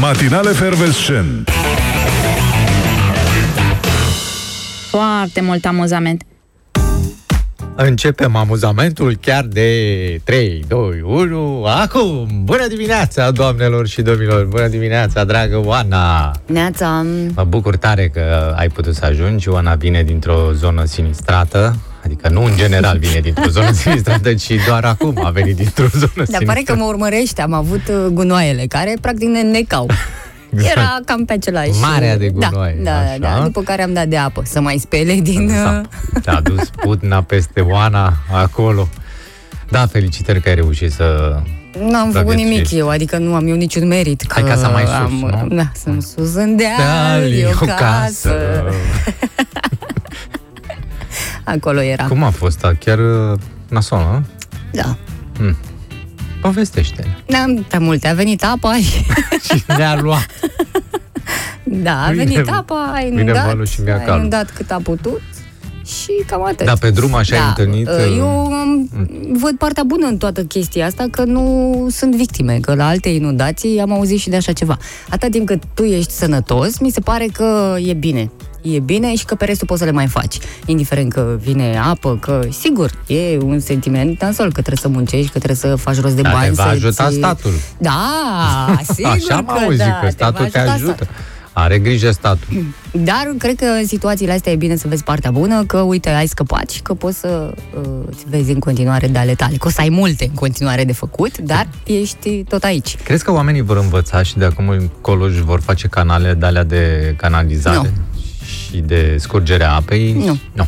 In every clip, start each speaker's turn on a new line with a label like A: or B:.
A: Matinale Fervescen.
B: Foarte mult amuzament.
C: Începem amuzamentul chiar de 3, 2, 1, acum! Bună dimineața, doamnelor și domnilor! Bună dimineața, dragă Oana!
D: Neața,
C: Mă bucur tare că ai putut să ajungi. Oana vine dintr-o zonă sinistrată, adică nu în general vine dintr-o zonă sinistrată, ci doar acum a venit dintr-o zonă
D: dar
C: sinistrată.
D: pare că mă urmărește, am avut uh, gunoaiele care practic ne necau.
C: Exact.
D: Era cam pe același.
C: Marea de gunoaie,
D: Da, da,
C: așa. Da.
D: da, după care am dat de apă să mai spele din...
C: S-a,
D: uh,
C: a dus putna peste Oana acolo. Da, felicitări că ai reușit să...
D: N-am făcut
C: Supraviețuiești.
D: nimic eu, adică nu am eu niciun merit. Că
C: Hai casa mai sus,
D: am,
C: nu? Da,
D: Da, sunt sus în deal, e o casă. Acolo era.
C: Cum a fost? A Chiar uh, nasol, nu?
D: Da.
C: Hm. Povestește-ne.
D: N-am prea multe. A venit apa, ai-
C: Și ne-a luat.
D: da, a
C: Vine-
D: venit apa, ai
C: vine valul
D: inundat,
C: și mi-a
D: a
C: calm.
D: inundat cât a putut și cam atât.
C: Dar pe drum așa ai
D: Da,
C: întâlnit, uh, mm.
D: Eu am- văd partea bună în toată chestia asta, că nu sunt victime, că la alte inundații am auzit și de așa ceva. Atâta timp cât tu ești sănătos, mi se pare că e bine. E bine și că pe restul poți să le mai faci. Indiferent că vine apă, că sigur, e un sentiment nasol, că trebuie să muncești, că trebuie să faci rost de
C: Dar te
D: bani.
C: va
D: să-ți-
C: ajuta statul.
D: Da, sigur
C: Așa am
D: că
C: auzit,
D: da,
C: că
D: va
C: statul te
D: ajuta
C: ajută. Are grijă statul.
D: dar cred că în situațiile astea e bine să vezi partea bună, că uite, ai scăpat și că poți să uh, îți vezi în continuare de ale tale. Că o să ai multe în continuare de făcut, dar ești tot aici.
C: Crezi că oamenii vor învăța și de acum încolo își vor face canale de alea de canalizare? Și de scurgerea apei?
D: Nu.
C: Nu.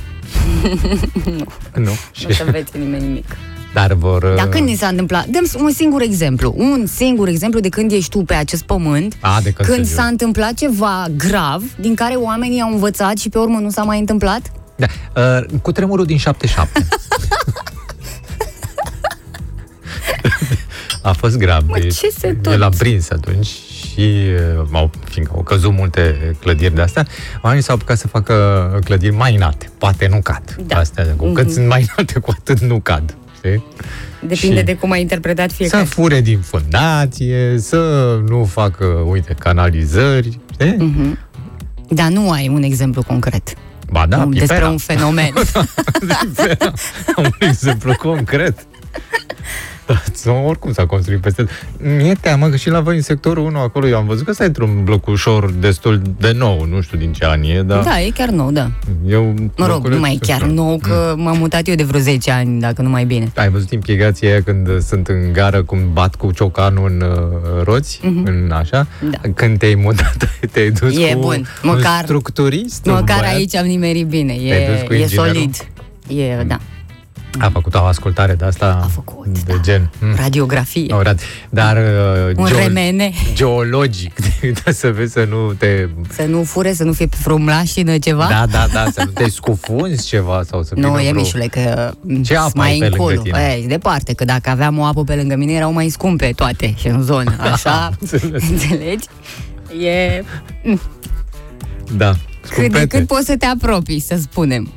C: nu. Și,
D: Nu o să vezi nimeni nimic.
C: dar vor... uh,
D: Dar când ni s-a întâmplat? Dăm un singur exemplu. Un singur exemplu de când ești tu pe acest pământ,
C: A, de când
D: când
C: sunt
D: s-a
C: eu.
D: întâmplat ceva grav, din care oamenii au învățat și pe urmă nu s-a mai întâmplat?
C: Da. Uh, cu tremurul din 77. A fost grav.
D: Mă, ce se tot-
C: l-a prins atunci și uh, au, fiindcă au căzut multe clădiri de astea, oamenii s-au apucat să facă clădiri mai înalte. Poate nu cad.
D: Da.
C: Astea, cu cât sunt mai înalte, cu atât nu cad. Știi?
D: Depinde
C: Și-
D: de cum ai interpretat
C: Să
D: fiecare.
C: fure din fundație, să nu facă, uite, canalizări. Știi?
D: Mhm. Dar nu ai un exemplu concret.
C: Ba da,
D: Un- despre
C: pipera.
D: un fenomen.
C: Am un exemplu concret. Da, sau oricum s-a construit peste... Mi-e teamă că și la voi în sectorul 1 acolo eu am văzut că stai într-un blocușor destul de nou, nu știu din ce an e, dar
D: da, e chiar nou, da.
C: eu...
D: Mă rog, nu mai e chiar nou, că
C: Mm.
D: m-am mutat eu de vreo 10 ani, dacă nu mai bine.
C: Ai văzut implicația aia când sunt în gară, cum bat cu ciocanul în uh, roți, mm-hmm. în așa?
D: Mhm. Da.
C: Când te-ai mutat, te-ai dus
D: E
C: cu
D: bun.
C: un
D: Măcar-
C: structurist, un
D: Măcar
C: băiat.
D: aici am nimerit bine,
C: Te-ai
D: e,
C: dus cu
D: e
C: inginerul? Mm.
D: solid. E, da,
C: A făcut o ascultare de asta
D: a făcut,
C: de
D: da.
C: gen. Mm.
D: Radiografie.
C: Aurat. Dar uh,
D: Un remene.
C: geologic, da, să vezi să nu te...
D: Să nu fure, să nu fie pe mlașină ceva.
C: Da, da, da, să nu te scufunzi ceva sau să
D: Nu,
C: vină
D: e
C: vreo...
D: mișule, că mm,
C: Ce apă
D: sunt mai
C: ai pe lângă
D: încolo.
C: tine?
D: Ei, departe, că dacă aveam o apă pe lângă mine, erau mai scumpe toate și în zonă, așa,
C: înțeles.
D: înțelegi? E
C: Da,
D: cât de
C: scumpete.
D: cât poți să te apropii, să spunem.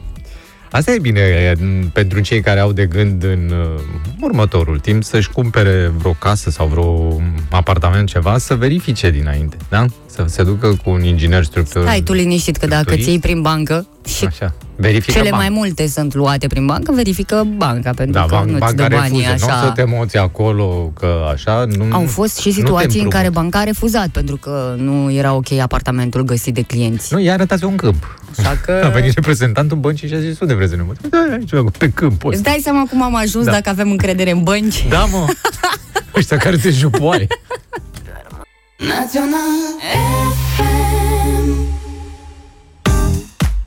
C: Asta e bine e, m, pentru cei care au de gând în uh, următorul timp să-și cumpere vreo casă sau vreo m, apartament, ceva, să verifice dinainte, da? Să se ducă cu un inginer structural.
D: Hai tu liniștit că dacă
C: Turist.
D: ții prin bancă și
C: Așa. Verifică
D: Cele
C: banca.
D: mai multe sunt luate prin bancă, verifică banca, pentru
C: Da,
D: că
C: ban-
D: nu ți
C: banca
D: dă banii
C: refuză,
D: așa.
C: nu o să te moți acolo, că așa... Nu,
D: Au fost și
C: nu te
D: situații în
C: împrumut.
D: care banca a refuzat, pentru că nu era ok apartamentul găsit de clienți.
C: Nu, i-a arătat un câmp.
D: Așa
C: A
D: că...
C: venit reprezentantul băncii și a zis, unde vreți să ne mutăm? Da, aici, acolo, pe câmpul
D: Îți
C: ăsta.
D: dai seama cum am ajuns
C: Da.
D: dacă avem încredere în bănci?
C: Da, mă! Ăștia care te jupoare.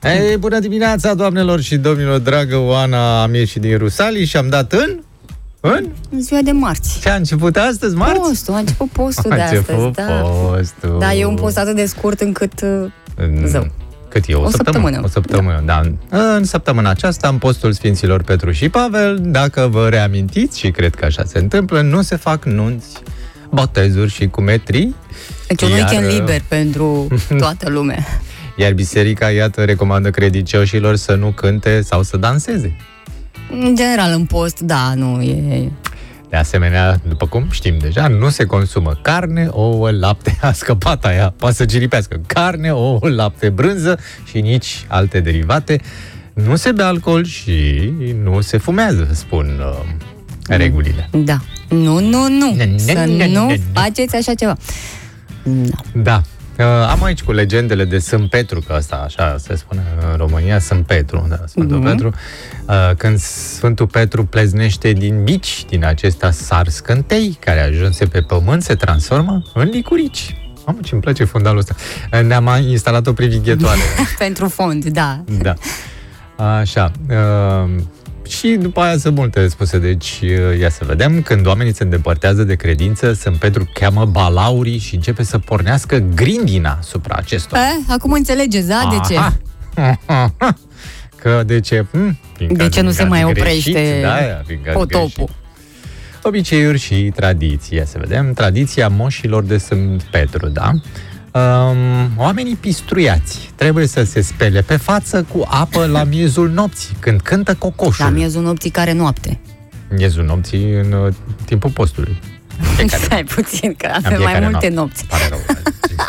C: Ei, bună dimineața, doamnelor și domnilor, dragă Oana, am ieșit din Rusalii și am dat în... În?
D: În ziua de marți.
C: Ce a început astăzi, marți?
D: Postul, a început postul de
C: a
D: astăzi,
C: început
D: da.
C: postul.
D: Da, e un post atât de scurt încât... uh,
C: În-
D: Zău.
C: Cât e? O,
D: O săptămână.
C: săptămână. O săptămână, da. În săptămâna aceasta, în postul Sfinților Petru și Pavel, dacă vă reamintiți, și cred că așa se întâmplă, nu se fac nunți, botezuri și cumetrii,
D: Deci un
C: Iar,
D: weekend
C: uh,
D: liber pentru toată lumea.
C: iar biserica, iată, recomandă credincioșilor să nu cânte sau să danseze.
D: În general, în post, da, nu e...
C: De asemenea, după cum știm deja, nu se consumă carne, ouă, lapte, a scăpat aia, pasă giripească, carne, ouă, lapte, brânză și nici alte derivate. Nu se bea alcool și nu se fumează, spun uh, regulile.
D: Da. Nu, nu, nu.
C: Ne, ne,
D: Să
C: ne, ne,
D: nu
C: ne.
D: faceți așa ceva. Da.
C: Da. Uh, am aici cu legendele de Sânt Petru, că asta așa se spune în România, Sânt Petru, da, Sfântul mm-hmm. Petru. Uh, când Sfântul Petru pleznește din bici, din acesta sar scântei, care ajunse pe pământ, se transformă în licurici. Mamă, ce-mi place fundalul ăsta. Uh, Ne-am mai instalat o privighetoare.
D: Pentru fond, da.
C: da. Așa. Uh, și după aia sunt multe spuse, deci uh, ia să vedem. Când oamenii se îndepărtează de credință, Sfânt Petru cheamă balaurii și începe să pornească grindina asupra acestora.
D: Eh, acum înțelegeți, da? De ce?
C: Aha. Că de ce? Hm, fiindcă
D: De ce nu
C: ați
D: se mai
C: greșit,
D: oprește
C: da, fiindcă ați
D: potopul?
C: greșit. Obiceiuri și tradiții, ia să vedem. Tradiția moșilor de Sfânt Petru, da? Um, oamenii pistruiați trebuie să se spele pe față cu apă la miezul nopții, când cântă cocoșul.
D: La miezul nopții care noapte.
C: miezul nopții în uh, timpul postului.
D: Stai puțin, că
C: În
D: avem mai
C: fiecare
D: multe
C: noapte.
D: nopți.
C: Pare rău. da,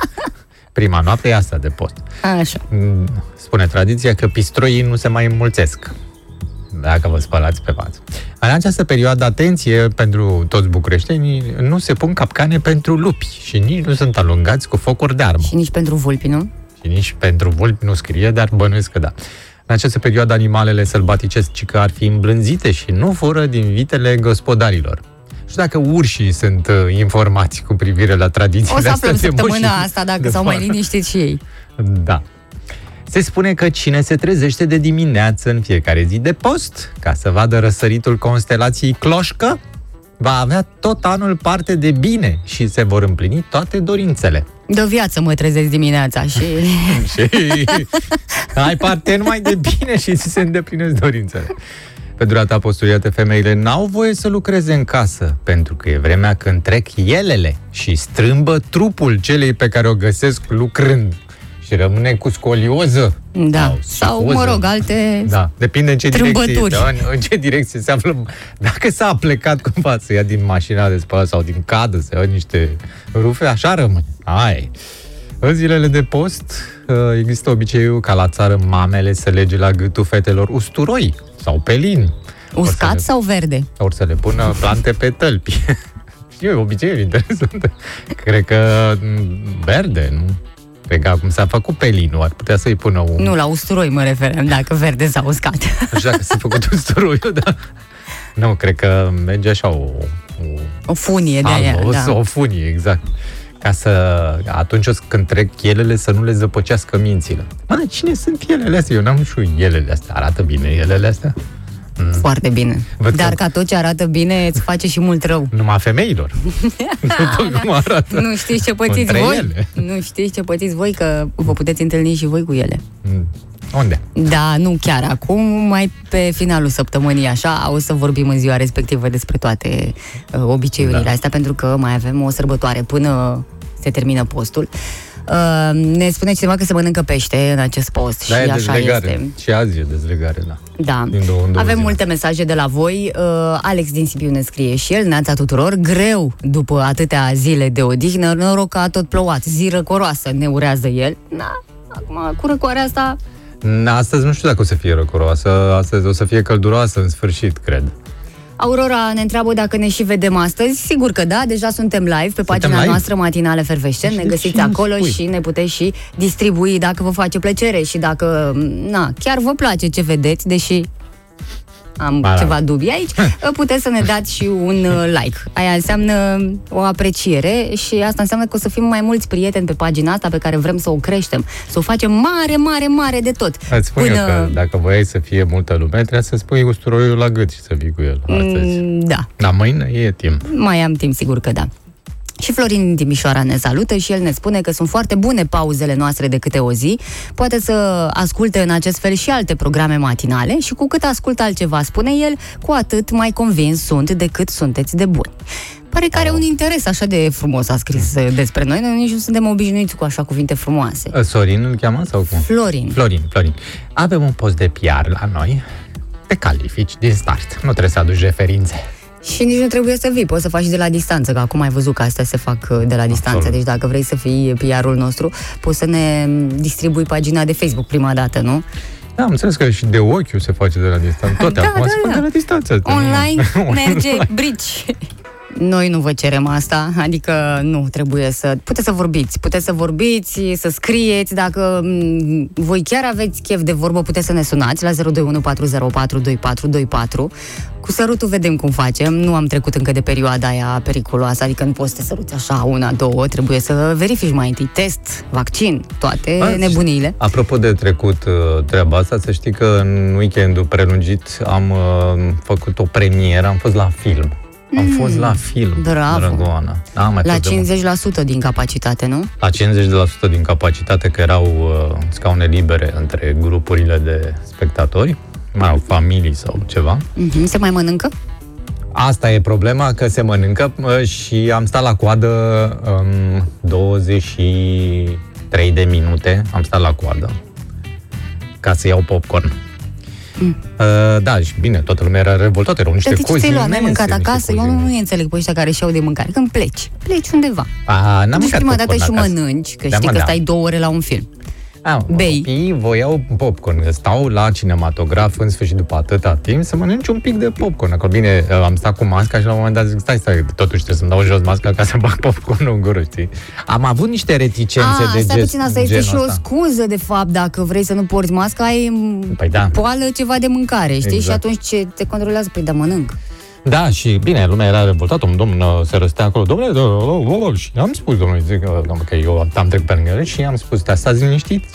C: Prima noapte e asta de post.
D: Așa.
C: Mm, Spune tradiția că pistroii nu se mai înmulțesc dacă vă spălați pe față. În această perioadă, atenție pentru toți bucureștenii, nu se pun capcane pentru lupi și nici nu sunt alungați cu focuri de armă.
D: Și nici pentru vulpi, nu?
C: Și nici pentru vulpi nu scrie, dar bănuiesc că da. În această perioadă, animalele sălbatice ci că ar fi îmblânzite și nu fură din vitele gospodarilor. Și dacă urșii sunt uh, informați cu privire la tradițiile
D: O să
C: astea
D: aflăm
C: de
D: săptămâna
C: moșii
D: asta dacă
C: de
D: s-au mai
C: farmă.
D: liniștit și ei.
C: Da. Se spune că cine se trezește de dimineață în fiecare zi de post, ca să vadă răsăritul constelației Cloșcă, va avea tot anul parte de bine și se vor împlini toate dorințele.
D: De o viață mă trezesc dimineața și...
C: Și ai parte numai de bine și ți se îndeplinesc dorințele. Pe durata posturiată, femeile n-au voie să lucreze în casă, pentru că e vremea când trec elele și strâmbă trupul celei pe care o găsesc lucrând și rămâne cu scolioză.
D: Da. Sau, mă
C: scifoză.
D: rog, alte...
C: Da, depinde în ce direcție,
D: Trâmbături.
C: da, în, în ce direcție se află. Dacă s-a plecat cumva să ia din mașina de spălat sau din cadă, să ia niște rufe, așa rămâne. Ai. În zilele de post uh, există obiceiul ca la țară mamele să lege la gâtul fetelor usturoi sau pelin. Ori să
D: Uscat
C: le,
D: sau verde?
C: ori să le pună plante pe tălpi. Știu, e obiceiul interesant. Cred că m, verde, nu? Cred că acum s-a făcut pelinul, ar putea să-i pună un...
D: Nu, la usturoi mă referem, dacă verde sau uscat.
C: Nu știu dacă s-a făcut usturoiul, dar... Nu, cred că merge așa o, o
D: O funie de
C: salvă,
D: aia,
C: o,
D: da.
C: o funie, exact. Ca să, atunci o să- când trec elele, să nu le zăpăcească mințile. Mă, dar cine sunt elele astea? Eu n-am știu elele astea. Arată bine elele astea?
D: Foarte bine.
C: Văd
D: Dar
C: că-
D: ca tot ce arată bine, îți face și mult rău.
C: Numai femeilor. După cum arată.
D: Nu știți ce pățiți
C: Între
D: voi?
C: ele.
D: Nu știți ce pățiți voi, că vă puteți întâlni și voi cu ele.
C: Mm. Unde?
D: Da, nu chiar acum, mai pe finalul săptămânii, așa, o să vorbim în ziua respectivă despre toate uh, obiceiurile
C: Da.
D: da. astea, pentru că mai avem o sărbătoare până se termină postul. Uh, ne spune cineva că se mănâncă pește în acest post
C: Da,
D: și
C: e
D: așa
C: dezlegare.
D: este.
C: Și azi e dezlegare, da.
D: Da.
C: Din două în două
D: Avem
C: zile.
D: multe mesaje de la voi. Uh, Alex din Sibiu ne scrie și el, neața tuturor, greu după atâtea zile de odihnă, noroc că a tot plouat, zi răcoroasă, ne urează el. Na, acum, cu răcoarea asta,
C: Mm, Astăzi nu știu dacă o să fie răcoroasă, astăzi o să fie călduroasă în sfârșit, cred.
D: Aurora ne întreabă dacă ne și vedem astăzi. Sigur că da, deja suntem live pe pagina
C: live?
D: noastră matinale fervescent. Ne
C: de ce
D: găsiți
C: nu
D: acolo
C: spui?
D: și ne puteți și distribui dacă vă face plăcere și dacă, na, chiar vă place ce vedeți, deși am
C: Ba da.
D: ceva dubii aici, puteți să ne dați și un uh, like. Aia înseamnă o apreciere și asta înseamnă că o să fim mai mulți prieteni pe pagina asta pe care vrem să o creștem, să o facem mare, mare, mare de tot.
C: Îți spun Până... eu că da, dacă voiai să fie multă lume, trebuia să-ți pui usturoiul la gât și să vii cu el astăzi. Mm.
D: Mm, Da.
C: Dar mâine e timp.
D: Mai am timp, sigur că da. Și Florin din Timișoara ne salută și el ne spune că sunt foarte bune pauzele noastre de câte o zi. Poate să asculte în acest fel și alte programe matinale și cu cât ascultă altceva, spune el, cu atât mai convins sunt decât sunteți de buni. Pare că are un interes așa de frumos a scris eh, despre noi, noi nici nu suntem obișnuiți cu așa cuvinte frumoase.
C: Ă, Sorin îl cheamă sau cum?
D: Florin,
C: Florin, Florin. Avem un post de PR la noi. Te califici din start. Nu trebuie să aduci referințe.
D: Și nici nu trebuie să vii, poți să faci de la distanță, că acum ai văzut că astea se fac uh, de la distanță.
C: Absolut.
D: Deci dacă vrei să fii PR-ul nostru, poți să ne distribui pagina de Facebook prima dată, nu?
C: Da, am înțeles că și de ochiul se face de la distanță. Toate
D: Da,
C: acum
D: da,
C: se fac
D: da.
C: de la distanță.
D: Online merge brici. Noi nu vă cerem asta, adică nu trebuie să... Puteți să vorbiți, puteți să vorbiți, să scrieți, dacă m, voi chiar aveți chef de vorbă, puteți să ne sunați la 021 Cu sărutul vedem cum facem, nu am trecut încă de perioada aia periculoasă, adică nu poți să te săruți așa una, două, trebuie să verifici mai întâi test, vaccin, toate
C: Bă,
D: nebuniile.
C: Apropo de trecut uh, treaba asta, să știi că în weekendul prelungit am uh, făcut o premieră, am fost la film. Am fost la film,
D: Mm.
C: Da,
D: bravo.
C: Drăgoana. N-am mai
D: La
C: fost de mult.
D: 50% din capacitate, nu?
C: la 50% din capacitate, că erau uh, scaune libere între grupurile de spectatori, mai au familii sau ceva.
D: Mhm, Se mai mănâncă?
C: Asta e problema, că se mănâncă uh, și am stat la coadă um, 23 de minute, am stat la coadă ca să iau popcorn. Mm. Uh, da, și bine, toată lumea era revoltată, erau niște
D: Dar de ce
C: cozi
D: ți-ai luat? N-ai
C: imense,
D: mâncat
C: niște
D: acasă?
C: cozi
D: Eu nu, nu
C: imense.
D: înțeleg pe ăștia care și-au de mâncare. Când pleci, pleci undeva.
C: A, n-am
D: Duci
C: mâncat
D: prima dată
C: popcorn
D: și
C: acasă.
D: mănânci, că
C: Da,
D: știi
C: mă,
D: că
C: da.
D: stai două ore la un film.
C: A,
D: Bei.
C: Copiii voiau popcorn. Stau la cinematograf în sfârșit după atâta timp să mănânci un pic de popcorn. Acolo bine, am stat cu masca și la un moment dat zic, stai, stai, totuși trebuie să-mi dau jos masca ca să bag popcornul în gură, știi? Am avut niște reticențe
D: Ah,
C: de
D: stai
C: gest,
D: puțin, asta este
C: genul
D: și o
C: ăsta.
D: scuză, de fapt, dacă vrei să nu porți masca, ai
C: Păi da.
D: poală ceva de mâncare, știi?
C: Exact.
D: Și atunci ce te controlează? Păi da, mănânc.
C: Da, și bine, lumea era revoltată, un domn uh, se răstea acolo, domnule, da, da, da, da, și am spus domnului, zic, uh, domnule, că eu am trecut pe lângă el și am spus, da, stați liniștiți,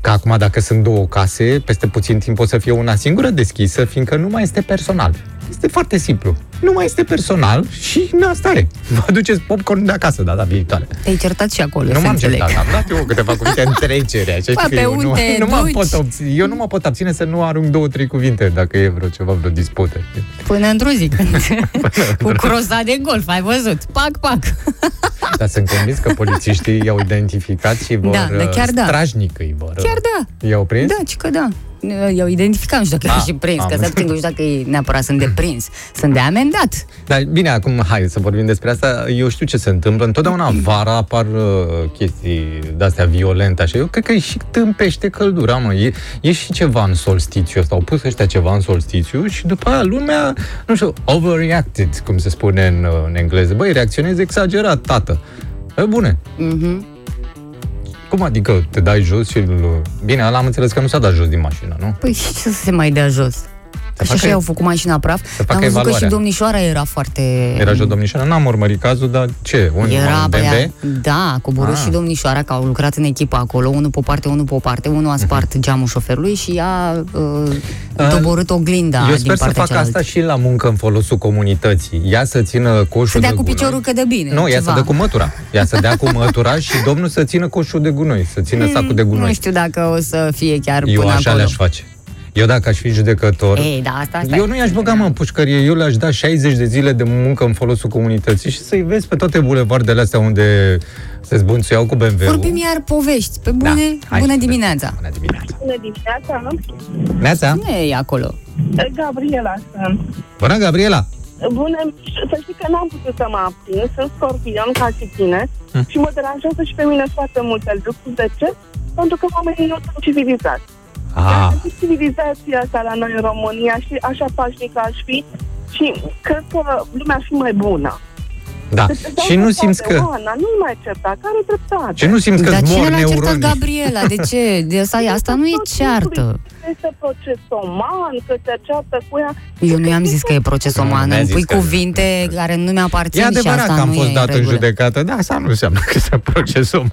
C: că acum dacă sunt două case, peste puțin timp o să fie una singură deschisă, fiindcă nu mai este personal. Este foarte simplu. Nu mai este personal și în asta e. Vă aduceți popcorn de acasă data viitoare.
D: Te-ai certat și acolo,
C: Nu
D: să
C: m-am
D: înțeleg.
C: certat, am dat eu câteva cuvinte întrecere.
D: Pa,
C: Așa știi că
D: pe
C: eu
D: unde te
C: nu, nu mă
D: duci?
C: pot obține, eu nu mă pot abține să nu arunc două, trei cuvinte dacă e vreo ceva, vreo dispută. știi?
D: Până într-o zi, când... cu croza de golf, ai văzut? Pac, pac.
C: Dar sunt convins că polițiștii i-au identificat și vor
D: Da, da, chiar
C: uh,
D: da.
C: strașnic îi vor. uh,
D: Chiar da.
C: I-au prins?
D: Da, ci că da. Eu identificam, nu știu dacă
C: Ah,
D: era și prins,
C: am
D: că s-ar putea, nu știu dacă e neapărat sunt de prins. Sunt de amendat.
C: Dar bine, acum hai să vorbim despre asta. Eu știu ce se întâmplă. Întotdeauna vara apar uh, chestii de-astea violente, așa. Eu cred că e și tâmpește căldura, mă. E, e și ceva în solstițiu ăsta. Au pus ăștia ceva în solstițiu și după aia lumea, nu știu, overreacted, cum se spune în, uh, în engleză. Băi, reacționezi exagerat, tată. E, bune,
D: Mhm.
C: cum adică te dai jos și... îl- Bine, ăla am înțeles că nu s-a dat jos din mașină, nu?
D: Păi și ce să se mai dea jos? Că și
C: facă-
D: așa i-au făcut mașina praf. Dar
C: facă
D: am văzut că și
C: evaluarea.
D: domnișoara era foarte...
C: Era și o domnișoară, n-am urmărit cazul, dar ce? Un,
D: Era
C: un
D: băia,
C: BMW?
D: da, coborât
C: Ah.
D: și domnișoara, că au lucrat în echipă acolo, unul pe o parte, unul pe o parte, unul
C: Mhm.
D: a spart geamul șoferului și a uh, doborât oglinda
C: Eu
D: da, din
C: sper să
D: partea
C: fac
D: cealaltă.
C: asta și la muncă în folosul comunității. Ea să țină coșul
D: Să dea
C: de
D: cu
C: gunoi.
D: piciorul că dă bine,
C: Nu, ea să
D: ceva.
C: dea cu mătura. Ea să dea cu mătura și domnul să țină coșul de gunoi, să țină sacul de gunoi.
D: Mm, Nu știu dacă o să fie chiar
C: Eu
D: până
C: așa
D: acolo.
C: le-aș face. Eu dacă aș fi judecător,
D: Ei, da, asta, asta
C: eu
D: e.
C: nu i-aș băga mă în pușcărie, eu le-aș da 60 de zile de muncă în folosul comunității și să-i vezi pe toate bulevardele astea unde se zbunțuiau cu BMW-ul.
D: Vorbim iar povești. Pe
C: Da,
D: bune,
C: hai.
D: bună dimineața.
C: Bună dimineața!
E: Bună dimineața!
C: Neața!
D: Cine e acolo?
E: Gabriela sunt.
C: Bună, Gabriela!
E: Bună, să știi că n-am putut să mă abțin, sunt scorpion ca și tine
C: Hm.
E: și mă deranjează și pe mine foarte multe lucruri. De ce? Pentru că oamenii nu sunt civilizați.
C: Ah.
E: Dacă sunt civilizația asta la noi în România și așa pașnică aș fi și cred că lumea ar fi mai bună.
C: Da.
E: Îți dau
C: Și nu
E: dreptate,
C: simți că...
E: Oana, nu-l mai certa, că are dreptate.
C: Și nu simți că
D: Dar
C: îți
D: cine
C: mor
D: l-a certat
C: neuronii.
D: Gabriela? De ce? De asta, asta nu e ceartă.
E: Este proces uman, că se ceartă cu ea.
D: Eu nu i-am zis că e proces
C: Nu,
D: uman,
C: mi-a
D: îmi
C: zis
D: pui
C: că-
D: cuvinte care nu mi-aparțin
C: E
D: și
C: adevărat
D: asta
C: că am
D: nu
C: fost
D: e
C: dat în
D: regulă.
C: judecată, dar asta nu înseamnă că se procesăm.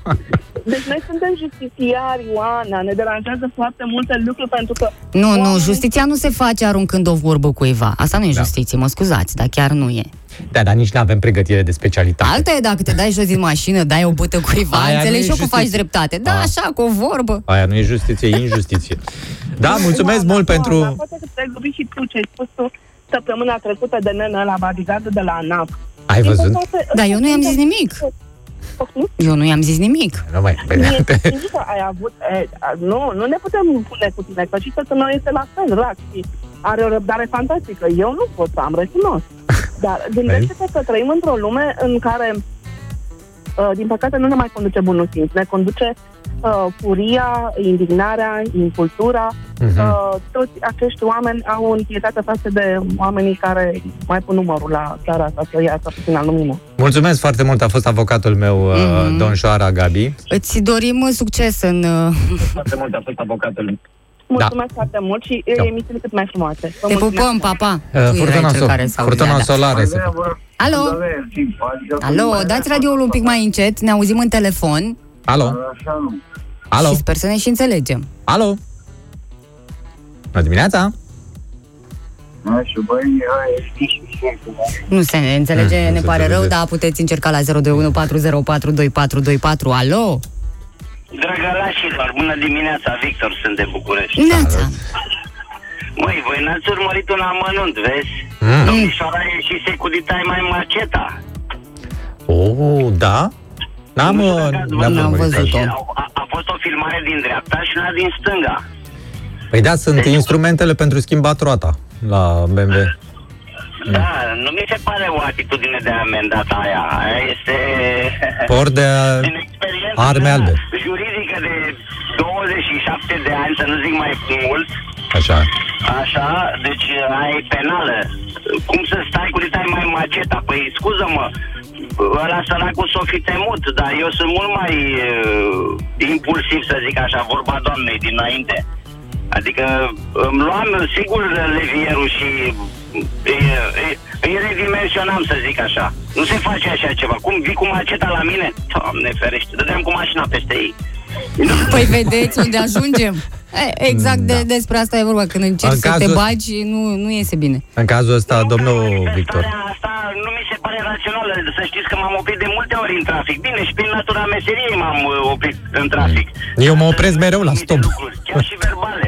E: Deci noi suntem justițiari, Oana, ne deranjează foarte multe lucruri pentru că...
D: Nu, nu,
E: oamenii-
D: justiția nu se face aruncând o vorbă cuiva. Asta nu e justiție, mă scuzați, dar chiar nu e.
C: Da, dar nici nu avem pregătire de specialitate.
D: Alta e dacă te dai jos din mașină, dai o bâtă cuiva,
C: Da. Aia nu e
D: înțelegi și eu că
C: justiție.
D: faci dreptate. Da,
C: A.
D: așa, cu o vorbă.
C: Aia nu e justiție, e injustiție. Da, mulțumesc
E: Oana,
C: mult
E: Oana,
C: pentru...
E: Poate că te-ai gândit și tu ce ai spus tu săptămâna trecută de nenă la barigadă de la ANAP.
C: Ai văzut?
D: Da, eu nu i-am zis nimic.
E: Poftim?
D: Eu nu i-am zis nimic.
C: Nu mai...
E: Mie știi că ai avut... E, a, nu, nu ne putem pune cu tine, că și tătul meu este la fel, rac, și are o răbdare fantastică. Eu nu pot să am, recunosc. Dar gândește-te că trăim într-o lume în care, uh, din păcate, nu ne mai conduce bunul simț. Ne conduce uh, furia, indignarea, incultura.
C: Mhm.
E: Uh, toți acești oameni au o întietate față de oamenii care mai pun numărul la țara asta să iasă puțin la lumină.
C: Mulțumesc foarte mult, a fost avocatul meu, mm-hmm.
D: Mhm.
C: domnșoara Gabi.
D: Îți dorim uh, succes în... uh,
F: foarte mult, a fost avocatul.
E: Mulțumesc da. foarte mult și
C: Da.
E: da. emisiune cât mai frumoase. Vă
D: Te
E: mulțumesc.
D: pupăm, papa! Tu
C: Uh,
D: erai
C: Furtuna,
D: cel care
C: so-
D: s-a
C: furtuna
D: uitat, da.
C: solară. Se...
D: Alo? Alo, dați radioul un pic mai încet, ne auzim în telefon
C: Alo? Alo?
D: și sper să ne și înțelegem.
C: Alo? Bună dimineața!
D: Nu se ne înțelege,
C: Mm, nu
D: ne
C: se
D: pare rău,
C: înțelege.
D: dar puteți încerca la 0214042424. Alo?
F: Drăgălașilor, bună dimineața, Victor, sunt de București.
D: Neața!
F: Măi, voi n-ați urmărit un amănunt, vezi?
C: Mm.
F: Domnișoara ieșise cu dita mai maceta.
C: Oh, da? N-am,
F: Nu știu
C: uh,
F: dacă ați văzut.
C: n-am
D: N-am
C: urmărit
D: văzut-o.
C: așa.
F: A, a fost o filmare din dreapta și una din stânga.
C: Păi da, sunt instrumentele pentru schimbat roata la BMW. Mm.
F: Da, nu mi se pare o atitudine de amendat aia. Aia este...
C: Por de...
F: Din experiență
C: Arme
F: mea
C: albe.
F: juridică de 27 de ani, să nu zic mai mult,
C: Așa.
F: așa, deci aia e penală. Cum să stai cu tai mai maceta? Păi scuză-mă, ăla săracul s-o fi temut, dar eu sunt mult mai uh, impulsiv, să zic așa, vorba doamnei dinainte. Adică îmi luam sigur levierul și e- e- îi redimensionam, să zic așa. Nu se face așa ceva. Cum vii cu maceta la mine? Doamne ferește, dădeam cu mașina peste ei.
D: Păi vedeți unde ajungem? E, Exact de, despre asta e vorba, când încerci
C: Da. În
D: să te
C: cazul-
D: bagi, nu, nu iese bine.
C: În cazul ăsta,
F: Nu,
C: domnul
F: că
C: Victor.
F: manifestarea Asta nu mi se pare rațională. Să știți că m-am oprit de multe ori în trafic. Bine, și prin natura meseriei m-am uh, oprit în trafic.
C: Mm. Eu mă opresc mereu la
F: Anumite
C: stop.
F: lucruri, Chiar și verbale.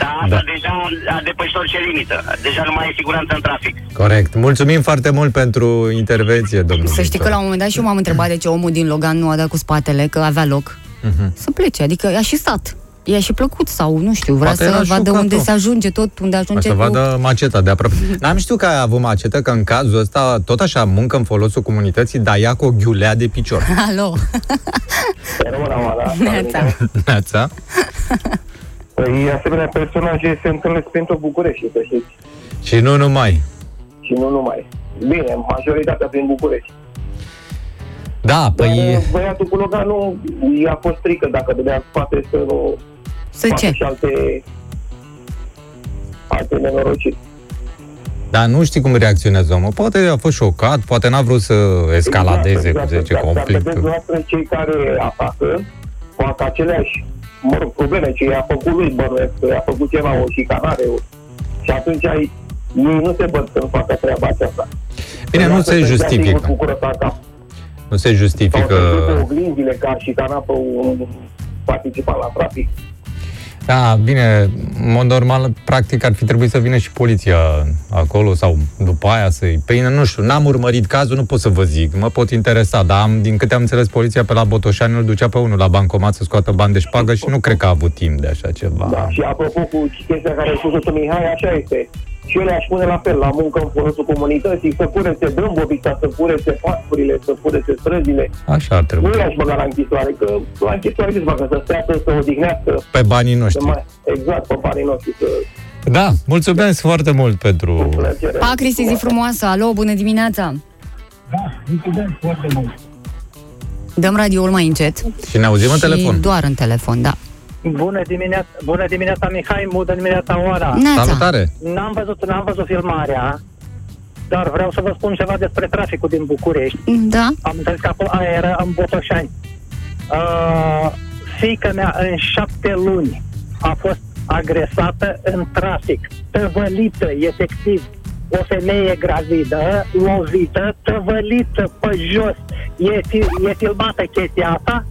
F: Dar asta
C: Da.
F: da. deja a depășit orice limită. Deja nu mai e siguranță în trafic.
C: Corect. Mulțumim foarte mult pentru intervenție, domnul
D: Să știi că
C: Victor.
D: la un moment dat și eu m-am întrebat de ce omul din Logan nu a dat cu spatele, că avea loc
C: Mhm.
D: să plece, adică i-a și stat. I-a și plăcut sau, nu știu, vrea
C: Poate era
D: să vadă
C: șocat,
D: unde
C: om.
D: se ajunge tot, unde
C: Ca
D: ajunge
C: să vadă maceta de aproape. N-am știut că a avut macetă, că în cazul ăsta tot așa muncă în folosul comunității, dar ea cu o ghiulea de picior.
D: Alo! Neața.
C: Neața?
G: adică, Păi, asemenea personaje se întâlnesc prin tot București, să știți,
C: Și nu numai.
G: și nu numai. Bine, majoritatea prin București.
C: Da,
G: Dar uh,
C: păi...
D: uh,
G: băiatul cu Loganu i-a fost frică dacă dădea în spate să nu
D: Să
G: facă
D: Păi ce?
G: și alte, alte nenorociri.
C: Dar nu știi cum reacționează omul. Poate a fost șocat, poate n-a vrut să escaladeze, cum se zice,
G: Exact, Dar vedeți
C: conflictul.
G: noastră cei care atacă, fac aceleași mă rog, probleme ce i-a făcut lui bănuiesc, că i-a făcut ceva, o șicanare. O... Și atunci ei nu se băt să nu facă treaba aceasta.
C: Bine, nu
G: Noastră
C: se
G: să-i dea singur
C: justifică.
G: cu curăța în cap.
C: Nu se
G: Sau
C: justifică.
G: să ducă oglinzile ca și canapă un participant la trafic.
C: Da, bine, în mod normal, practic ar fi trebuit să vină și poliția acolo sau după aia să-i... Păi, nu știu, n-am urmărit cazul, nu pot să vă zic, mă pot interesa, dar am, din câte am înțeles, poliția pe la Botoșani îl ducea pe unul la bancomat să scoată bani de șpagă și nu cred că a avut timp de așa ceva.
G: Da. Și apropo cu chestia care ai spus-o tu, Mihai, așa este. Și eu le-aș pune la fel, la muncă în folosul comunității, să curețe brâmbovița, să curețe parcurile, să curețe străzile.
C: Așa ar
G: Nu
C: trebui.
G: le-aș băga la închisoare, că la închisoare ce să facă, să stea, să se odihnească.
C: Pe banii
G: Să
C: noștri.
G: mai, exact, pe banii noștri, să
C: Da, mulțumesc foarte mult pentru...
G: plăcere.
D: Pa, Cristi, zi frumoasă! Alo, bună dimineața! Dăm radioul mai încet.
C: Și ne auzim în
D: și
C: telefon.
D: doar în telefon, da.
H: Bună dimineața, bună dimineața Mihai, bună dimineața
C: Da.
H: Oara.
D: Neața.
C: Salutare!
H: N-am văzut, n-am văzut filmarea, dar vreau să vă spun ceva despre traficul din București.
D: Da?
H: Am înțeles că acolo aia era în Botoșani. Uh, fiica mea în șapte luni a fost agresată în trafic, tăvălită, efectiv. O femeie gravidă, lovită, tăvălită pe jos. E, fi- e filmată chestia asta,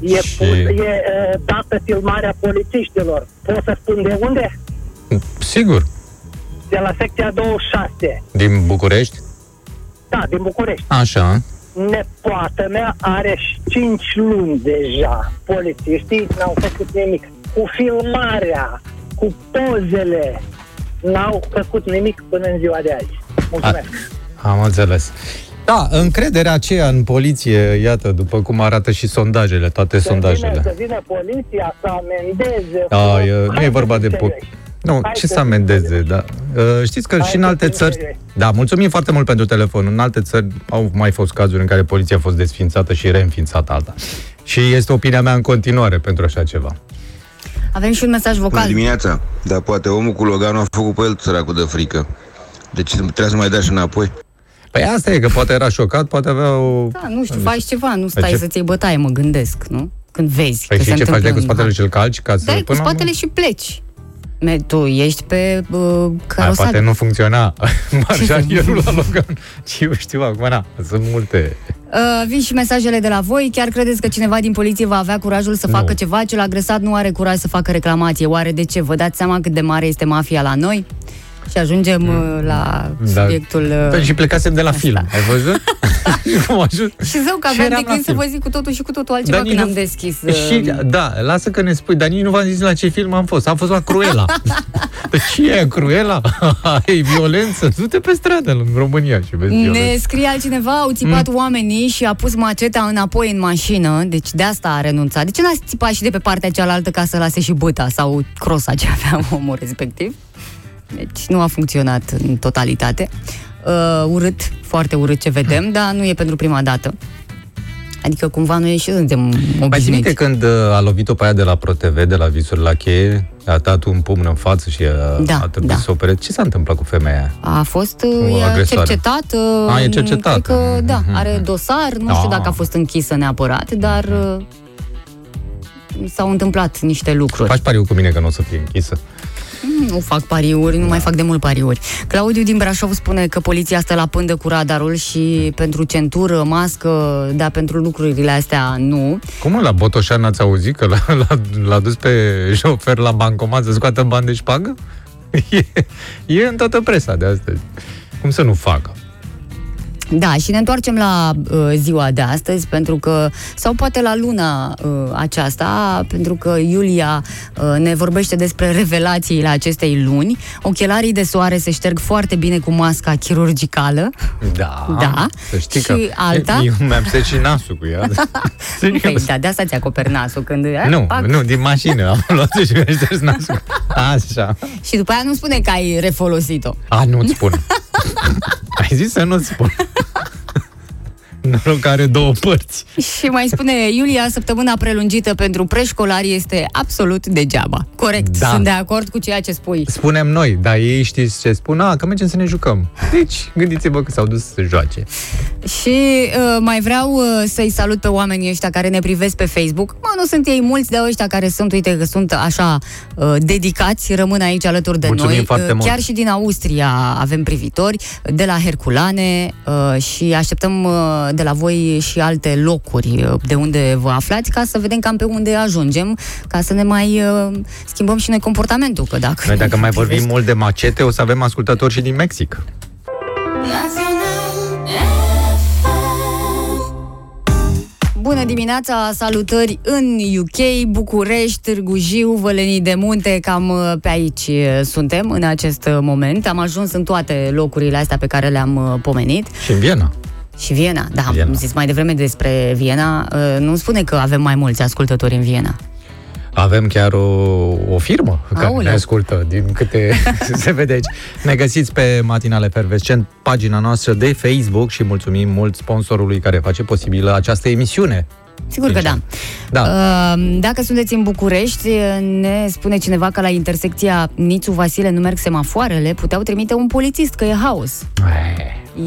H: e,
C: Și-
H: pus, e uh, dată filmarea polițiștilor. Pot să spun de unde?
C: Sigur,
H: De la secția 26.
C: din București.
H: Da, din București.
C: Așa.
H: Nepoata mea are 5 luni deja. Polițiștii n-au făcut nimic. Cu filmarea, cu pozele, n-au făcut nimic până în ziua de azi. Mulțumesc.
C: Am înțeles. Da, încrederea aceea în poliție, iată, după cum arată și sondajele, toate
H: Să
C: sondajele.
H: vină, să vină poliția să amendeze.
C: Da,
H: să-
C: e, nu e
H: Hai
C: vorba
H: să
C: de...
H: înțelegi.
C: Po- nu,
H: Hai
C: ce
H: să
C: să amendeze, da. Uh, Știți că
H: Hai
C: și în
H: să
C: alte țări...
H: înțelegi.
C: Da, mulțumim foarte mult pentru telefon. În alte țări au mai fost cazuri în care poliția a fost desfințată și reînființată alta. Și este opinia mea în continuare pentru așa ceva.
D: Avem și un mesaj
I: Bună
D: vocal.
I: dimineața! Dar poate omul cu Loganul a făcut pe el săracul de frică. Deci trebuie să mai dea și înapoi.
C: Păi asta e, că poate era șocat, poate avea o...
D: Da, nu știu, faci ceva, nu stai
C: Păi ce-
D: să-ți iei bătaie, mă gândesc, nu? Când vezi
C: Păi
D: că
C: și
D: se
C: ce faci?
D: întâmplă
C: Dai cu
D: un
C: spatele
D: har.
C: și îl calci? Ca să
D: Dai cu
C: până la-
D: spatele și pleci. Me, tu ești pe uh,
C: Aia poate
D: carosabil.
C: nu funcționa marjanierul la Logan. Și eu știu acum, na, sunt multe.
D: Uh, vin și mesajele de la voi. Chiar credeți că cineva din poliție va avea curajul să
C: Nu.
D: facă ceva? Cel agresat nu are curaj să facă reclamație. Oare de ce? Vă dați seama cât de mare este mafia la noi? Și ajungem uh, la
C: Da.
D: subiectul... uh,
C: Păi și plecasem de la
D: asta.
C: film. Ai văzut? Cum ajut?
D: Și zău că
C: Și
D: aveam
C: eram
D: de
C: la
D: gând să
C: film.
D: vă zic cu totul și cu totul altceva când am deschis. uh,
C: Și, da, lasă că ne spui, dar nici nu v-am zis la ce film am fost. Am fost la Cruella. Deci ce e Cruella? e violență? Du-te pe stradă în România și vezi
D: Ne
C: violență.
D: scrie altcineva, au țipat mm. oamenii și a pus maceta înapoi în mașină, deci de asta a renunțat. De ce n-a țipat și de pe partea cealaltă ca să lase și băta sau crosa ce avea omul respectiv? Deci nu a funcționat în totalitate. Uh, urât, foarte urât ce
C: Hmm.
D: vedem, dar nu e pentru prima dată. Adică cumva noi și suntem
C: Mai ții minte
D: obișnuiți.
C: când uh, a lovit-o pe aia de la ProTV, de la Visuri la cheie, a dat un pumn în față și a,
D: Da,
C: a trebuit
D: da.
C: să opere. Ce s-a întâmplat cu femeia aia?
D: A fost
C: O
D: uh, e
C: agresoare.
D: cercetat. uh,
C: A, e cercetat.
D: Cred că, da,
C: Mhm.
D: are dosar. Nu știu
C: Ah.
D: dacă a fost închisă neapărat, dar uh, s-au întâmplat niște lucruri. Mm,
C: Faci pariu cu mine că nu o să fie închisă.
D: Nu fac pariuri, nu
C: Da.
D: mai fac de mult pariuri. Claudiu din Brașov spune că poliția stă la pândă cu radarul și pentru centură, mască, dar pentru lucrurile astea nu.
C: Cum mă, la Botoșan ați auzit că l-a, l-a, l-a dus pe șofer la bancomat să scoată bani de șpagă? E, e în toată presa de astăzi. Cum să nu facă?
D: Da, și ne întoarcem la uh, ziua de astăzi, pentru că, sau poate la luna uh, aceasta, pentru că Iulia uh, ne vorbește despre revelațiile acestei luni. Ochelarii de soare se șterg foarte bine cu masca chirurgicală.
C: Da.
D: Da.
C: Să știi
D: Și
C: că
D: alta?
C: Eu mi-am set și nasul cu ea.
D: Păi,
C: Serios.
D: da, de asta ți acoperi nasul când... eh,
C: Nu,
D: pac.
C: nu, din mașină am luat și mi-a șters nasul. Așa.
D: Și după aia nu spune că ai refolosit-o.
C: A, nu-ți spun. Ai zis să nu-ți spun. Noroc că are două părți.
D: Și mai spune Iulia, săptămâna prelungită pentru preșcolari este absolut degeaba. Corect,
C: Da.
D: sunt de acord cu ceea ce spui.
C: Spunem noi, dar ei știți ce spun? A, că mergem să ne jucăm. Deci, gândiți-vă că s-au dus să joace.
D: Și uh, mai vreau uh, să-i salut pe oamenii ăștia care ne privesc pe Facebook. Mă, nu sunt ei mulți, dar ăștia care sunt, uite că sunt așa uh, dedicați, rămân aici alături de
C: Mulțumim
D: noi. Uh,
C: foarte mult.
D: Chiar și din Austria avem privitori, de la Herculane uh, și așteptăm uh, de la voi și alte locuri uh, de unde vă aflați ca să vedem cam pe unde ajungem, ca să ne mai uh, schimbăm și noi comportamentul, că dacă...
C: Noi dacă mai vorbim
D: privesc-
C: mult de macete, o să avem ascultători și din Mexic.
D: Bună dimineața, salutări în UK, București, Târgu Jiu, Vălenii de Munte, cam uh, pe aici uh, suntem în acest uh, moment. Am ajuns în toate locurile astea pe care le-am uh, pomenit.
C: Și în Viena.
D: Și Viena, da,
C: Viena.
D: am zis mai devreme despre Viena, uh, nu spune că avem mai mulți ascultători în Viena.
C: Avem chiar o, o firmă Aoleu. care
D: Aoleu.
C: ne ascultă, din câte se vede aici. Ne găsiți pe Matinale Fervescent, pagina noastră de Facebook și mulțumim mult sponsorului care face posibilă această emisiune.
D: Sigur că da.
C: Sincer. Da.
D: Uh, Dacă sunteți în București, uh, ne spune cineva că la intersecția Nițu-Vasile nu merg semafoarele, puteau trimite un polițist, că e haos.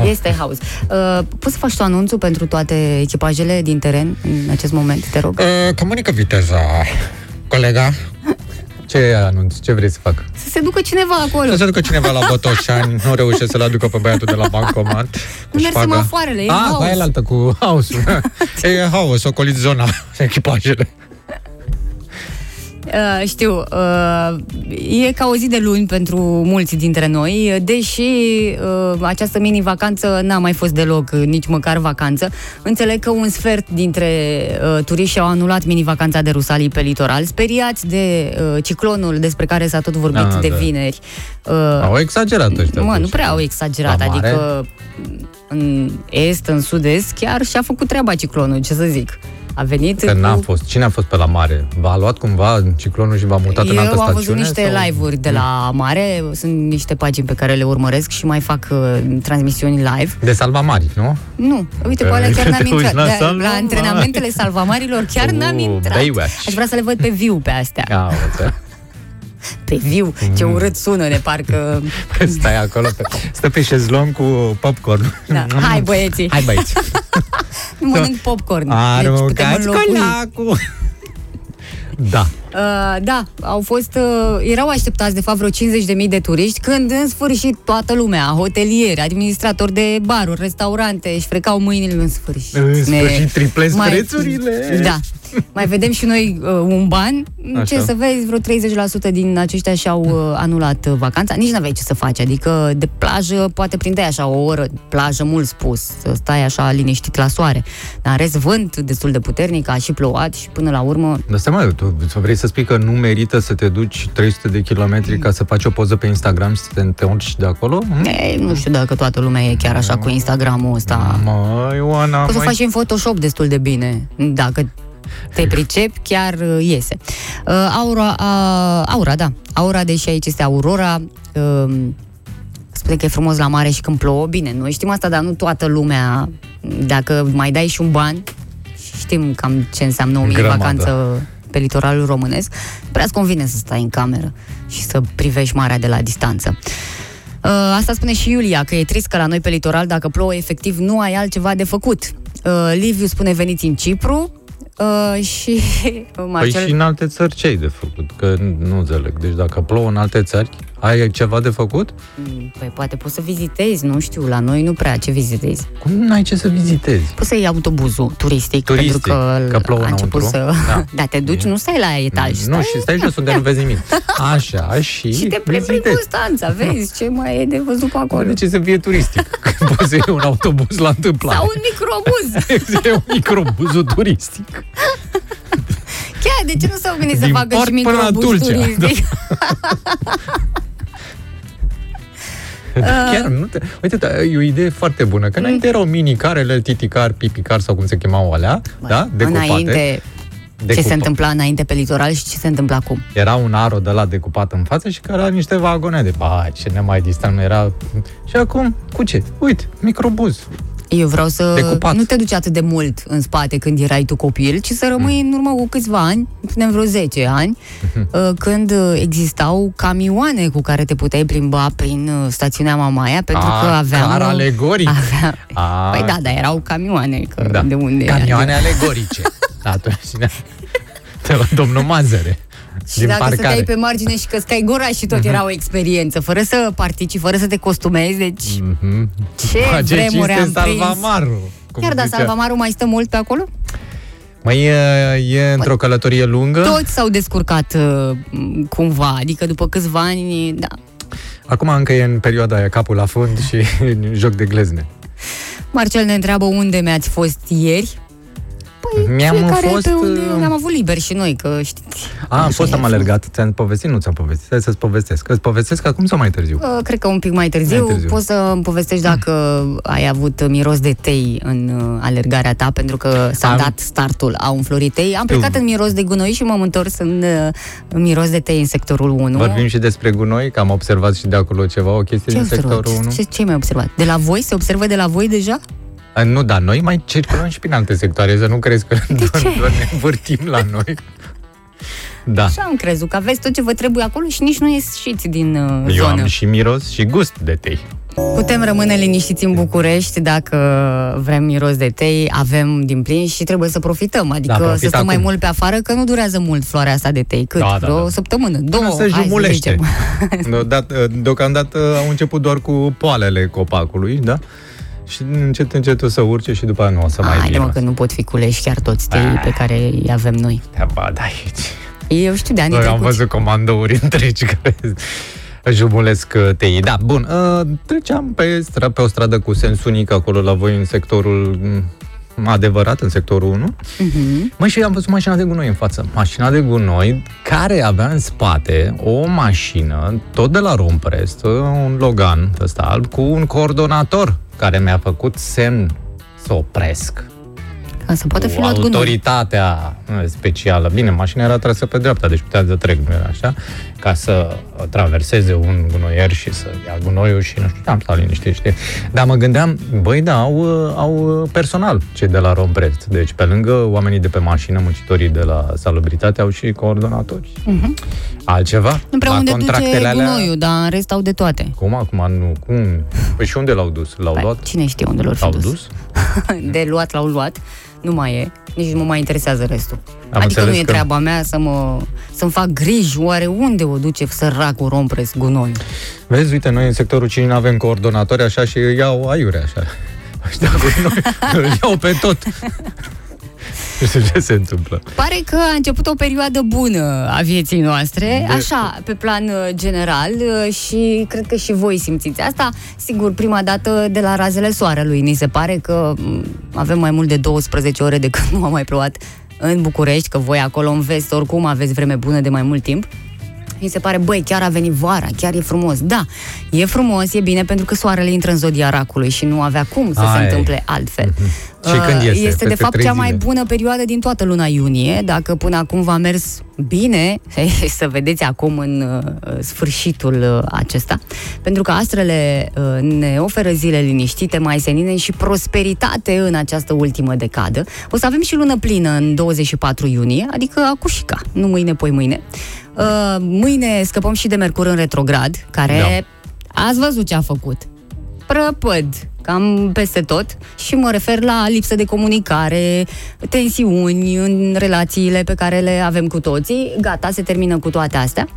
D: Este haos. Uh, poți să faci tu anunțul pentru toate echipajele din teren în acest moment, te rog?
C: Uh, comunică viteza, colega. Ce anunț? Ce vrei să fac?
D: Să se ducă cineva acolo.
C: Să se ducă cineva la Botoșani, nu reușește să-l aducă pe băiatul de la bancomat. cu
D: merg
C: șpaga.
D: semafoarele, e
C: Ah,
D: haos.
C: cu aia altă, cu haos. e haos, ocolit zona, echipajele.
D: Uh, știu, uh, e ca o zi de luni pentru mulți dintre noi, deși uh, această mini-vacanță n-a mai fost deloc, uh, nici măcar vacanță. Înțeleg că un sfert dintre uh, turiști au anulat mini-vacanța de Rusalii pe litoral, speriați de uh, ciclonul despre care s-a tot vorbit
C: Ah,
D: ah, de
C: da.
D: da. vineri. Uh,
C: Au exagerat ăștia.
D: Mă, nu
C: atunci.
D: prea au exagerat,
C: Deci La mare?
D: adică în est, în sud-est, chiar și-a făcut treaba ciclonul, ce să zic. A venit
C: Că n-a
D: cu-
C: fost. Cine a fost pe la mare? V-a luat cumva ciclonul și v-a mutat în
D: Eu
C: altă
D: am
C: stațiune?
D: văzut niște
C: sau-
D: live-uri de la mare, sunt niște pagini pe care le urmăresc și mai fac uh, transmisiuni live.
C: De salva mari, nu?
D: Nu, uite, pe
C: Că
D: alea chiar
C: te
D: n-am
C: uiți
D: intrat. Da,
C: la
D: La, la,
C: salvamari.
D: la antrenamentele salvamarilor chiar n-am
C: Uh,
D: intrat.
C: Baywatch.
D: Aș vrea să le văd pe viu pe astea.
C: Ia, Mm. uite.
D: Pe viu, ce urât sună, ne parcă...
C: Stai acolo, pe, stă pe șezlon cu popcorn.
D: Da. Hai, băieții,
C: Hai băieți.
D: mănânc popcorn. deci putem
C: Aruncați
D: înlocui.
C: colacul. Da.
D: Uh, da, au fost, uh, erau așteptați de fapt vreo 50.000 de turiști, când în sfârșit toată lumea, hotelieri, administratori de baruri, restaurante, își frecau mâinile în sfârșit.
C: În sfârșit, triplez prețurile.
D: Da. Mai vedem și noi uh, un ban.
C: Așa.
D: Așa. Ce să vezi, vreo 30% din aceștia și-au uh, anulat uh, vacanța. Nici n-aveai ce să faci, adică de plajă poate prindeai așa o oră, plajă mult spus, să stai așa liniștit la soare. Dar în rest vânt destul de puternic, a și plouat și până la urmă
C: Dar stai mai, tu tu vrei să spui că nu merită să te duci 300 de kilometri ca să faci o poză pe Instagram și să te întorci de acolo? Hm?
D: Ei, nu știu dacă toată lumea e chiar așa cu Instagramul ăsta.
C: Mă, Ioana,
D: Poți să
C: mai...
D: faci și în Photoshop destul de bine, dacă te pricepi, chiar uh, iese. Uh, Aura, uh, Aura, da. Aura, deși aici este Aurora, uh, spune că e frumos la mare și când plouă, bine, noi știm asta, dar nu toată lumea, dacă mai dai și un ban, știm cam ce înseamnă o mini
C: Grămadă.
D: vacanță pe litoralul românesc, prea-ți convine să stai în cameră și să privești marea de la distanță. Uh, Asta spune și Iulia, că e trist că la noi pe litoral, dacă plouă, efectiv nu ai altceva de făcut. Uh, Liviu spune veniți în Cipru uh, și
C: Păi
D: Marcel...
C: și în alte țări ce ai de făcut? Că nu înțeleg. Deci dacă plouă în alte țări, ai ceva de făcut?
D: Mm, Păi poate poți să vizitezi, nu știu, la noi nu prea ce vizitezi.
C: Cum n-ai ce să vizitezi?
D: Poți să iei autobuzul turistic,
C: Turistic,
D: pentru că,
C: că plouă
D: a început
C: înăuntru.
D: să...
C: Da.
D: Da. da, te duci, nu stai la etaj, Da, stai Da,
C: nu, și stai jos unde nu vezi nimic. Așa, și,
D: și te plimbi prin
C: vizitezi.
D: Constanța, vezi ce mai e de văzut pe acolo.
C: De ce să fie turistic? Că poți să iei un autobuz la întâmplare.
D: Sau un microbuz.
C: E un microbuzul turistic.
D: Chiar, de ce nu s-au gândit
C: Din
D: să facă
C: port
D: și
C: până la Da?
D: microbuz
C: Tulcea.
D: turistic? Ah.
C: Chiar nu te... Uite, da, e o idee foarte bună, că
D: Mm.
C: înainte erau minicarele, titicar, pipicar sau cum se chemau alea, da? Decupate.
D: Înainte, ce se
C: Decupa-
D: întâmpla înainte pe litoral și ce se întâmpla acum.
C: Era un aro de la decupat în față și care era niște vagone de ba, ce ne mai distant nu era. Și acum, cu ce? Uite, microbuz.
D: Eu vreau să
C: Decupat.
D: nu te duci atât de mult în spate când erai tu copil, ci să
C: Mm.
D: rămâi în urmă cu câțiva ani, punem vreo 10 ani,
C: Mhm.
D: uh, când uh, existau camioane cu care te puteai plimba prin uh, stațiunea Mamaia, pentru
C: A,
D: că aveam...
C: Ah, car alegoric.
D: Avea...
C: A,
D: Păi da, dar erau camioane, că
C: da.
D: de unde...
C: Camioane alegorice. Da, atunci ne... De la domnul Mazăre.
D: Și
C: din
D: dacă
C: parcare. Mhm.
D: stăteai pe margine și căscai gura și tot era o experiență, fără să participi, fără să te costumezi, deci
C: Mhm.
D: ce
C: Face
D: vremuri
C: cinste
D: am prins.
C: salvamarul. cum
D: Chiar da,
C: zicea.
D: Salvamarul mai stă mult pe acolo?
C: Mai e,
D: Păi.
C: e într-o călătorie lungă.
D: Toți s-au descurcat uh, m, cumva, adică după câțiva ani, da.
C: Acum încă e în perioada aia capul la fund și joc de glezne.
D: Marcel ne întreabă unde mi-ați fost ieri. Păi
C: Mi-am
D: fiecare
C: fost,
D: pe unde
C: uh,
D: am avut liber și noi, că știți.
C: A,
D: Așa
C: am fost,
D: e,
C: am
D: frumos.
C: alergat. Ți-am povestit? Nu ți-am povestit. Hai să-ți povestesc. Îți povestesc acum sau mai târziu?
D: Uh, Cred că un pic mai târziu,
C: Mai târziu. Mm.
D: poți să îmi povestești dacă ai avut miros de tei în uh, alergarea ta, pentru că s-a
C: Am-
D: dat startul, au înflorit tei. Am plecat în miros de gunoi și m-am întors în, uh, în miros de tei în sectorul 1.
C: Vorbim și despre gunoi, că am observat și de acolo ceva, o
D: ce
C: chestie din
D: observat?
C: sectorul 1.
D: Ce, ce ai mai observat? De la voi? Se observă de la voi deja?
C: A, Nu, dar noi mai circulăm și prin alte sectoare, să nu crezi că doar, doar ne învârtim la noi. Da.
D: Așa am crezut, că aveți tot ce vă trebuie acolo și nici nu ieșiți din uh,
C: Eu
D: zonă.
C: am și miros și gust de tei.
D: Putem rămâne liniștiți în București dacă vrem miros de tei, avem din plin și trebuie să profităm. Adică
C: Da,
D: da,
C: profit
D: să stăm mai
C: acum.
D: mult pe afară, că nu durează mult floarea asta de tei. Cât?
C: Da,
D: Da,
C: da,
D: da, o
C: da.
D: săptămână, două,
C: Până se
D: hai să
C: jumulește.
D: zicem.
C: Deodată, deocamdată au început doar cu poalele copacului, da? Și încet, încet o să urce și după aia nu o să mai
D: Haide mă
C: vină. Ah.
D: că nu pot fi culeși chiar toți tei pe care îi avem noi.
C: Te abad aici.
D: Eu știu de anii
C: Noi am
D: trecuți.
C: văzut comandouri întregi care jumulesc uh, TI. Da, bun. Uh, treceam pe, stra- pe o stradă cu sens unic acolo la voi în sectorul mm, adevărat, în sectorul 1.
D: Mhm.
C: Mă, și am văzut mașina de gunoi în față. Mașina de gunoi care avea în spate o mașină, tot de la Romprest, uh, un Logan ăsta alb, cu un coordonator care mi-a făcut semn să opresc
D: Ca să poată fi
C: cu
D: luat gunoi.
C: autoritatea uh, specială. Bine, mașina era trasă pe dreapta, deci putea să trec, nu era așa, ca să traverseze un gunoier și să ia gunoiul și nu știu, da, am stat liniștit, știi? Dar mă gândeam, băi, da, au, uh, au uh, personal cei de la Rombret. Deci, pe lângă oamenii de pe mașină, muncitorii de la salubritate, au și coordonatori. Altceva?
D: Mhm. Nu prea
C: La
D: unde duce
C: contractele alea-
D: gunoiul, dar în rest au de toate.
C: Cum acum? Nu, cum? Păi și unde l-au dus? L-au
D: Păi,
C: luat?
D: cine știe unde l-au
C: L-au
D: fi dus.
C: dus?
D: de luat l-au luat, nu mai e, nici nu mă mai interesează restul.
C: Am
D: adică nu
C: înțeles
D: e
C: că-
D: treaba mea să mă, să-mi fac griji, oare unde o duce săracul rompres gunoi?
C: Vezi, uite, noi în sectorul 5 nu avem coordonatori așa și îi iau aiure așa. Ăștia cu noi îl iau pe tot. Nu știu ce se întâmplă.
D: Pare că a început o perioadă bună a vieții noastre, așa, pe plan uh, general uh, și cred că și voi simțiți asta. Sigur, prima dată de la razele soarelui, ni se pare că mm, avem mai mult de 12 ore de când nu a mai plouat în București, că voi acolo în vest oricum aveți vreme bună de mai mult timp. Mi se pare, băi, chiar a venit vara, chiar e frumos. Da, e frumos, e bine, pentru că soarele intră în zodia racului și nu avea cum să
C: Ai.
D: se întâmple altfel.
C: Și când iese?
D: Ah, Este, de
C: Peste
D: fapt,
C: trei
D: cea mai
C: zile.
D: bună perioadă din toată luna iunie. Dacă până acum v-a mers bine, să vedeți acum în uh, sfârșitul uh, acesta, pentru că astrele uh, ne oferă zile liniștite, mai senine și prosperitate în această ultimă decadă. O să avem și lună plină în 24 iunie, adică acușica, nu mâine, poi mâine. Uh, Mâine scăpăm și de Mercur în retrograd, care
C: Da.
D: ați văzut ce a făcut prăpăd cam peste tot și mă refer la lipsă de comunicare, tensiuni în relațiile pe care le avem cu toții. Gata, se termină cu toate astea.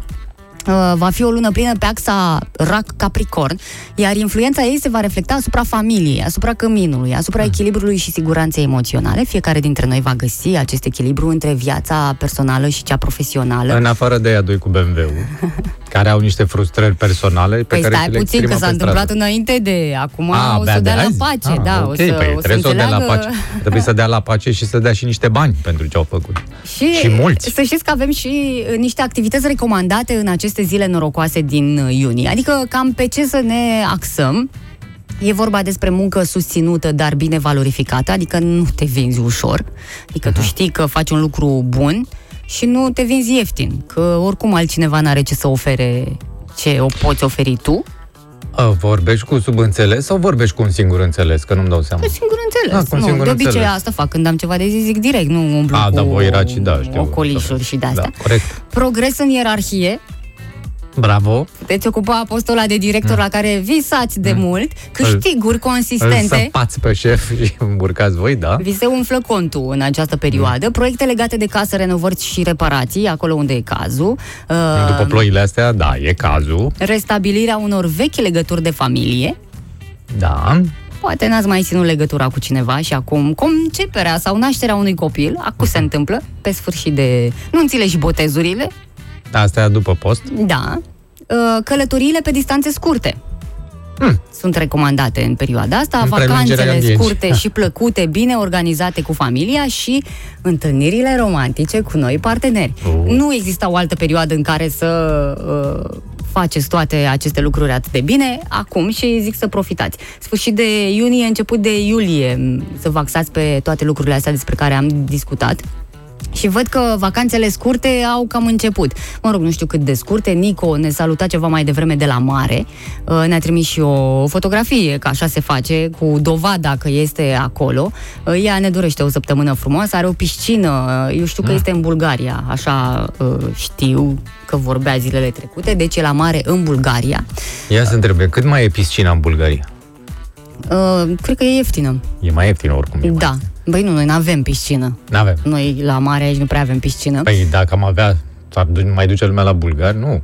D: Uh, Va fi o lună plină pe axa Rac-Capricorn, iar influența ei se va reflecta asupra familiei, asupra căminului, asupra echilibrului și siguranței emoționale. Fiecare dintre noi va găsi acest echilibru între viața personală și cea profesională.
C: În afară de aia doi cu BMW-ul, care au niște frustrări personale pe
D: Păi
C: care
D: stai
C: și le
D: puțin, că
C: exprimă
D: s-a
C: pe
D: întâmplat
C: stradă.
D: înainte de acum,
C: A,
D: o
C: abia
D: să
C: de
D: dea la
C: azi?
D: pace,
C: Ah,
D: da,
C: ok,
D: o să,
C: păi
D: o să
C: trebuie să o dea la
D: înțeleagă...
C: pace. Trebuie să dea la pace și să dea și niște bani pentru ce au făcut.
D: Și,
C: Și mulți.
D: Să știți că avem și uh, niște activități recomandate în aceste zile norocoase din uh, iunie. Adică cam pe ce să ne axăm. E vorba despre muncă susținută, dar bine valorificată, adică nu te vinzi ușor. Adică tu știi că faci un lucru bun și nu te vinzi ieftin, că oricum altcineva n-are ce să ofere ce o poți oferi tu.
C: A, Ă, vorbești cu subînțeles sau vorbești cu un singur înțeles? Că nu-mi dau seama.
D: Cu singur
C: Da,
D: înțeles.
C: cu un
D: nu,
C: singur
D: de obicei
C: înțeles.
D: asta fac. Când am ceva de zis, zic direct, nu umblu
C: A,
D: cu
C: da, voi raci, da, știu.
D: ocolișuri și de
C: Da,
D: astea.
C: corect.
D: Progres în ierarhie,
C: Bravo.
D: puteți ocupa postul ăla de director la care visați de mult, câștiguri
C: Mm. Îl
D: consistente.
C: săpați pe șef și urcați voi, da?
D: Vi se umflă contul în
C: Mm.
D: această perioadă, proiecte legate de casă, renovări și reparații, acolo unde e cazul, uh,
C: După ploile astea, da, e cazul.
D: restabilirea unor vechi legături de familie,
C: Da.
D: poate n-ați mai ținut legătura cu cineva și acum conceperea sau nașterea unui copil, acum se întâmplă, pe sfârșit de nunțile și botezurile,
C: Astea după post.
D: Da. Uh, Călătoriile pe distanțe scurte. Sunt recomandate în perioada asta,
C: Hmm. În prelungirea Ah.
D: vacanțele
C: vieții.
D: scurte și plăcute, bine organizate cu familia și întâlnirile romantice cu noi parteneri.
C: Oh.
D: Nu există o altă perioadă în care să uh, faceți toate aceste lucruri atât de bine acum și zic să profitați. Sfârșit de iunie, început de iulie, m, să vă axați pe toate lucrurile astea despre care am discutat. Și văd că vacanțele scurte au cam început. Mă rog, nu știu cât de scurte. Nico ne saluta ceva mai devreme de la mare. Uh, Ne-a trimis și o fotografie, că așa se face, cu dovada că este acolo. Uh, Ea ne dorește o săptămână frumoasă, are o piscină. Uh, Eu știu
C: Da.
D: că este în Bulgaria, așa uh, știu că vorbea zilele trecute. Deci e la mare în Bulgaria.
C: Ia să întrebe, cât mai e piscina în Bulgaria?
D: Uh, Cred că e ieftină.
C: E mai ieftină oricum. e mai-
D: Da. Băi, nu, noi nu avem piscină.
C: N-avem.
D: Noi la mare aici nu prea avem piscină.
C: Păi dacă am avea, s-ar du- mai duce lumea la bulgari? Nu.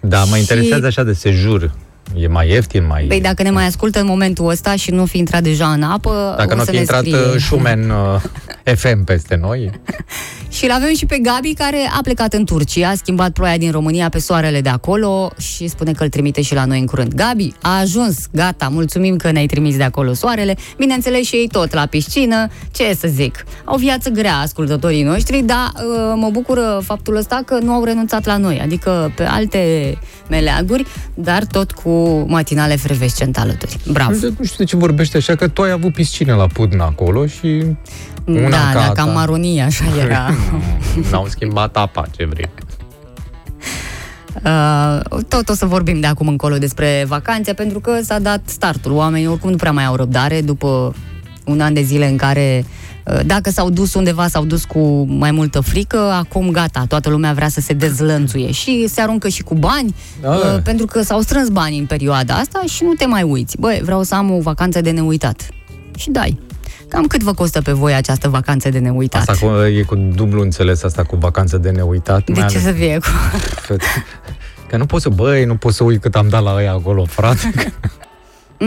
C: Dar mă
D: Și-
C: interesează așa de sejur. E mai ieftin, mai...
D: Păi dacă ne mai ascultă în momentul ăsta și nu fi intrat deja în apă,
C: dacă
D: o să
C: nu ar fi
D: ne
C: intrat
D: scrie.
C: uh, Schumann uh, FM peste noi,
D: Și Și îl avem și pe Gabi, care a plecat în Turcia, a schimbat ploaia din România pe soarele de acolo și spune că îl trimite și la noi în curând. Gabi, a ajuns, gata, mulțumim că ne-ai trimis de acolo soarele. Bineînțeles și ei tot la piscină, ce să zic. Au viață grea ascultătorii noștri, dar uh, mă bucură faptul ăsta că nu au renunțat la noi, adică pe alte meleaguri, dar tot cu matinale fervescent alături. Bravo!
C: Nu știu de ce vorbește așa, că tu ai avut piscină la Pudna acolo și una
D: da,
C: ca
D: da,
C: a ta.
D: cam maronie așa era.
C: N-au schimbat apa, ce vrei.
D: Uh, tot o să vorbim de acum încolo despre vacanțe, pentru că s-a dat startul. Oamenii oricum nu prea mai au răbdare după un an de zile în care uh, dacă s-au dus undeva, s-au dus cu mai multă frică, acum gata, toată lumea vrea să se dezlănțuie și se aruncă și cu bani,
C: Da.
D: uh, pentru că s-au strâns bani în perioada asta și nu te mai uiți. Băi, vreau să am o vacanță de neuitat. Și dai. Cam cât vă costă pe voi această vacanță de neuitat?
C: Asta cu, e cu dublu înțeles asta cu vacanță de neuitat.
D: Exact. de
C: mai
D: ce
C: ales-
D: să fie cu...
C: Că nu poți să, băi, nu poți să uit cât am dat la ăia acolo, frate.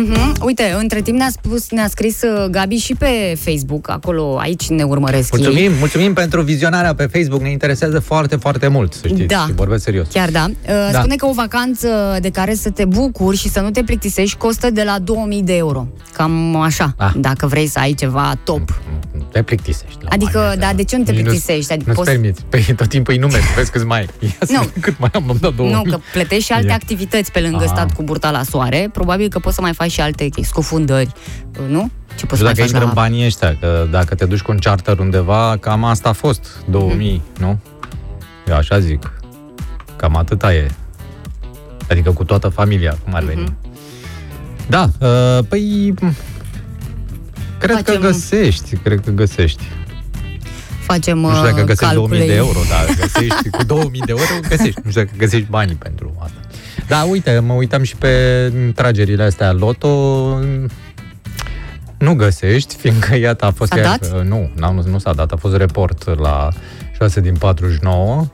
D: Mhm. Uite, între timp ne-a spus, ne-a scris uh, Gabi și pe Facebook, acolo, aici ne urmăresc ei.
C: Mulțumim, mulțumim pentru vizionarea pe Facebook, ne interesează foarte, foarte mult, să știți,
D: Da.
C: și vorbesc serios.
D: Chiar da. Uh,
C: Da.
D: Spune că o vacanță de care să te bucuri și să nu te plictisești costă de la 2000 de euro. Cam așa,
C: Ah.
D: dacă vrei să ai ceva top.
C: Nu Te plictisești. la
D: Adică,
C: bani,
D: da, de ce nu te
C: Nici
D: plictisești? Adică
C: nu-ți
D: poți-
C: permiți. Păi tot timpul îi numeri, vezi câți mai ai. Ia să
D: Nu.
C: văd cât mai am, am dat două.
D: Nu, că plătești și alte
C: E.
D: activități pe lângă
C: Ah.
D: stat cu burta la soare. Probabil că poți să mai faci și alte chestii, scufundări, uh, nu? Ce poți
C: Și
D: să mai
C: dacă
D: faci
C: intră
D: la...
C: în banii ăștia, că dacă te duci cu un charter undeva, cam asta a fost, 2000, nu? Eu așa zic. Cam atâta e. Adică cu toată familia, cum ar veni. Da, uh, păi... m, Cred
D: Facem-
C: că găsești, cred că găsești.
D: Facem
C: Nu știu dacă
D: uh,
C: găsești 2000
D: calcule.
C: de euro, dar găsești cu 2000 de euro, găsești. Nu știu dacă găsești banii pentru asta. Da, uite, mă uitam și pe tragerile astea loto. Nu găsești, fiindcă iată a fost...
D: S-a
C: iar-
D: dat?
C: Nu, n-a- nu, nu s-a dat, a fost report la 6 din 49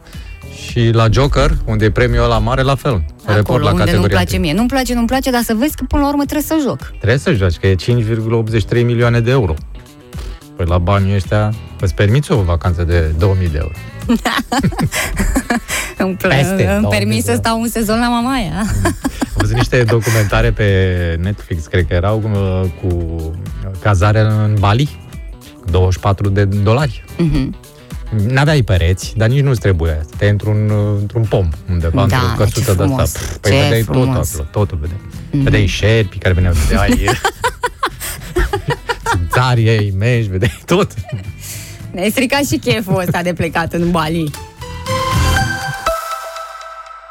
C: și la Joker, unde e premiul la mare, la fel. report
D: Acolo,
C: la
D: unde nu
C: categoria
D: place
C: întâi.
D: mie. Nu-mi place, nu-mi place, dar să vezi că până la urmă trebuie să joc.
C: Trebuie să joci, că e 5,83 milioane de euro. Păi la banii ăștia îți permiți o vacanță de 2000 de euro.
D: Îmi, pl-
C: Peste,
D: îmi
C: doamne,
D: permis să
C: doamne.
D: stau un sezon la Mamaia.
C: Am văzut niște documentare pe Netflix, cred că erau uh, cu cazare în Bali, 24 de dolari.
D: Mhm.
C: N-aveai pereți, dar nici nu-ți trebuie. Stai într-un, uh, într-un pom undeva,
D: Da,
C: într-o
D: ce
C: căsuță de
D: frumos,
C: asta. Păi
D: ce
C: vedeai tot
D: frumos. Mhm.
C: acolo, totul vedeai. Vedeai șerpi care veneau, vedeai țarii ei, meși, vedeai tot.
D: Ne-ai stricat și cheful ăsta de plecat în Bali.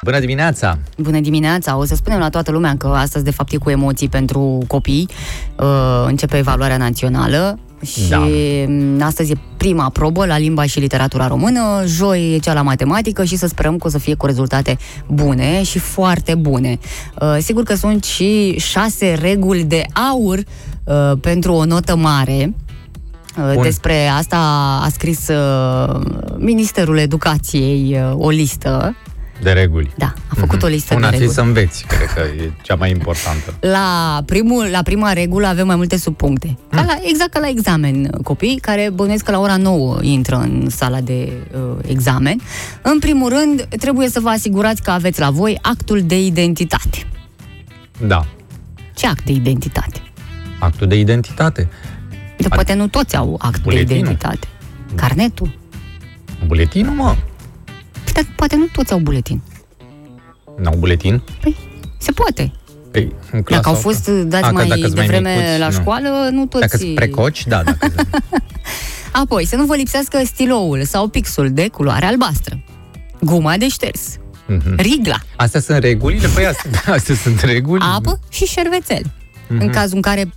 C: Bună dimineața!
D: Bună dimineața! O să spunem la toată lumea că astăzi, de fapt, e cu emoții pentru copii. Uh, Începe evaluarea națională și
C: Da.
D: m, astăzi e prima probă la limba și literatura română, joi e cea la matematică și să sperăm că o să fie cu rezultate bune și foarte bune. Uh, Sigur că sunt și șase reguli de aur uh, pentru o notă mare. Uh,
C: Bun.
D: Despre asta a scris uh, Ministerul Educației uh, o listă.
C: De reguli. Mhm.
D: Da, a făcut o listă
C: Una
D: de
C: ar fi
D: reguli.
C: să înveți, cred că e cea mai importantă.
D: La, primul, la prima regulă avem mai multe
C: Mm.
D: subpuncte. Ca la, exact ca la examen, copii care bănuiesc că la ora 9 intră în sala de uh, examen. În primul rând, trebuie să vă asigurați că aveți la voi actul de identitate.
C: Da,
D: Ce act de identitate?
C: actul de identitate.
D: De poate nu toți au act de
C: Buletinul. Mm.
D: identitate. Carnetul?
C: Buletinul, mă.
D: Păi, dar poate nu toți au buletin.
C: N-au Da, buletin?
D: Păi, se poate.
C: Păi, în
D: Dacă
C: clasa
D: au
C: opt-
D: fost
C: A,
D: dați
C: că
D: mai
C: dacă-s
D: devreme
C: micuți,
D: la
C: nu.
D: școală, nu toți...
C: Dacă sunt precoci, da, dacă
D: Apoi, să nu vă lipsească stiloul sau pixul de culoare albastră. Guma de șters.
C: Mhm.
D: Rigla,
C: Astea sunt regulile, păi astea, astea sunt reguli.
D: apă și șervețel. În cazul în care vă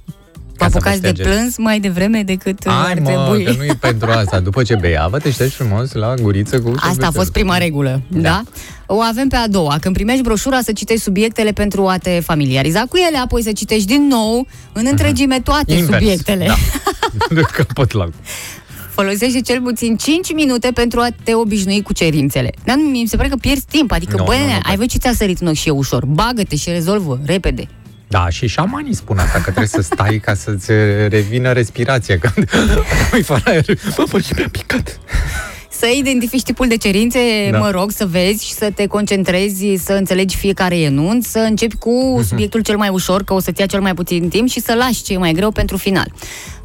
C: Mhm. Ca să
D: apucați
C: vă
D: de
C: ștergeți.
D: plâns mai devreme decât uh, Ai, ar
C: Ai, mă,
D: trebui.
C: că nu e pentru asta. După ce bei apă, te ștergi frumos la guriță cu...
D: Asta a fost prima regulă, da. da? O avem pe a doua. Când primești broșura, să citești subiectele pentru a te familiariza cu ele, apoi să citești din nou, în întregime, toate
C: Mhm. Invers,
D: subiectele.
C: Da. De capăt la...
D: Folosește cel puțin 5 minute pentru a te obișnui cu cerințele. Dar nu, mi se pare că pierzi timp, adică,
C: Nu,
D: bă,
C: nu, nu,
D: ai văzut ce ți-a sărit în ochi și e ușor. Bagă-te și rezolvă, repede.
C: Da, și șamanii spun asta, că trebuie să stai ca să-ți revină respirația. Când îi fără aer, bă, bă, și mi-a picat.
D: să identifici tipul de cerințe,
C: Da.
D: da. mă rog, să vezi și să te concentrezi, să înțelegi fiecare enunț, să începi cu
C: Mhm.
D: subiectul cel mai ușor, că o să-ți ia cel mai puțin timp și să lași ce e mai greu pentru final.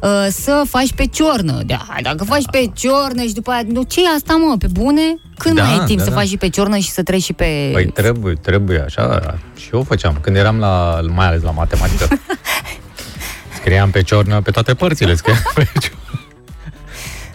D: Uh, Să faci pe ciornă. Da, dacă faci pe ciornă și după aia, nu, ce e asta, mă, pe bune? Când
C: Da,
D: mai ai timp
C: da,
D: să
C: da.
D: faci și pe ciornă și să treci și pe...
C: Păi trebuie, trebuie, așa. Și eu făceam. Când eram la, mai ales la matematică, scriam pe ciornă, pe toate părțile scriam pe ciornă.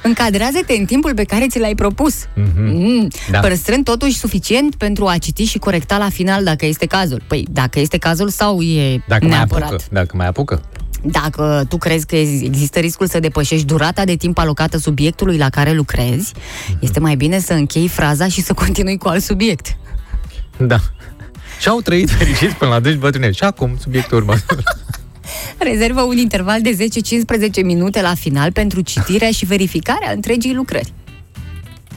D: Încadrează-te în timpul pe care ți l-ai propus. Mm.
C: Da.
D: Păstrând totuși suficient pentru a citi și corecta la final dacă este cazul. Păi, dacă este cazul sau e
C: Dacă
D: neapărat.
C: mai apucă, dacă mai apucă.
D: Dacă tu crezi că există riscul să depășești durata de timp alocată subiectului la care lucrezi,
C: Mhm.
D: este mai bine să închei fraza și să continui cu alt subiect.
C: Da. Și au trăit fericiți până la 10 bătrâneți. Și acum, subiectul următor.
D: Rezervă un interval de 10-15 minute la final pentru citirea și verificarea întregii lucrări.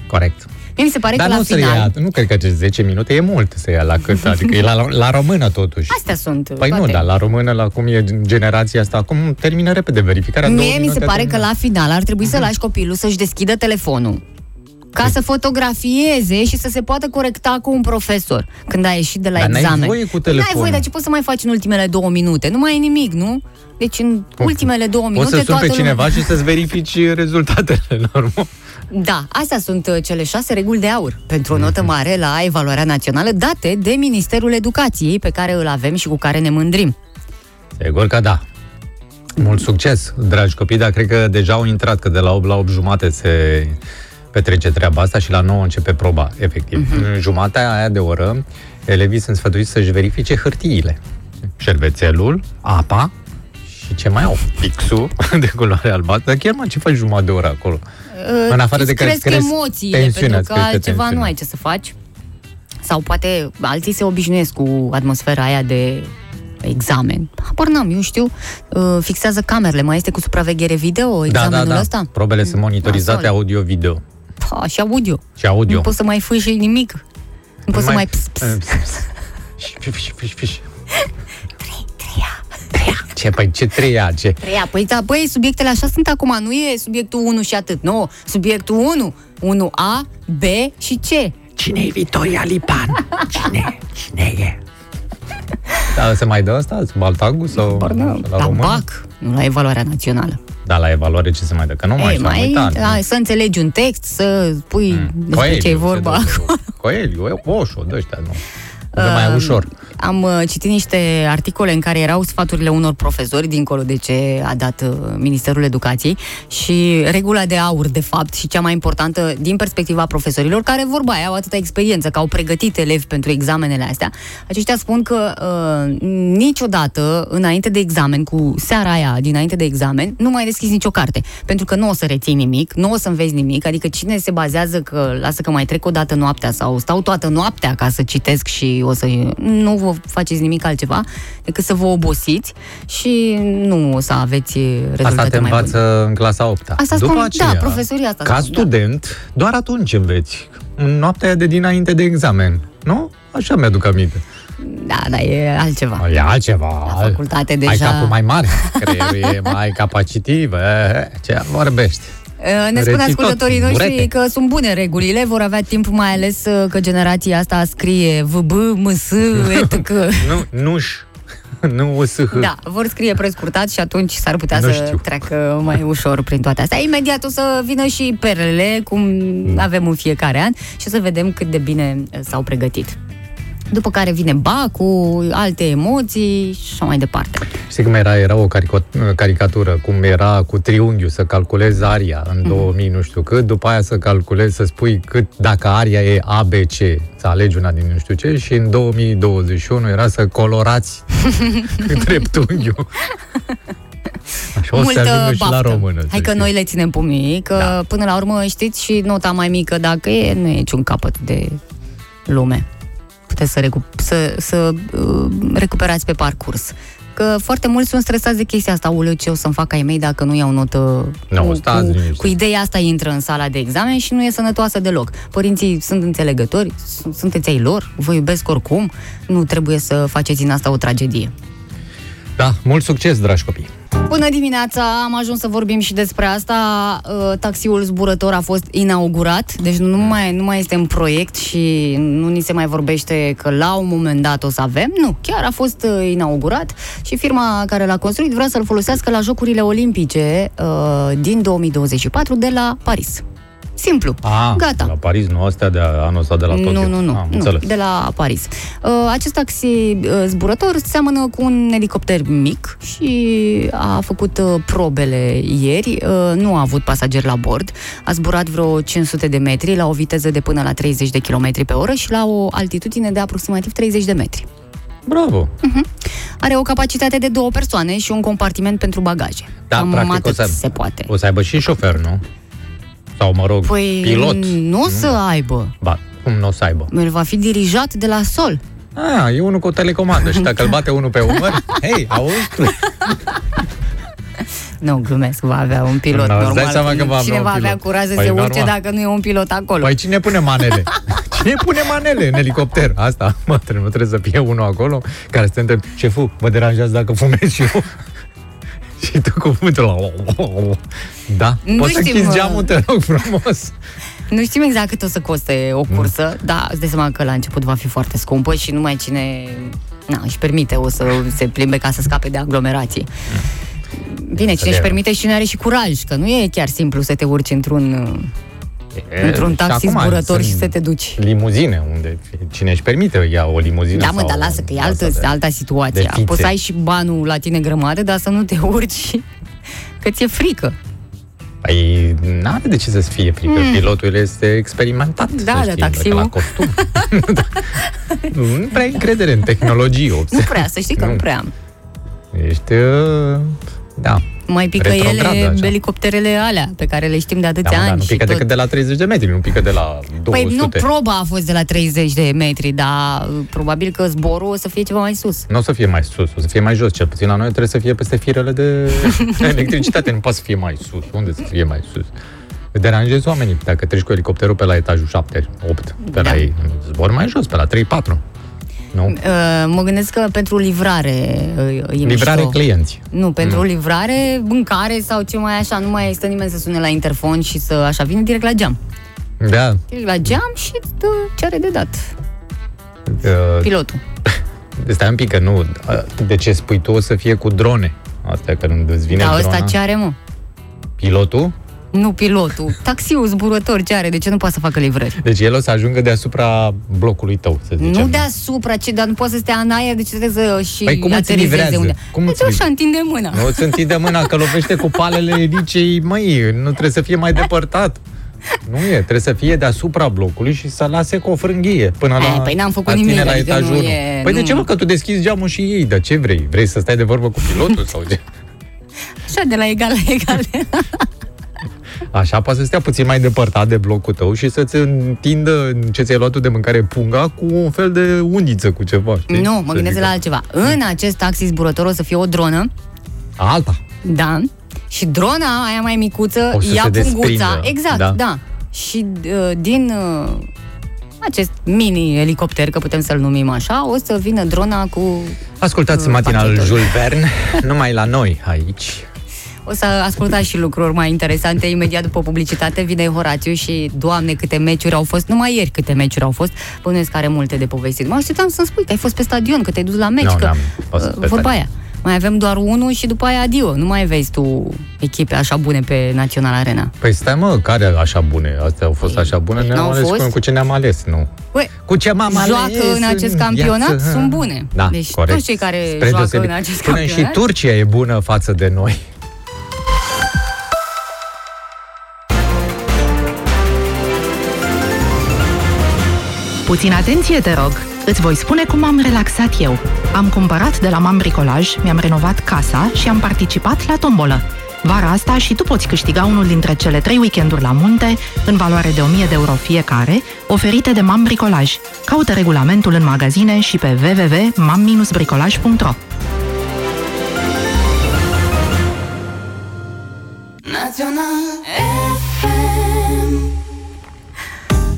C: Corect.
D: Mie mi se pare
C: Dar
D: că
C: nu
D: la
C: se
D: final...
C: ia, nu cred că acești 10 minute e mult să ia la cât, adică e la, la română totuși.
D: Astea sunt
C: Păi
D: toate.
C: nu, dar la română, la cum e generația asta, acum termină repede verificarea. două
D: Mie mi se
C: minute, Mhm.
D: pare că
C: termină.
D: la final ar trebui să lași copilul să-și deschidă telefonul
C: Păi-
D: ca să fotografieze și să se poată corecta cu un profesor când a ieșit de la
C: Dar n-ai
D: examen.
C: voie cu
D: Păi N-ai
C: telefonul.
D: voie, dar ce poți să mai faci în ultimele două minute? Nu mai e nimic, nu? Deci în ultimele două minute
C: Poți să suni
D: toată
C: pe cineva
D: lumea...
C: și să-ți verifici rezultatele, normal.
D: Da, astea sunt uh, cele șase reguli de aur pentru o
C: Mhm.
D: notă mare la evaluarea națională date de Ministerul Educației pe care îl avem și cu care ne mândrim.
C: Sigur că da. Mult succes, dragi copii, dar cred că deja au intrat, că de la 8 la 8 jumate se petrece treaba asta și la 9 începe proba, efectiv.
D: Mhm.
C: În jumatea aia de oră, elevii sunt sfătuiți să-și verifice hârtiile, șervețelul, apa și ce mai au, pixul de culoare albastră. Chiar mă, ce faci jumătate de oră acolo?
D: Uh,
C: În afară de
D: îți
C: că îți
D: cresc
C: cresc
D: emoțiile,
C: tensiunea,
D: pentru
C: îți
D: că
C: crește
D: altceva nu
C: tensiunea.
D: ai ce să faci. Sau poate alții se obișnuiesc cu atmosfera aia de examen. Habar n-am, eu știu, uh, fixează camerele, mai este cu supraveghere
C: Da,
D: video examenul ăsta? Mm,
C: Probele sunt monitorizate
D: Nasol.
C: audio-video
D: Pa, și audio.
C: și audio.
D: Nu poți să mai fâși nimic. Nu poți să mai... Ps,
C: Eh.
D: ps.
C: Ce, păi, ce treia, ce...
D: Treia, păi, da, băi, subiectele așa sunt acum, nu e subiectul 1 și atât, nu, subiectul 1, 1A, B și C.
C: Cine-i Vitoria Lipan? Cine? Cine e? Da, se mai dă asta? Baltagul sau sau
D: La, la
C: român?
D: BAC, nu la evaluarea națională.
C: Da, la evaluare ce se mai dă? Că nu Mm. Păi, mai
D: Ei,
C: știu, am
D: mai
C: uitat.
D: a, să înțelegi un text, să pui despre ce e vorba. acolo.
C: Coeliu, Oșo, de ăștia, nu. Dă mai ușor.
D: Am uh, citit niște articole în care erau sfaturile unor profesori, dincolo de ce a dat uh, Ministerul Educației, și regula de aur, de fapt, și cea mai importantă din perspectiva profesorilor, care vorba aia au atâta experiență, că au pregătit elevi pentru examenele astea. Aceștia spun că uh, niciodată, înainte de examen, cu seara aia dinainte de examen, nu mai deschizi nicio carte, pentru că nu o să reții nimic, nu o să înveți nimic, adică cine se bazează că lasă că mai trec o dată noaptea sau stau toată noaptea ca să citesc și o să nu vă faceți nimic altceva decât să vă obosiți și nu o să aveți rezultate
C: Asta te
D: mai bune.
C: învață în clasa 8
D: Asta spun, da, profesorii asta
C: Ca
D: spun, da.
C: student, doar atunci înveți. În noaptea de dinainte de examen. Nu? Așa mi-aduc aminte.
D: Da, da, e altceva.
C: E altceva.
D: La facultate
C: Ai
D: deja-
C: capul mai mare, creierul e mai capacitiv. E, ce vorbești?
D: Uh, Ne spun
C: Reții tot,
D: ascultătorii noștri
C: burete.
D: că sunt bune regulile, vor avea timp mai ales uh, că generația asta scrie VB, MS, etc.
C: Nu, nu-și. Nu o să hâ.
D: Da, vor scrie prescurtat și atunci s-ar putea
C: Nu
D: să
C: știu.
D: treacă mai ușor prin toate astea. Imediat o să vină și perele, cum
C: Mm.
D: avem în fiecare an, și o să vedem cât de bine eh, s-au pregătit. După care vine bacul, alte emoții și așa mai departe.
C: Știi cum era? Era o carico- caricatură, cum era cu triunghiul să calculezi aria în
D: Mhm.
C: 2000 nu știu cât, după aia să calculezi, să spui cât, dacă aria e ABC, să alegi una din nu știu ce și în 2021 era să colorați dreptunghiul. Așa o să ajungă și la română. să
D: Hai că
C: știi.
D: noi le ținem pumnii, că
C: Da.
D: da. până la urmă știți și nota mai mică, dacă e, nu e niciun capăt de lume. Puteți să, recu- să, să uh, recuperați pe parcurs. Că foarte mulți sunt stresați de chestia asta, uleu, ce o să-mi fac ai mei dacă nu iau notă
C: Nu,
D: cu,
C: stați
D: cu,
C: liniștiți.
D: cu ideea asta intră în sala de examen și nu e sănătoasă deloc. Părinții sunt înțelegători, sun- sunteți ai lor, vă iubesc oricum, nu trebuie să faceți din asta o tragedie.
C: Da, mult succes, dragi copii!
D: Bună dimineața, am ajuns să vorbim și despre asta. Uh, Taxiul zburător a fost inaugurat, deci nu mai, nu mai este în proiect și nu ni se mai vorbește că la un moment dat o să avem. Nu, chiar a fost uh, inaugurat și firma care l-a construit vrea să-l folosească la Jocurile Olimpice uh, din 2024 de la Paris. Simplu.
C: A,
D: Gata.
C: Ah, La Paris, nu astea de anul ăsta de la Tokyo.
D: Nu, nu, nu,
C: Am
D: nu
C: înțeles.
D: de la Paris. Uh, Acest taxi uh, zburător seamănă cu un elicopter mic și a făcut uh, probele ieri. Uh, Nu a avut pasageri la bord. A zburat vreo 500 de metri la o viteză de până la 30 de km pe oră și la o altitudine de aproximativ 30 de metri.
C: Bravo!
D: Are o capacitate de două persoane și un compartiment pentru bagaje.
C: Da,
D: Cam
C: practic o
D: atât
C: să-
D: se poate.
C: O să aibă și șofer, nu? Sau, mă rog,
D: Păi
C: pilot. Mm.
D: nu o să aibă.
C: Ba, cum nu o să aibă?
D: El va fi dirijat de la sol.
C: A, e unul cu o telecomandă și dacă îl bate unul pe umăr, hei, auzi tu?
D: Nu, glumesc, va avea un pilot
C: Da, îți dai
D: normal.
C: seama că va avea
D: Cine
C: un
D: va avea
C: pilot?
D: curaj să
C: Păi,
D: se urce
C: normal.
D: dacă nu e un pilot acolo?
C: Păi cine pune manele? Cine pune manele în elicopter? Asta, mă, trebuie, nu trebuie să fie unul acolo care să te întreb, șeful, mă deranjează dacă fumez și eu? și tu cu cuvântul la... Da?
D: Nu
C: Poți să
D: știm,
C: închizi
D: mă.
C: geamul, te rog frumos.
D: Nu știm exact cât o să coste o
C: Mm.
D: cursă, dar îți dai seama că la început va fi foarte scumpă și numai cine na, își permite o să se plimbe ca să scape de aglomerații.
C: Mm.
D: Bine, cine își
C: Înțeleg.
D: permite și cine are și curaj, că nu e chiar simplu să te urci într-un, într-un
C: Și
D: taxi
C: acum
D: zburător și
C: sunt
D: să te duci.
C: Limuzine, unde cine își permite ia o limuzină.
D: Da, mă,
C: sau
D: dar lasă că e
C: asta
D: altă,
C: de-
D: alta situație.
C: fițe.
D: Poți să ai și banul la tine grămadă, dar să nu te urci că ți-e frică.
C: Păi, n-are de ce să-ți fie frică. Mm. Pilotul este experimentat.
D: Da, da,
C: să știi,
D: taxiul.
C: La costum. Da. nu prea ai încredere în tehnologie.
D: Nu
C: observ.
D: prea, să știi că nu,
C: Nu.
D: prea.
C: Ești... uh, Da.
D: Mai pică
C: Retrogradă,
D: ele
C: așa.
D: elicopterele alea pe care le știm de
C: Da,
D: atâția
C: mă,
D: ani.
C: da, nu
D: și
C: pică
D: tot.
C: decât de la 30 de metri, nu pică de la 200.
D: Păi nu, proba a fost de la 30 de metri, dar uh, probabil că zborul o să fie ceva mai sus.
C: nu o să fie mai sus, o să fie mai jos. Cel puțin la noi trebuie să fie peste firele de electricitate. Nu poate să fie mai sus. Unde să fie mai sus? Îi Deranjezi oamenii dacă treci cu elicopterul pe la etajul 7, 8,
D: Da.
C: pe la ei. Zbor mai jos, pe la 3, 4. Nu?
D: Uh, Mă gândesc că pentru livrare uh, e
C: Livrare Mm.
D: mișto.
C: clienți.
D: Nu, pentru livrare, mâncare sau ce mai așa, nu mai stă nimeni să sune la interfon și să așa, vine direct la geam.
C: Da.
D: Direct la geam și îți dă ce are de dat
C: Uh,
D: pilotul.
C: stai un pic că nu. uh, De ce spui tu o să fie cu drone? Asta e că nu îți vine
D: Dar
C: drona.
D: Da, ăsta ce are, mă?
C: Pilotul?
D: Nu pilotul, taxiul zburător ce are, de ce nu poate să facă livrări?
C: Deci el o să ajungă deasupra blocului tău, să zicem.
D: Nu deasupra, ci, dar nu poți să stea în aer, deci trebuie să și
C: Păi cum îți
D: aterizeze
C: livrează?
D: unde.
C: Cum
D: deci
C: îți
D: așa,
C: livrează?
D: întinde mâna.
C: Nu îți întinde mâna că lovește cu palele elicei, măi, nu trebuie să fie mai depărtat. Nu e, trebuie să fie deasupra blocului și să lase cu o frânghie până la,
D: Eh, păi n-am făcut
C: la tine
D: nimic,
C: la
D: adică
C: etajul
D: nu
C: unu.
D: e-
C: Păi de
D: nu.
C: ce mă, că tu deschizi geamul și ei, dar ce vrei? Vrei să stai de vorbă cu pilotul sau ce?
D: Așa, de la egal la egal.
C: Așa poate să stea puțin mai depărtat de blocul tău și să-ți întindă ce ți-ai luat tu de mâncare punga cu un fel de undiță cu ceva, știi?
D: nu, mă
C: Să
D: gândesc
C: zică.
D: la altceva. În acest taxi zburător o să fie o dronă,
C: Alta.
D: da, și drona aia mai micuță
C: O să
D: ia
C: se
D: punguța.
C: desprindă,
D: Exact, da.
C: da.
D: da. Și uh, din uh, acest mini-elicopter, că putem să-l numim așa, o să vină drona cu...
C: Ascultați
D: Uh,
C: matinal
D: pachetul.
C: Jules Verne, numai la noi aici.
D: O să ascultați și lucruri mai interesante imediat după publicitate. Vine Horatiu și, doamne, câte meciuri au fost. Numai ieri câte meciuri au fost. Bănuiesc că are multe de povestit. Mă așteptam să-mi spui că ai fost pe stadion, că te-ai dus la meci.
C: Nu,
D: că,
C: n-am fost
D: uh,
C: pe
D: vorba
C: stadion.
D: aia. Mai avem doar unul și după aia adio. Nu mai vezi tu echipe așa bune pe Național Arena.
C: Păi stai mă, care așa bune? Astea au fost așa bune? Ne-am
D: n-au
C: ales
D: fost?
C: Cu, cu ce ne-am ales, nu?
D: Băi,
C: Cu ce m-am ales
D: joacă în acest campionat,
C: viață.
D: sunt bune.
C: Da,
D: deci
C: corect.
D: toți cei care
C: Spre
D: joacă
C: deosebire.
D: în acest
C: Până
D: campionat...
C: și Turcia e bună față de noi.
J: Puțin atenție, te rog! Îți voi spune cum am relaxat eu. Am cumpărat de la Mam Bricolaj, mi-am renovat casa și am participat la tombolă. Vara asta și tu poți câștiga unul dintre cele trei weekenduri la munte, în valoare de 1000 de euro fiecare, oferite de Mam Bricolaj. Caută regulamentul în magazine și pe www.mam-bricolaj.ro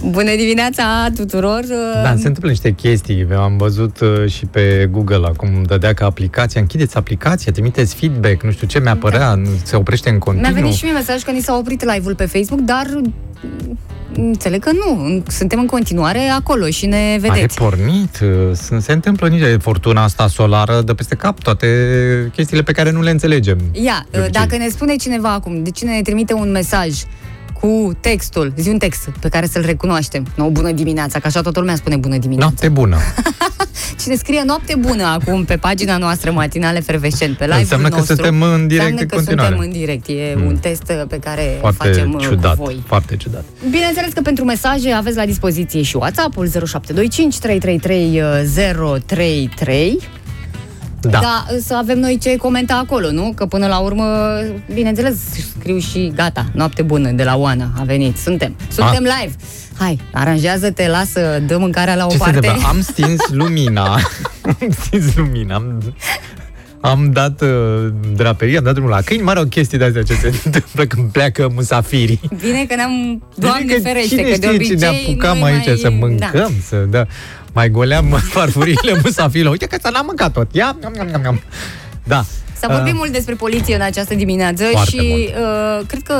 D: Bună dimineața tuturor! Uh,
C: Da, se întâmplă niște chestii. Am văzut uh, și pe Google acum, dădea că aplicația, închideți aplicația, trimiteți feedback, nu știu ce mi-a părea, nu- se oprește în
D: Da. Mi-a
C: continuu.
D: venit și mie mesaj că ni s-a oprit live-ul pe Facebook, dar mm, înțeleg că nu. Suntem în continuare acolo și ne
C: A
D: vedeți.
C: repornit, uh, sunt- se întâmplă niște fortuna asta solară de peste cap, toate chestiile pe care nu le înțelegem.
D: Ia, ă,
C: De obicei.
D: dacă ne spune cineva acum, de cine ne trimite un mesaj cu textul, zi un text pe care să-l recunoaștem. No, bună dimineața, că așa toată lumea spune bună dimineața.
C: Noapte bună.
D: Cine scrie noapte bună acum pe pagina noastră matinale fervescent, pe live-ul
C: Înseamnă că
D: nostru,
C: suntem în direct
D: înseamnă
C: în
D: că
C: continuare.
D: suntem în direct. E mm. un test uh, pe care
C: Foarte
D: facem uh,
C: ciudat,
D: cu voi.
C: foarte ciudat.
D: Bineînțeles că pentru mesaje aveți la dispoziție și WhatsApp-ul 0725 333 033.
C: Da.
D: Dar să avem noi ce comenta acolo, nu? Că până la urmă, bineînțeles, scriu și gata, noapte bună de la Oana, a venit, suntem, suntem
C: Ah.
D: live. Hai, aranjează-te, lasă, dă mâncarea la o
C: Ce se
D: parte.
C: întâmplă? Am stins lumina. am stins lumina. Am, am dat uh, draperii, am dat drumul la câini. Mă rog, chestii de-astea ce se întâmplă când pleacă musafirii.
D: Bine că ne-am, doamne
C: Bine că
D: ferește,
C: cine
D: că de
C: știe
D: obicei
C: ce ne apucam
D: noi
C: aici
D: mai...
C: să mâncăm,
D: Da.
C: să da, mai goleam farfurile musafirilor. Uite că ți n-am mâncat tot. Ia, am, am, am. Da.
D: S-a vorbit
C: Uh,
D: mult despre poliție în această dimineață
C: Foarte
D: și uh, cred că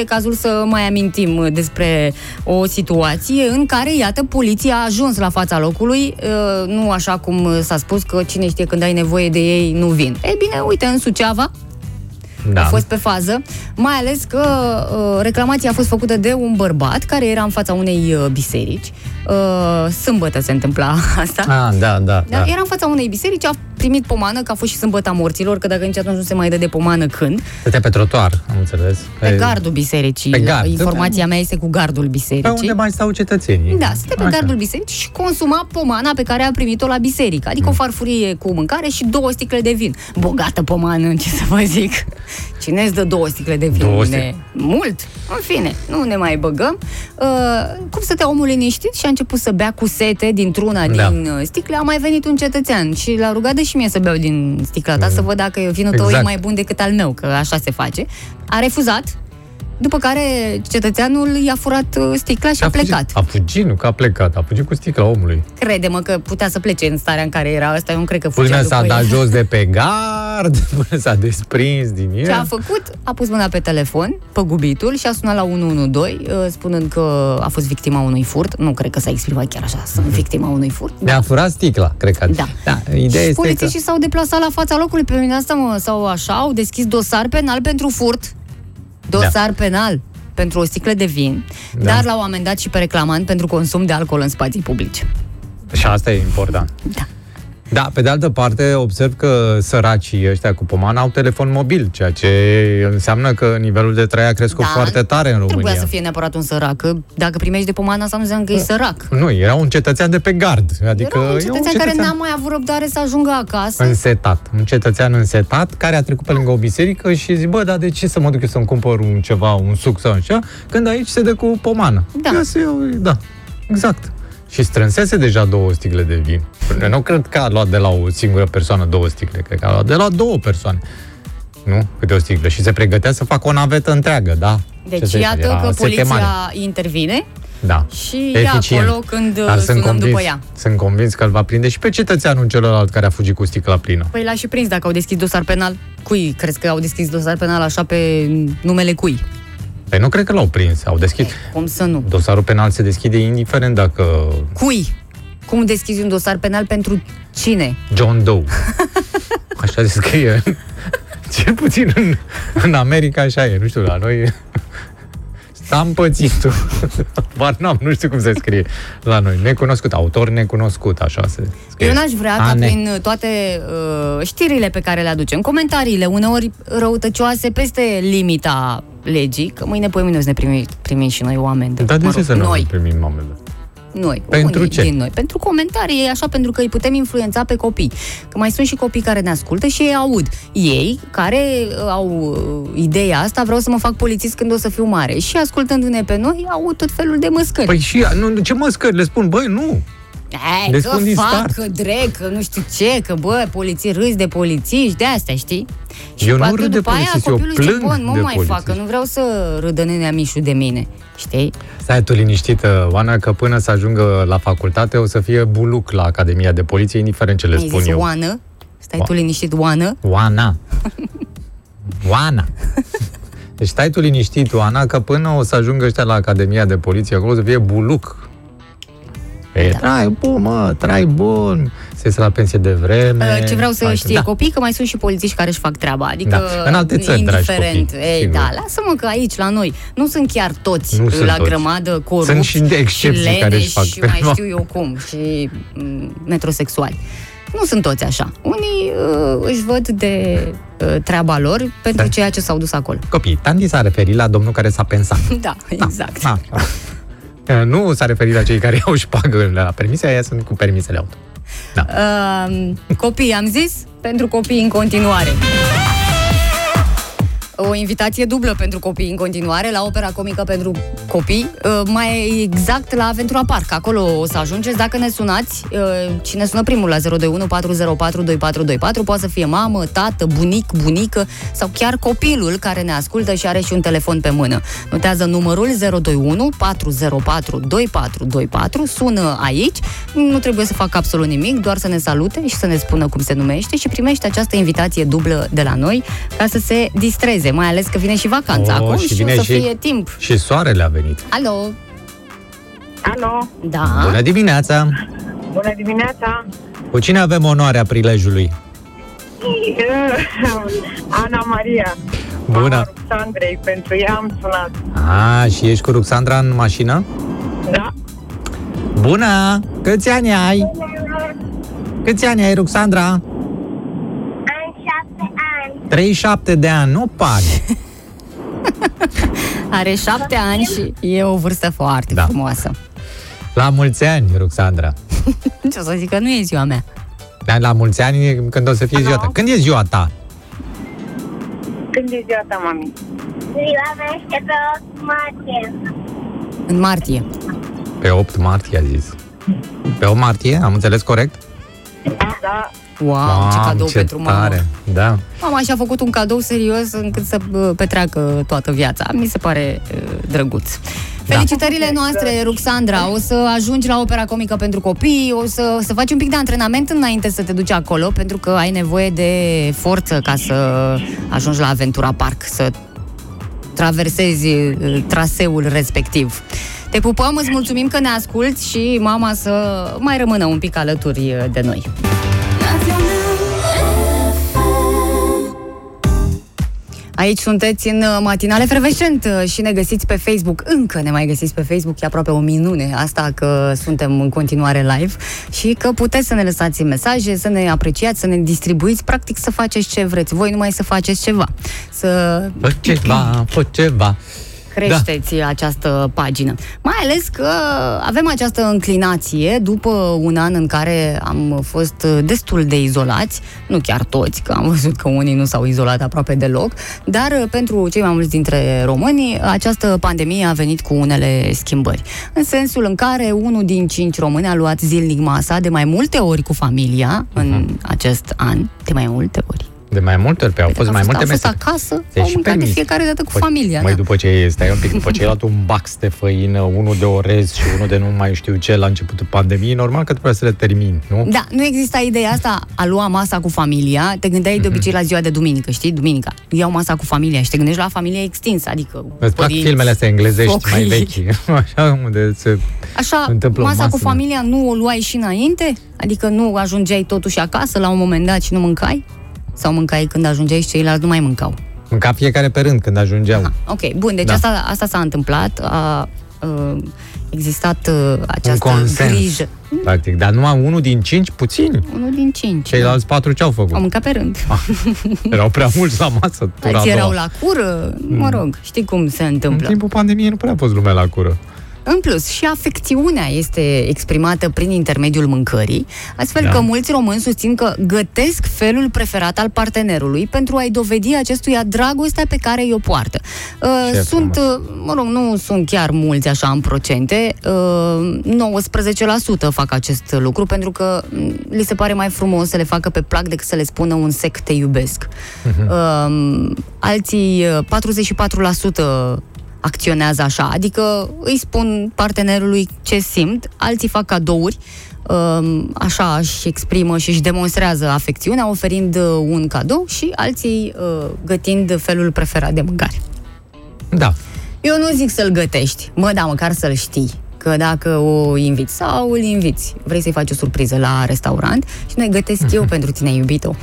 D: e cazul să mai amintim uh, despre o situație în care, iată, poliția a ajuns la fața locului, uh, nu așa cum uh, s-a spus că cine știe când ai nevoie de ei nu vin. Ei bine, uite, în Suceava,
C: da.
D: a fost pe fază, mai ales că uh, reclamația a fost făcută de un bărbat care era în fața unei uh, biserici. Uh, sâmbătă se întâmpla asta.
C: Ah, da, da,
D: Da,
C: da.
D: Era în fața unei biserici, a primit pomană, că a fost și sâmbăta morților, că dacă nici atunci nu se mai dă de pomană când.
C: Stătea pe trotuar, am înțeles.
D: Pe gardul bisericii.
C: Păi- Pe gard.
D: Informația mea este cu gardul
C: Pe
D: bisericii.
C: unde mai stau cetățenii.
D: deci- Da, stătea pe
C: Așa.
D: gardul bisericii și consuma pomana pe care a primit-o la biserică. Adică
C: Mm.
D: o farfurie cu mâncare și două sticle de vin. Bogată pomană, ce să vă zic. Cine îți dă două sticle de vin?
C: Două
D: Ne-
C: sticle.
D: Mult. În fine, nu ne mai băgăm. Uh, cum stătea omul liniștit și a început să bea cu sete dintr-una
C: Da.
D: din uh, sticle, a mai venit un cetățean și l-a rugat de și mie să beau din sticla ta, să văd dacă vinul tău e
C: Mm. Exact.
D: mai bun decât al meu, că așa se face. A refuzat, după care cetățeanul i-a furat uh, sticla și a,
C: fugit.
D: plecat.
C: A fugit, nu că a plecat. A fugit cu sticla omului.
D: Crede-mă că putea să plece în starea în care era ăsta, eu nu cred că fugea
C: Până
D: după
C: s-a
D: el.
C: dat jos de pe gard, până s-a desprins din el.
D: Ce a făcut? A pus mâna pe telefon, păgubitul, și a sunat la 112, uh, spunând că a fost victima unui furt. Nu cred că s-a exprimat chiar așa, sunt
C: Da.
D: victima unui furt.
C: Ne-a furat sticla, cred că.
D: Da.
C: da ideea
D: și
C: este că...
D: polițiștii s-au deplasat la fața locului pe mine asta, mă, sau așa, au deschis dosar penal pentru furt. Dosar penal pentru o sticlă de vin,
C: Da.
D: dar l-au amendat și pe reclamant pentru consum de alcool în spații publice.
C: Și asta e important.
D: Da.
C: Da, pe de altă parte, observ că săracii ăștia cu pomană au telefon mobil, ceea ce înseamnă că nivelul de trai a crescut
D: Da.
C: foarte tare în România.
D: Trebuia să fie neapărat un sărac, că dacă primești de pomană asta nu înseamnă
C: Da.
D: că e sărac.
C: Nu, era un cetățean de pe gard. Adică
D: Era un
C: e
D: cetățean, care n-a mai avut răbdare să ajungă acasă.
C: însetat. Un cetățean însetat care a trecut pe lângă o biserică și zice, bă, dar de ce să mă duc eu să-mi cumpăr un ceva, un suc sau așa, când aici se dă cu pomană.
D: Da.
C: Ia să iau, da, exact. Și strânsese deja două sticle de vin. Eu nu cred că a luat de la o singură persoană două sticle, cred că a luat de la două persoane. Nu? Câte o sticlă. Și se pregătea să facă o navetă întreagă, da? Ce
D: Deci
C: să zic,
D: iată
C: era
D: că
C: sete
D: poliția
C: mare.
D: intervine
C: Da.
D: și e acolo când, uh,
C: sunt
D: sunăm
C: convins,
D: după ea.
C: Sunt convins că îl va prinde și pe cetățeanul celălalt care a fugit cu sticla plină.
D: Păi l-a și prins dacă au deschis dosar penal. Cui crezi că au deschis dosar penal așa pe numele cui?
C: Păi nu cred că l-au prins, au deschis.
D: Cum să nu?
C: Dosarul penal se deschide indiferent dacă
D: Cui? Cum deschizi un dosar penal pentru cine?
C: John Doe. Așa se scrie. Cel puțin în, în America așa e, nu știu, la noi am pățit Bar n-am, nu știu cum se scrie la noi. Necunoscut, autor necunoscut, așa se scrie.
D: Eu n-aș vrea ca
C: Ane.
D: prin toate uh, știrile pe care le aducem, comentariile uneori răutăcioase peste limita legii, că mâine, poi mâine o să ne primim, primim și noi o amendă.
C: Dar de
D: Mă
C: ce
D: rog,
C: Da, să nu
D: noi?
C: primim mamele?
D: Noi,
C: Pentru
D: unii
C: ce?
D: din noi. Pentru comentarii, e așa, pentru că îi putem influența pe copii. Că mai sunt și copii care ne ascultă și ei aud. Ei, care uh, au uh, ideea asta, vreau să mă fac polițist când o să fiu mare. Și ascultându-ne pe noi, au tot felul de măscări.
C: Păi și, nu, ce măscări? Păi, Le spun, băi, nu.
D: Hai,
C: Deci
D: că
C: spun din
D: fac,
C: start.
D: că drec, că nu știu ce, că bă, poliții râzi de poliții și de astea, știi? Și
C: Eu nu
D: parcă
C: râd de
D: după
C: polițiști, eu
D: aia copilul zice,
C: plâng
D: bun, mă
C: de
D: mai fac, că
C: polițiști."
D: nu vreau să râdă nenea Mișu de mine, știi?
C: Stai tu liniștită, Oana, că până să ajungă la facultate o să fie buluc la Academia de Poliție, indiferent ce le
D: Mi-ai
C: spun
D: zis
C: eu.
D: Oană, stai
C: Oa-
D: tu liniștit, Oană,
C: Oana. Oana. Deci stai tu liniștit, Oana, că până o să ajungă ăștia la Academia de Poliție, acolo o să fie buluc. E, da. trai bun, mă, trai bun, să iese la pensie de vreme.
D: Uh, Ce vreau să
C: Hai,
D: știe
C: da.
D: da. copii că mai sunt și polițiști care își fac treaba, adică
C: Da. În alte țări, dragi
D: indiferent.
C: copii,
D: Ei,
C: sigur.
D: da, lasă-mă că aici la noi nu sunt chiar toți
C: Nu
D: uh,
C: sunt
D: la
C: toți.
D: grămadă corupți
C: Sunt și de excepții
D: și
C: care își fac
D: și mai
C: treaba.
D: știu eu cum și mm, metrosexuali. Nu sunt toți așa. Unii uh, își văd de uh, treaba lor
C: Da.
D: pentru ceea ce s-au dus acolo.
C: Copii, Tandi s-a referit la domnul care s-a pensat.
D: Da, exact.
C: Da. Da. Nu s-a referit la cei care au șpagă la permise, aia sunt cu permisele auto.
D: Uh, copii, am zis, pentru copii în continuare. O invitație dublă pentru copii în continuare la opera comică pentru copii, uh, mai exact la Aventura Park. Acolo o să ajungeți dacă ne sunați. uh, Cine sună primul la 021 404 2424 poate să fie mamă, tată, bunic, bunică sau chiar copilul care ne ascultă și are și un telefon pe mână. Notează numărul 021 404 2424, sună aici, nu trebuie să facă absolut nimic, doar să ne salute și să ne spună cum se numește și primește această invitație dublă de la noi ca să se distreze, mai ales că vine și vacanța acum și, o să fie timp.
C: Oh, Și soarele a venit.
D: Alo!
K: Alo!
D: Da!
C: Bună dimineața!
K: Bună dimineața!
C: Cu cine avem onoarea prilejului?
K: Ana Maria,
C: Bună!
K: Sandrei, pentru ea am sunat.
C: A, și ești cu Ruxandra în mașină?
K: Da.
C: Bună! Câți ani ai? Câți ani ai, Ruxandra?
L: Am șapte ani.
C: 37 de ani, nu pare.
D: Are șapte ani și e o vârstă foarte da. frumoasă.
C: La mulți ani, Ruxandra.
D: Ce o să zic că nu e ziua mea.
C: Dar la mulți ani e când o să fie ziua ta. Când e ziua ta?
K: Când e ziua ta, mami?
L: Ziua mea este pe 8 martie.
D: În martie.
C: Pe 8 martie, a zis. Pe 8 martie, am înțeles corect?
K: Da.
D: Wow, ce cadou
C: ce
D: pentru mama.
C: tare. Da.
D: Mama și-a făcut un cadou serios încât să bă, petreacă toată viața. Mi se pare uh, drăguț. Felicitările noastre, Ruxandra. O să ajungi la opera comică pentru copii, o să, o să faci un pic de antrenament înainte să te duci acolo, pentru că ai nevoie de forță ca să ajungi la Aventura Park, să traversezi uh, traseul respectiv. Te pupăm, îți mulțumim că ne asculti și mama să mai rămână un pic alături uh, de noi. Aici sunteți în uh, matinale fervescent uh, și ne găsiți pe Facebook. Încă ne mai găsiți pe Facebook, e aproape o minune asta că suntem în continuare live și că puteți să ne lăsați mesaje, să ne apreciați, să ne distribuiți, practic să faceți ce vreți. Voi numai să faceți ceva, să
C: Fă ceva, fă ceva.
D: creșteți da. această pagină. Mai ales că avem această înclinație după un an în care am fost destul de izolați, nu chiar toți, că am văzut că unii nu s-au izolat aproape deloc, dar pentru cei mai mulți dintre români, această pandemie a venit cu unele schimbări. În sensul în care unul din cinci români a luat zilnic masa de mai multe ori cu familia
C: Mhm.
D: în acest an, de mai multe ori.
C: De mai multe ori, pe au fost mai multe
D: au fost
C: mesaje.
D: acasă,
C: Se
D: au
C: și
D: mâncat de
C: permis.
D: fiecare dată cu
C: Păi,
D: familia.
C: Mai
D: da.
C: după ce stai un pic, după ce ai luat un bax de făină, unul de orez și unul de nu mai știu ce la începutul pandemiei, normal că trebuie să le termin, nu?
D: Da, nu exista ideea asta a lua masa cu familia. Te gândeai
C: Mhm.
D: de obicei la ziua de duminică, știi? Duminica. Iau masa cu familia și te gândești la familia extinsă, adică
C: Îți plac
D: părinți,
C: filmele astea englezești mai
D: socrii.
C: vechi, așa, unde se
D: Așa,
C: întâmplă o
D: masa
C: masă. da.
D: cu familia nu o luai și înainte? Adică nu ajungeai totuși acasă la un moment dat și nu mâncai? Sau mâncai când ajungeai și ceilalți nu mai mâncau?
C: Mânca fiecare pe rând când ajungeau.
D: Ok, bun, deci
C: Da.
D: asta, asta s-a întâmplat. A, a existat a,
C: Un
D: această
C: consens,
D: grijă.
C: practic. Dar numai unul din cinci, puțini.
D: Unul din cinci.
C: Ceilalți Ah, patru ce au făcut?
D: Au mâncat pe rând.
C: Erau prea mulți la masă. tura a
D: Alții erau
C: doua.
D: la cură, mă
C: Mm.
D: rog, știi cum se întâmplă.
C: În timpul pandemiei nu prea a fost lumea la cură.
D: În plus, și afecțiunea este exprimată prin intermediul mâncării, astfel
M: Da.
D: că mulți români susțin că gătesc felul preferat al partenerului pentru a-i dovedi acestuia dragostea pe care i-o poartă. Uh,
M: Ce
D: sunt, uh, mă rog, nu sunt chiar mulți așa în procente, uh, 19% fac acest lucru pentru că m, li se pare mai frumos să le facă pe plac decât să le spună un sec te iubesc. Um, alții uh, 44% acționează așa, adică îi spun partenerului ce simt, alții fac cadouri, um, așa își exprimă și își demonstrează afecțiunea oferind uh, un cadou și alții uh, gătind felul preferat de mâncare.
C: Da.
D: Eu nu zic să-l gătești, mă, da, măcar să-l știi. Că dacă o inviți sau îl inviți, vrei să-i faci o surpriză la restaurant și noi gătesc eu pentru tine, iubito.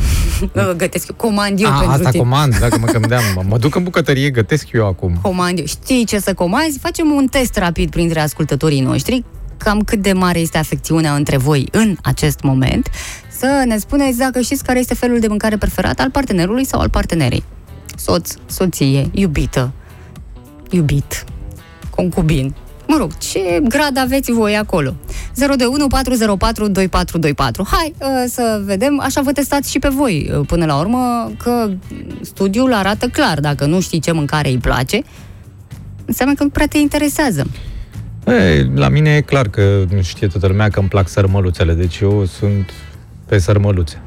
D: gătesc eu, comand eu
C: A,
D: pentru
C: Ah, asta
D: tine.
C: comand, dacă mă gândeam. Mă, mă duc în bucătărie, gătesc eu acum.
D: comand eu. Știi ce să comanzi? Facem un test rapid printre ascultătorii noștri, cam cât de mare este afecțiunea între voi în acest moment, să ne spuneți dacă știți care este felul de mâncare preferat al partenerului sau al partenerei. Soț, soție, iubită, iubit, concubin. Mă rog, ce grad aveți voi acolo? 021 404 2424. Hai uh, să vedem, așa vă testați și pe voi uh, până la urmă, că studiul arată clar, dacă nu știi ce mâncare îi place, înseamnă că nu prea te interesează.
C: Ei, la mine e clar că nu știe toată lumea că îmi plac sărmăluțele, deci eu sunt pe sărmăluțe.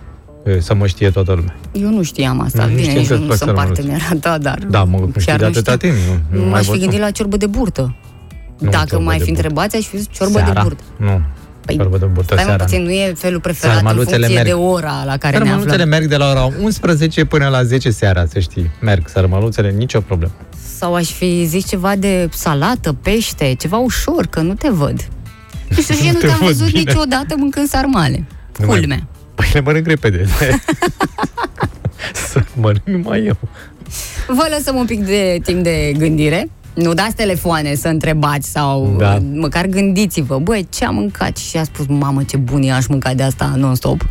C: E, Să mă știe toată lumea.
D: Eu nu știam asta,
C: Nu
D: bine,
C: știam
D: nici
C: că-ți
D: nu
C: plac
D: sunt
C: sărmăluțe.
D: partenera ta, dar
C: Da, mă știi
D: chiar
C: de
D: nu
C: atâta
D: știu.
C: timp. Nu, nu mai
D: m-aș fi
C: vorbim.
D: gândit la ciorbă de burtă.
C: Nu,
D: Dacă
C: ciorbă
D: m-ai
C: de
D: fi
C: burtă.
D: întrebat, aș fi zis ciorbă de
C: Seara?
D: burtă. Păi,
C: Nu, ciorbă de burtă
D: Stai mă
C: seara.
D: puțin,
C: nu.
D: nu e felul preferat în
C: Sarmaluțele
D: funcție
C: merg.
D: de ora la care ne
C: Sărmăluțele
D: aflăm.
C: merg de la ora 11 până la 10 seara, să știi. Merg sărmăluțele, nicio problemă.
D: Sau aș fi zis ceva de salată, pește, ceva ușor, că nu te văd. Nu știu, și eu
C: Nu
D: nu
C: te
D: te-am
C: văd
D: văzut
C: bine.
D: niciodată mâncând sarmale.
C: Nu mai-
D: Culmea.
C: Păi le mănânc repede. să mănânc numai eu.
D: Vă lăsăm un pic de timp de gândire. Nu dați telefoane să întrebați sau
C: Da.
D: da. măcar gândiți-vă, băi, ce am mâncat? Și a spus, mamă, ce bun e, aș mânca de asta non-stop. Uh,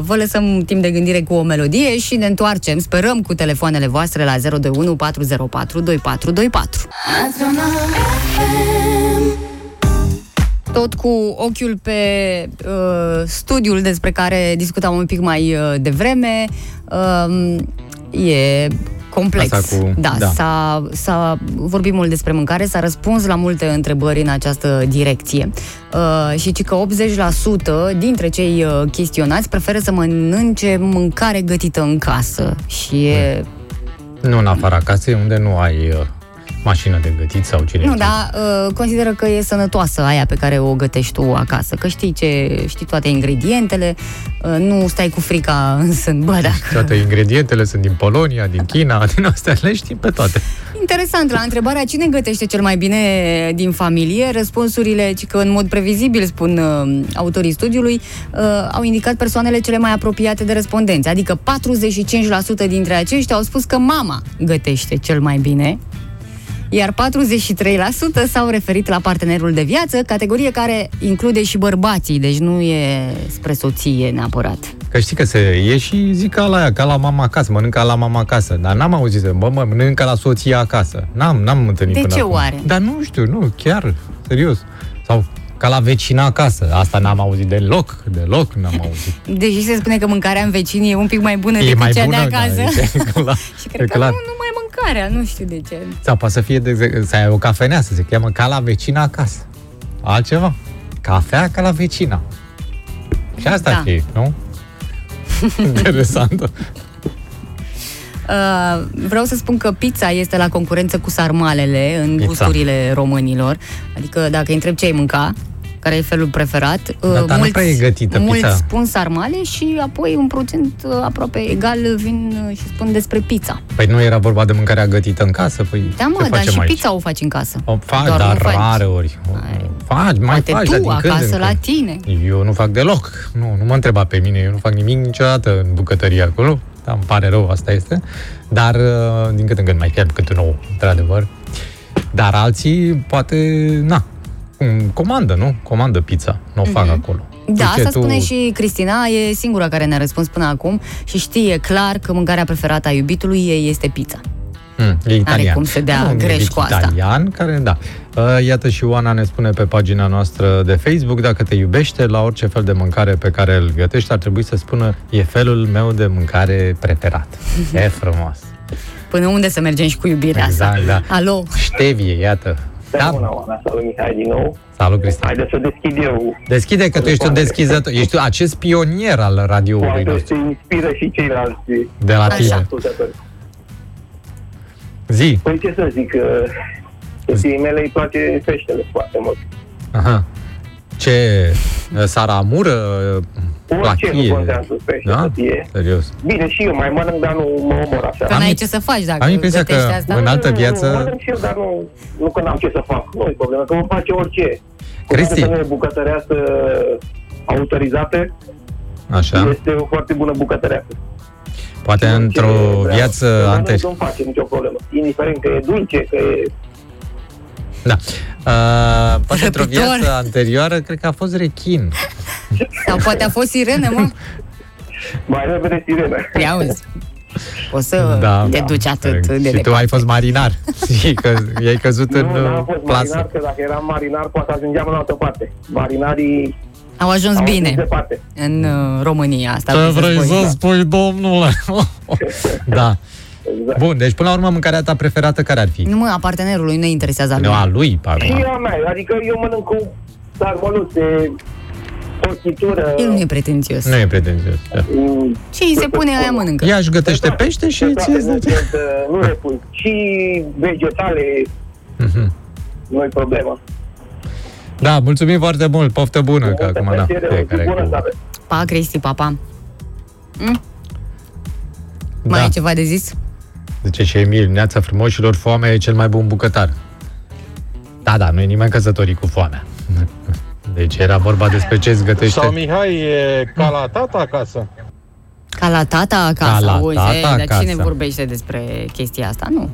D: vă lăsăm timp de gândire cu o melodie și ne întoarcem, sperăm, cu telefoanele voastre la 021 404 2424. Tot cu ochiul pe uh, studiul despre care discutam un pic mai uh, devreme, uh, e complex.
M: Asta cu-
D: da,
M: da.
D: S-a, s-a vorbit mult despre mâncare, s-a răspuns la multe întrebări în această direcție. Uh, și ci că 80% dintre cei uh, chestionați preferă să mănânce mâncare gătită în casă. Și e...
C: Nu în afara casei, unde nu ai uh, mașină de gătit sau cine
D: Nu,
C: știe.
D: dar uh, consideră că e sănătoasă aia pe care o gătești tu acasă, că știi ce, știi toate ingredientele, uh, nu stai cu frica în sân, bă, dacă
C: Toate ingredientele sunt din Polonia, din China, din astea, le știm pe toate.
D: Interesant, la întrebarea cine gătește cel mai bine din familie, răspunsurile, ci că în mod previzibil, spun uh, autorii studiului, uh, au indicat persoanele cele mai apropiate de respondenți. Adică 45% dintre aceștia au spus că mama gătește cel mai bine, iar 43% s-au referit la partenerul de viață, categorie care include și bărbații, deci nu e spre soție neapărat.
C: Că știi că se e și zic ca la aia, ca la mama acasă, mănânc ca la mama acasă. Dar n-am auzit să bă, mă, mănânc ca la soția acasă. N-am, n-am întâlnit
D: De
C: până
D: ce
C: acum.
D: oare?
C: Dar nu știu, nu, chiar, serios. Sau ca la vecina acasă. Asta n-am auzit deloc, deloc n-am auzit.
D: Deși se spune că mâncarea în vecini e un pic mai bună decât cea de
C: da,
D: acasă.
C: e clar.
D: Și
C: e
D: cred că
C: clar.
D: nu, nu mai e mâncarea, nu știu de ce. Uh,
C: Sau poate să fie, de, exemplu, să ai o cafenea, să se cheamă ca la vecina acasă. Altceva. Cafea ca la vecina. Și
D: Da.
C: asta da. ar fi, nu? Interesantă.
D: Uh, vreau să spun că pizza este la concurență cu sarmalele în
C: Pizza.
D: gusturile românilor. Adică dacă îi întreb ce ai mânca, care e felul preferat, uh,
C: dar nu prea e gătită
D: mulți
C: pizza.
D: spun sarmale și apoi un procent uh, aproape egal vin uh, și spun despre pizza.
C: Păi nu era vorba de mâncarea gătită în casă? Păi
D: Da,
C: ce
D: mă, dar
C: facem
D: și
C: aici?
D: pizza o faci în casă.
C: O fac,
D: Doar
C: dar
D: nu faci.
C: rare ori. O faci, mai
D: Poate
C: faci, dar
D: tu
C: din când
D: acasă
C: în
D: la
C: când.
D: tine.
C: Eu nu fac deloc. Nu, nu mă întreba pe mine. Eu nu fac nimic niciodată în bucătărie acolo. Da, îmi pare rău, asta este. Dar uh, din când în când mai pierd câte un ou, într-adevăr. Dar alții, poate, na, cum- comandă, nu? Comandă pizza. Nu o fac acolo.
D: Da,
C: Uite,
D: asta spune și Cristina, e singura care ne-a răspuns până acum și știe clar că mâncarea preferată a iubitului ei este pizza.
C: Mm, e italian.
D: cum să dea
C: un
D: greș
C: iubit
D: cu asta.
C: Italian, care, da. Uh, Iată și Oana ne spune pe pagina noastră de Facebook, dacă te iubește, la orice fel de mâncare pe care îl gătești, ar trebui să spună, e felul meu de mâncare preferat.
D: Mhm.
C: e frumos.
D: Până unde să mergem și cu iubirea
C: Exact, da.
D: asta? Alo?
C: Ștevie, iată.
G: Da. Bună, Oana, salut Mihai din nou.
C: Salut, Cristian.
G: Haideți să deschid eu.
C: Deschide că tu ești un deschizător, ești tu acest pionier al radioului
G: Poate
C: nostru.
G: se inspiră și ceilalți.
C: De la
G: Așa.
C: tine.
G: ascultători.
C: Zi.
G: Păi ce să zic, uh, soției mele îi place peștele foarte mult.
C: Aha. Ce uh, saramură, uh,
G: Orice nu
C: plachie.
G: contează pește
C: Da?
G: să fie.
C: Serios.
G: Bine, și eu mai mănânc, dar nu mă omor așa.
D: Că n-ai ce să faci dacă
C: am impresia că
D: gătești asta.
C: în altă
G: Nu, nu,
C: viață-
G: Nu, mănânc și eu, dar nu, nu că n-am ce să fac. Nu e problemă, că mă face orice. Cu toate
C: Cristi.
G: că nu e bucătăreasă autorizată,
C: Așa.
G: este o foarte bună bucătăreasă.
C: Poate într-o
G: Vreau să
C: viață
G: mănânc,
C: anterioară.
G: Nu face nicio problemă. Indiferent că e dulce, că e...
C: Da. Uh, poate într-o
D: Răpitor.
C: viață anterioară, cred că a fost rechin.
D: Sau poate a fost sirenă, mă?
G: Mai repede sirena.
D: Ia uzi. Poți să
C: Da.
D: te duci atât de
C: Și
D: departe.
C: tu ai fost marinar. Și că i-ai căzut în
G: nu,
C: uh,
G: n-am fost
C: plasă.
G: marinar, că dacă eram marinar, poate ajungeam în altă parte. Marinarii
D: Au ajuns
G: au ajuns
D: bine
G: departe.
D: în uh, România asta. vrei să spui.
C: spui, domnule? da.
G: Exact.
C: Bun, deci până la urmă mâncarea ta preferată care ar fi?
D: Da. Nu, mă, a partenerului nu interesează al
C: Nu, a
D: meu.
C: lui,
G: Și
C: pardon.
G: a mea, adică eu mănânc cu sarmăluțe, o chitură,
D: El nu e pretențios.
C: Nu e pretențios. da.
G: mm,
D: Și îi se pune aia mănâncă.
C: Ea își gătește pește și
G: toate
C: ți
G: Păi, nu sunt, uh, nu repun. Și vegetale,
C: Mhm.
G: nu-i problemă.
C: Da, mulțumim foarte mult, poftă bună, că acum, da,
G: Plăcere, o zi
C: fiecare
G: bună
C: cu...
G: să aveți.
D: Pa, Cristi, pa, pa. Mai
C: Da,
D: ai ceva de zis?
C: zice și Emil, neața frumoșilor, foamea e cel mai bun bucătar. Da, da, nu e nimeni căsătorit cu foamea. Deci era vorba despre ce îți
M: Sau
C: gătește.
M: Mihai e ca la tata acasă.
D: Ca la tata
C: Ca
D: acasă,
C: la
D: auzi,
C: tata
D: ei, dar cine
C: acasă.
D: vorbește despre chestia asta? Nu.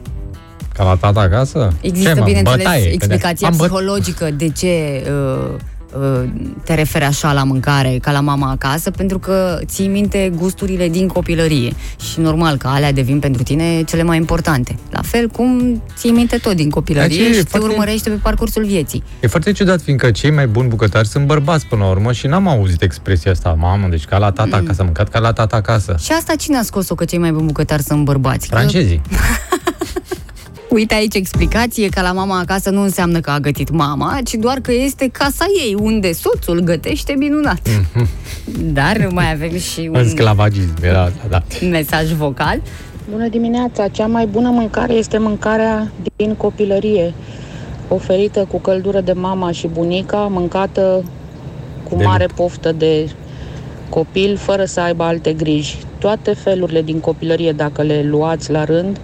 C: Ca la tata acasă?
D: Există,
C: ce, mă,
D: bineînțeles,
C: bătaie, că ne-
D: explicația
C: am bă-
D: psihologică de ce uh, uh, te referi așa la mâncare, ca la mama acasă, pentru că ții minte gusturile din copilărie și normal că alea devin pentru tine cele mai importante. La fel cum ții minte tot din copilărie
C: Deci e
D: și te
C: foarte-
D: urmărește pe parcursul vieții.
C: E foarte ciudat, fiindcă cei mai buni bucătari sunt bărbați până la urmă și n-am auzit expresia asta. Mamă, deci ca la tata acasă, am mâncat ca la tata acasă.
D: Și asta cine a scos-o că cei mai buni bucătari sunt bărbați? Că,
C: Francezii.
D: Mm. uite aici explicație, că la mama acasă nu înseamnă că a gătit mama, ci doar că este casa ei, unde soțul gătește minunat. Dar mai avem și
C: Mm-hmm. În
D: un
C: sclavagism era asta, da.
D: mesaj vocal.
N: Bună dimineața! Cea mai bună mâncare este mâncarea din copilărie, oferită cu căldură de mama și bunica, mâncată cu
O: De
N: mare poftă de copil, fără să aibă alte griji. Toate felurile din copilărie, dacă le luați la rând,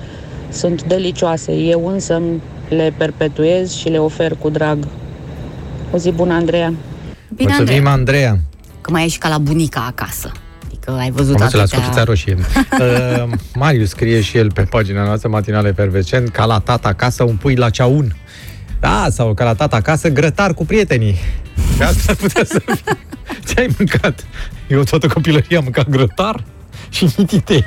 N: sunt delicioase. Eu însă le perpetuez și le ofer cu drag. O zi bună, Andreea!
D: Bine,
C: Mulțumim,
D: Andreea.
C: Andreea.
D: Că mai ești ca la bunica acasă. Adică ai văzut
C: Am la scufița
D: atâtea...
C: roșie. Uh, Marius scrie și el pe pagina noastră matinale pervecent, ca la tata acasă un pui la ceaun. Da, sau ca la tata acasă grătar cu prietenii. Și asta ar putea să fie. Ce ai mâncat? Eu toată copilăria am mâncat grătar și mititei.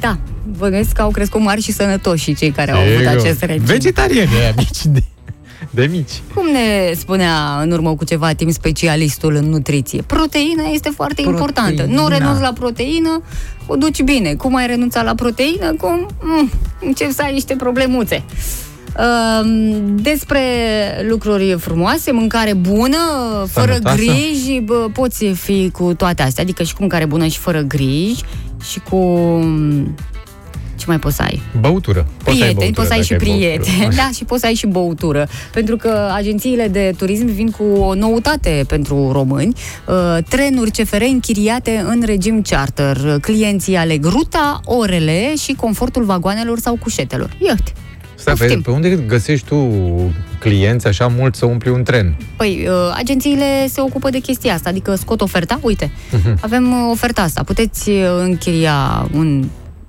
D: Da, bănuiesc că au crescut mari și sănătoși și cei care au avut
C: Eu-
D: acest regim.
C: Vegetariani aia mici de, de mici.
D: Cum ne spunea în urmă cu ceva timp specialistul în nutriție? Proteina este foarte
C: Proteina.
D: importantă. Nu renunți la proteină, o duci bine. Cum ai renunțat la proteină, cum mm, începi să ai niște problemuțe. Ehm, Despre lucruri frumoase, mâncare bună, fără
C: Sănătoasă.
D: griji, bă, poți fi cu toate astea. Adică și cu mâncare bună și fără griji și cu... mm, Ce mai poți să ai?
C: Băutură. Poți să
D: prieteni,
C: ai băutură
D: poți să ai
C: dacă
D: și
C: băutură.
D: prieteni, da, și poți să ai și băutură. Pentru că agențiile de turism vin cu o noutate pentru români, uh, trenuri CFR închiriate în regim charter. Clienții aleg ruta, orele și confortul vagoanelor sau cușetelor. Iată.
C: Stai, pe, pe unde găsești tu clienți așa mult să umpli un tren?
D: Păi, uh, agențiile se ocupă de chestia asta, adică scot oferta, uite,
C: Mhm.
D: avem uh, oferta asta. Puteți uh, închiria un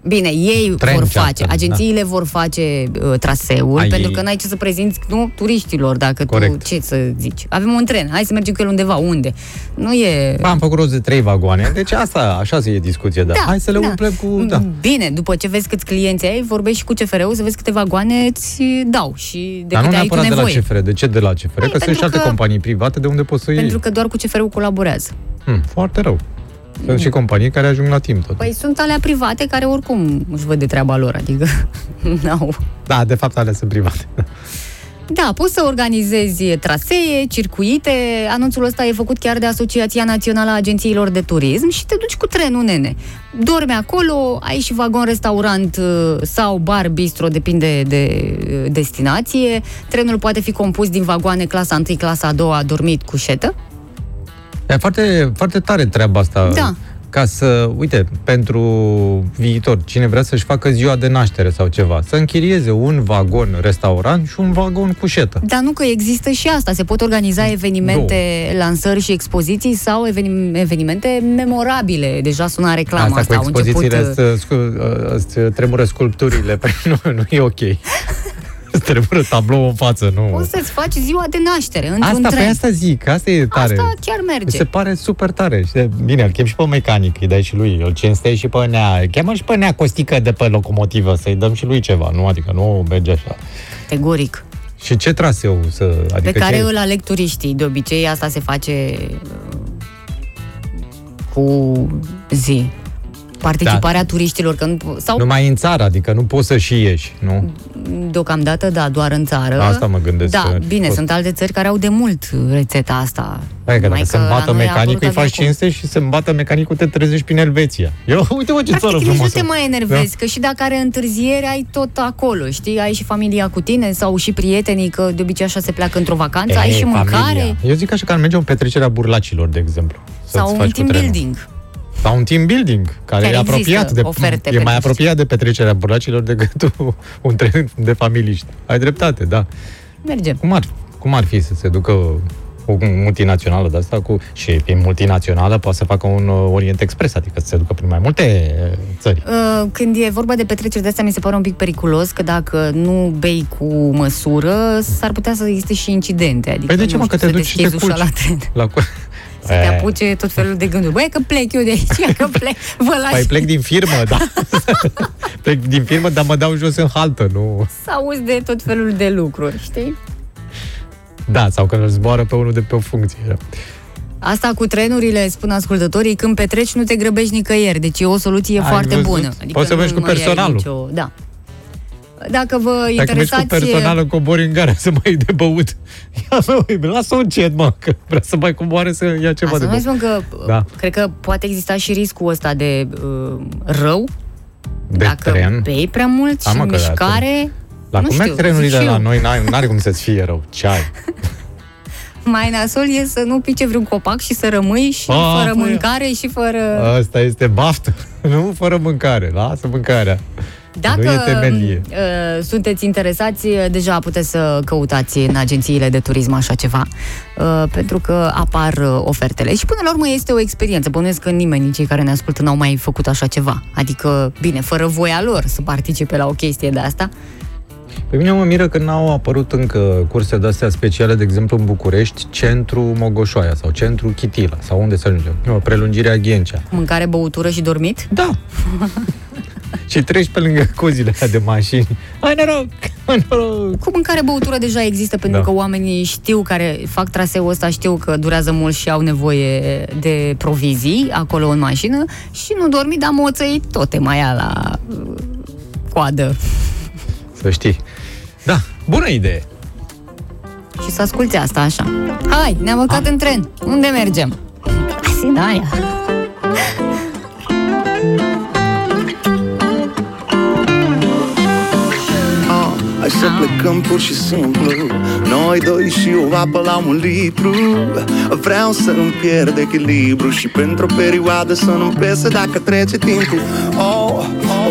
D: Bine, ei
C: Tren
D: vor
C: charter,
D: face, agențiile vor face uh, traseul,
C: Ai
D: pentru
C: ei.
D: că n-ai ce să prezinți nu, turiștilor, dacă
C: Corect.
D: tu ce să zici. Avem un tren, hai să mergem cu el undeva, unde? Nu e...
C: Ba, Păi, am făcut rost de trei vagoane, deci asta, așa se e discuție, da. Hai să le umplem cu... Da.
D: Bine, după ce vezi câți clienți ai, vorbești și cu CFR-ul să vezi câte vagoane îți dau și de
C: Dar nu
D: câte ai tu
C: neapărat de la
D: nevoie. Păi,
C: CFR. De ce de la CFR? că sunt
D: pentru
C: și alte
D: că-
C: companii private de unde poți să iei.
D: Pentru că doar cu CFR-ul colaborează.
C: Hmm, foarte rău. Sunt și companii care ajung la timp tot.
D: Mm. Păi sunt alea private care oricum își văd de treaba lor, adică n-au.
C: Da, de fapt alea sunt private.
D: Da, poți să organizezi trasee, circuite. Anunțul ăsta e făcut chiar de Asociația Națională a Agențiilor de Turism și te duci cu trenul, nene. Dormi acolo, ai și vagon restaurant uh, sau bar bistro, depinde de uh, destinație. Trenul poate fi compus din vagoane clasa 1, clasa 2, dormit cu șetă.
C: E foarte, foarte tare treaba asta.
D: Da.
C: Ca să, uite, pentru viitor, cine vrea să-și facă ziua de naștere sau ceva, să închirieze un vagon restaurant și un vagon cu șetă.
D: Dar nu că există și asta. Se pot organiza evenimente, lansări și expoziții sau evenim- evenimente memorabile. Deja suna reclama
C: asta
D: asta.
C: cu
D: Au început,
C: expozițiile
D: uh,
C: îți, scu- îți tremură sculpturile, păi nu, nu e ok. Îți tremură tablou în față, nu.
D: Poți să-ți faci ziua de naștere într-un
C: Asta,
D: tren.
C: pe asta zic, asta e tare.
D: Asta chiar merge.
C: Mi Se pare super tare. Și de- Bine, îl chem și pe mecanic, îi dai și lui, îl cinstești și pe nea, îl cheamă și pe nea costică de pe locomotivă, să-i dăm și lui ceva, nu? Adică nu merge așa.
D: Categoric.
C: Și ce traseu să... Adică
D: pe care
C: ce...
D: îl aleg turiștii. De obicei, asta se face uh, cu zi.
C: Da.
D: Participarea turiștilor. Că nu, po- sau
C: Numai în țară, adică nu poți să și ieși, nu?
D: deocamdată, da, doar în țară.
C: Asta mă gândesc că
D: Da,
C: ar fi
D: bine,
C: fost.
D: sunt alte țări care au de mult rețeta asta.
C: Hai că dacă
D: Numai
C: se
D: că la
C: îmbată
D: noi a apărut
C: mecanicul, îi faci
D: abia acum.
C: cinste și se îmbată mecanicul, te trezești prin Elveția. Eu, uite mă ce țară
D: Practic nici nu
C: frumoasă.
D: te mai enervezi, da? că și dacă are întârziere, ai tot acolo, știi? Ai și familia cu tine sau și prietenii, că de obicei așa se pleacă într-o vacanță, ai
C: Da? E,
D: și
C: Eh, familia.
D: mâncare
C: Eu zic așa că ar merge o petrecere a burlacilor, de exemplu. să-ți
D: sau
C: faci
D: un
C: cu
D: team
C: trenul.
D: building.
C: Sau un team building, care
D: Chiar
C: e
D: există
C: apropiat de,
D: oferte
C: e
D: pentru
C: mai
D: asta.
C: apropiat de petrecerea burlacilor decât un- un tren de familiști. Ai dreptate, da.
D: Mergem.
C: Cum ar, cum ar fi să se ducă o multinațională de asta cu și prin multinațională poate să facă un uh, Orient Express, adică să se ducă prin mai multe uh, țări.
D: Uh, Când e vorba de petreceri de astea, mi se pare un pic periculos că dacă nu bei cu măsură, s-ar putea să existe și incidente. Adică,
C: Păi de ce
D: nu
C: mă, că
D: știu,
C: te
D: să
C: duci și te
D: deschizi ușa
C: culci?
D: la tren,
C: La cu... Eh,
D: să te apuce tot felul de gânduri. Băi, că plec eu de aici, că plec, vă
C: Păi
D: las
C: plec din firmă, da. plec din firmă, dar mă dau jos în haltă, nu...
D: să auzi de tot felul de lucruri, știi?
C: Da, sau când îl zboară pe unul de pe o funcție.
D: Asta cu trenurile, spun ascultătorii, când petreci nu te grăbești nicăieri, deci e o soluție
C: Ai
D: foarte
C: văzut?
D: bună. Adică
C: Poți să
D: nu
C: mergi cu
D: mai ai
C: personalul.
D: Nicio... Da. Dacă vă
C: Dacă mergi cu
D: interesați...
C: personalul, cobori în gara să mai iei de băut. Ia mă, uite, lasă un cet, mă, că vrea să mai coboare să ia ceva
D: Asta
C: de
D: nu mai
C: băut.
D: spun că
C: Da.
D: da. cred că poate exista și riscul ăsta de uh, rău,
C: De
D: dacă
C: tren.
D: bei prea mult
C: Da,
D: și
C: mă, că da,
D: mișcare,
C: La
D: nu
C: cum merg
D: știu, zic
C: trenurile
D: și
C: la
D: eu.
C: noi, n-ai- n-are cum să-ți fie rău. Ce ai?
D: mai nasol e să nu pice vreun copac și să rămâi și
C: Ah,
D: fără
C: păi- Ah,
D: mâncare și fără...
C: Asta este baftă. Nu fără mâncare. Lasă mâncarea.
D: Dacă
C: Nu e temelie.
D: uh, sunteți interesați, uh, deja puteți să căutați în agențiile de turism așa ceva, uh, pentru că apar uh, ofertele. Și până la urmă este o experiență. Bănuiesc că nimeni, nici cei care ne ascultă, n-au mai făcut așa ceva. Adică, bine, fără voia lor să participe la o chestie de asta.
C: Pe mine mă miră că n-au apărut încă curse de-astea speciale, de exemplu în București, centru Mogoșoaia sau centru Chitila sau unde să ajungem. Nu, Prelungirea Ghencea.
D: Mâncare, băutură și dormit?
C: Da. Și treci pe lângă cozile alea de mașini. Ai noroc! Ai noroc!
D: Cu mâncare, băutură deja există, pentru
C: Da.
D: da. că oamenii știu care fac traseul ăsta, știu că durează mult și au nevoie de provizii acolo în mașină și nu dormi, dar moțăi tot te mai ia la uh, coadă.
C: Să știi. Da, bună idee!
D: Și să asculti asta așa. Hai, ne-am urcat în tren. Unde mergem? Sinaia.
O: Ah, Hai să plecăm pur și simplu Noi doi și o apă la un litru Vreau să îmi pierd echilibru Și pentru o perioadă să nu-mi pese dacă trece timpul Oh,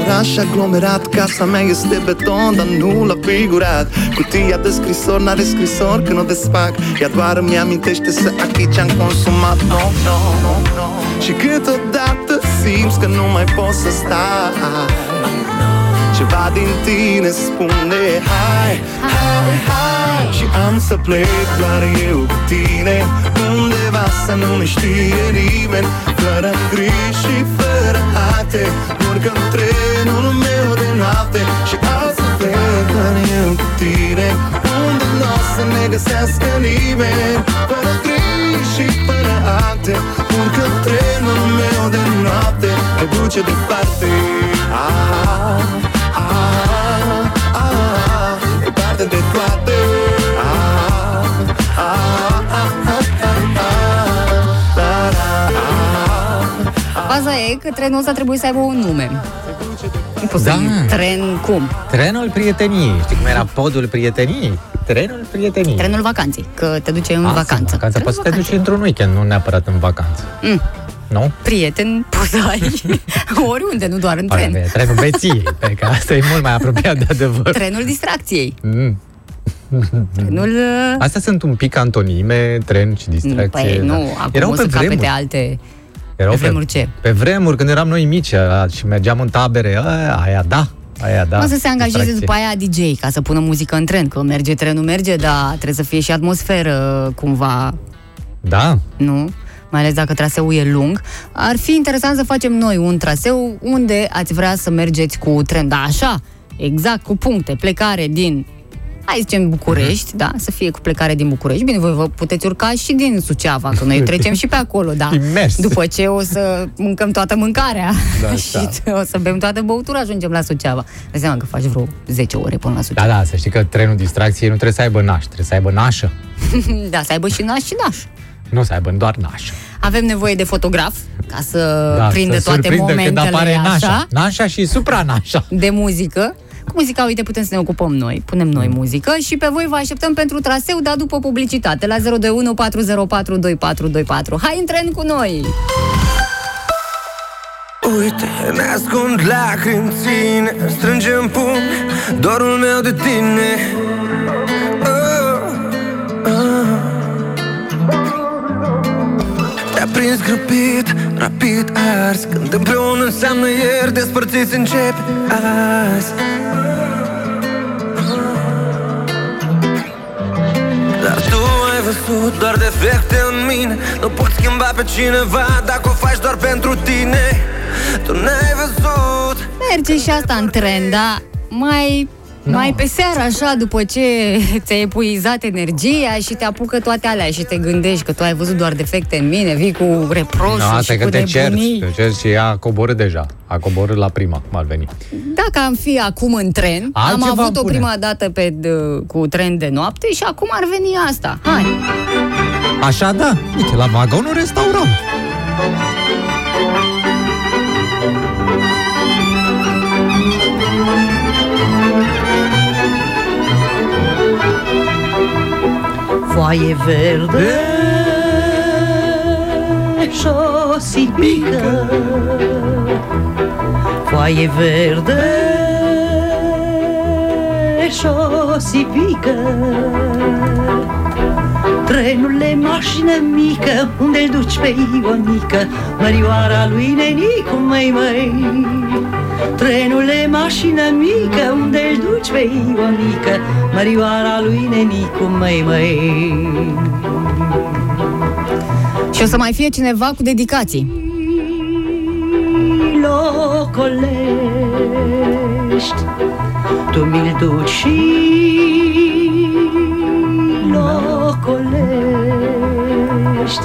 O: oraș aglomerat, casa mea este beton Dar nu l-a figurat Cutia de scrisori n-are scrisori când o desfac Ea doar îmi amintește să aici am consumat No, no, no, no Și câteodată simți că nu mai poți să stai Ceva din tine spune hai, hai, hai Și am să plec doar eu cu tine Undeva să nu ne știe nimeni Fără griji și fără ate Urcă în trenul meu de noapte Și am să plec doar eu cu tine Unde nu o să ne găsească nimeni Fără griji și fără acte Urcă în trenul meu de noapte Te duce departe ah, ah, ah, ah, Departe de toate ah, ah, ah, ah, ah, ah.
D: Baza e că trenul ăsta trebuie să aibă un nume. Nu poți
C: Da.
D: da. tren cum?
C: Trenul prieteniei. Știi cum era podul prieteniei? Trenul prieteniei.
D: Trenul vacanței, că te duce în
C: Asta,
D: vacanță.
C: Ah, Vacanța. Poți să te duci într-un weekend, nu neapărat în vacanță.
D: Mm.
C: Nu?
D: Prieten, poți să ai oriunde, nu doar în
C: Ora,
D: tren.
C: e Trenul beției, pe că asta e mult mai apropiat de adevăr.
D: Trenul distracției.
C: Mm.
D: Trenul... uh,
C: Astea sunt un pic antonime, tren și Mm. distracție.
D: Păi
C: da.
D: nu, acum o să capete alte...
C: Erau
D: Pe vremuri ce?
C: Pe vremuri, când eram noi mici a, și mergeam în tabere, aia, aia da, aia da.
D: Da, o să se angajeze
C: distracție.
D: după aia DJ ca să pună muzică în tren, că merge trenul, merge, dar trebuie să fie și atmosferă cumva,
C: Da,
D: nu? Mai ales dacă traseul e lung. Ar fi interesant să facem noi un traseu unde ați vrea să mergeți cu tren, da, așa, exact, cu puncte, plecare din hai să zicem București,
C: Mhm.
D: da, să fie cu plecare din București. Bine, voi vă puteți urca și din Suceava, că noi trecem și pe acolo, da.
C: Imers.
D: După ce o să mâncăm toată mâncarea
C: Da,
D: și
C: da.
D: o să bem toată băutura, ajungem la Suceava. Dai seama că faci vreo 10 ore până la Suceava.
C: da, da, să știi că trenul distracției nu trebuie să aibă naș, trebuie să aibă nașă.
D: da, să aibă și naș și naș.
C: Nu să aibă doar nașă.
D: Avem nevoie de fotograf ca să
C: da,
D: prindă
C: să
D: toate
C: surprindă
D: momentele
C: când apare
D: așa,
C: nașa. Nașa și supranașa.
D: de muzică. Cu muzica, uite, putem să ne ocupăm noi, punem
C: Mm.
D: noi muzică și pe voi vă așteptăm pentru traseu, dar după publicitate, la 021 404 2424. Hai în tren cu noi!
P: Uite, ne ascund lacrimi ține Strângem pumn dorul meu de tine oh, oh. Te-a prins grăbit, rapid ars Când împreună înseamnă ieri Despărțiți încep azi Dar tu ai văzut doar defecte în mine Nu poți schimba pe cineva Dacă o faci doar pentru tine Tu n-ai văzut
D: Merge și asta în tren, da? Mai... Mai pe seară, așa, după ce ți-ai epuizat energia și te apucă toate alea și te gândești că tu ai văzut doar defecte în mine, vii cu reproșuri
C: Da,
D: și
C: asta e
D: cu
C: că te
D: nebunii.
C: cerți, te cerți și ea a coborât deja. A coborât la prima, cum ar veni.
D: Dacă am fi acum în tren,
C: Altceva
D: am avut-o
C: îmi pune.
D: prima dată pe, d- cu tren de noapte și acum ar veni asta. Hai!
C: Așa da, uite, la vagonul restaurant.
Q: Foaie verde și o sibică Foaie verde și o sibică Trenule, mașină mică Unde-l duci pe Ionică Mărioara lui Nenicu, măi, măi Trenule, mașină mică, unde-l duci pe Ionică? Mărioara lui Nenicu, măi, măi
D: Și o să mai fie cineva cu dedicații.
Q: locolești Tu mi-l duci și locolești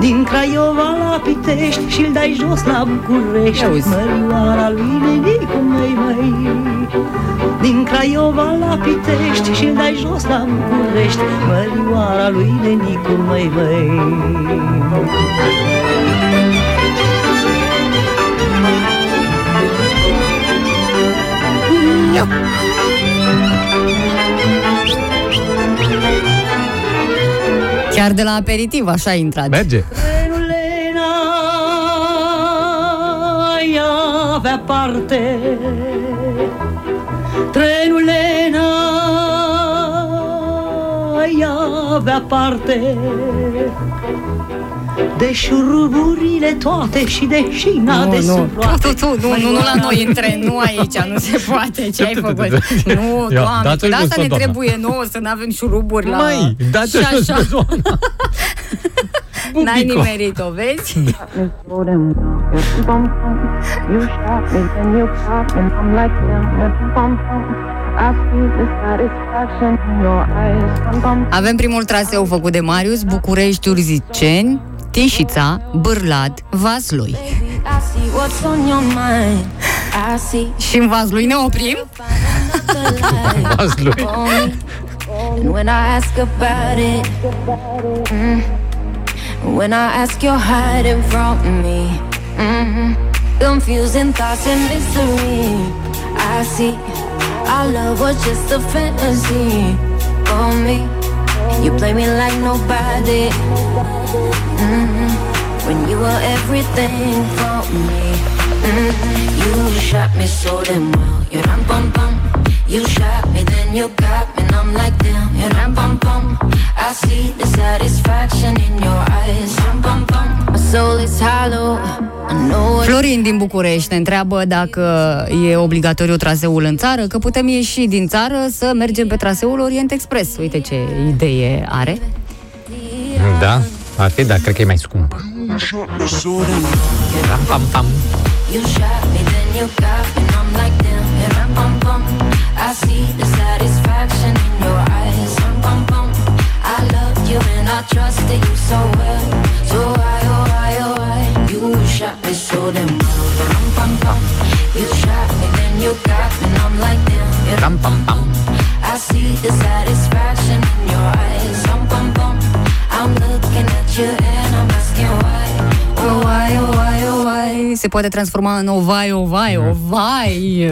Q: Din Craiova la Pitești Și-l dai jos la București Mărioara lui Nenicu, măi, măi Din Craiova la Pitești Și-l dai jos la București Mărioara lui Nenicu, măi, măi
D: Chiar de la aperitiv, așa a intrat.
C: Merge!
Q: Elena ai avea parte Trenul Elena ai avea parte De șuruburile toate și de șina
D: Nu,
Q: de
D: nu.
Q: sub roate.
D: Tu, tu, tu, nu, nu, nu la noi în tren, nu aici, nu se poate, ce ai făcut? Nu,
Q: Ia,
D: doamne,
Q: dați-o
D: de
Q: jos,
D: asta ne
Q: doamna.
D: trebuie nouă, să nu avem șuruburi la...
Q: Măi,
D: și
Q: dați-o jos,
D: așa. N-ai
Q: Bubico.
D: nimerit-o, vezi?
Q: Da.
D: Avem primul traseu făcut de Marius, București, Urziceni, Timișița, Bârlad, Vaslui. Și în Vaslui ne oprim?
C: Vaslui.
R: And when I ask about it, mm, when I ask, you're hiding from me. Mhm. Confusing thoughts and mystery. I see our love was just a fantasy for me. And you play me like nobody. Mhm. When you were everything for me. Mhm. You shot me so damn well. You ram bum bum. You shot me, then you got me, and I'm like damn. You ram bum bum. I see the satisfaction in your eyes. Ram bum bum. My soul is hollow. I know what
D: Florin din București ne întreabă dacă e obligatoriu traseul în țară, că putem ieși din țară să mergem pe traseul Orient Express. Uite ce idee are.
C: Da, ar fi, dar cred că e mai scump. Pam, pam, pam.
R: You shot me, then you got me, and I'm like damn. You ram bum bum. I see the satisfaction in your eyes. Ram bum bum. I loved you and I trusted you so well. So why, oh why, oh why? You shot me so damn well. Ram bum bum. You shot me, then you got me, and I'm like damn. You ram bum bum. I see the satisfaction in your eyes. Ram bum bum. I'm looking at you and I'm asking why, oh why, oh why, oh why.
D: Vai, se poate transforma în ovai, ovai, ovai.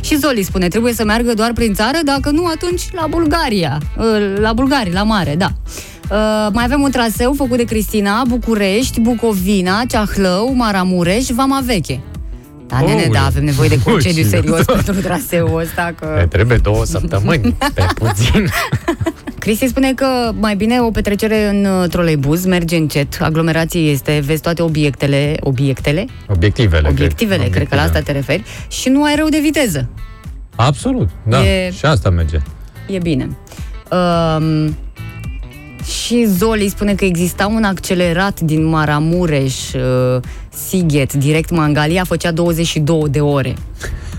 D: Și Zoli spune, trebuie să meargă doar prin țară, dacă nu, atunci la Bulgaria. La Bulgari, la mare, da. Uh, mai avem un traseu făcut de Cristina, București, Bucovina, Ceahlău, Maramureș, Vama Veche. Da, nene,
C: Oule.
D: da, avem nevoie de concediu
C: Uite.
D: serios pentru traseul ăsta,
C: Ne
D: că...
C: trebuie două săptămâni, pe puțin.
D: Cristi spune că mai bine o petrecere în uh, troleibuz, merge încet, aglomerație este, vezi toate obiectele, obiectele,
C: Obiectivele. cred.
D: obiectivele, cred că la asta te referi, și nu ai rău de viteză.
C: Absolut, da.
D: E-
C: Și asta merge.
D: E bine. Um, și Zoli spune că exista un accelerat din Maramureș, uh, Sighet, direct Mangalia, făcea 22 de ore.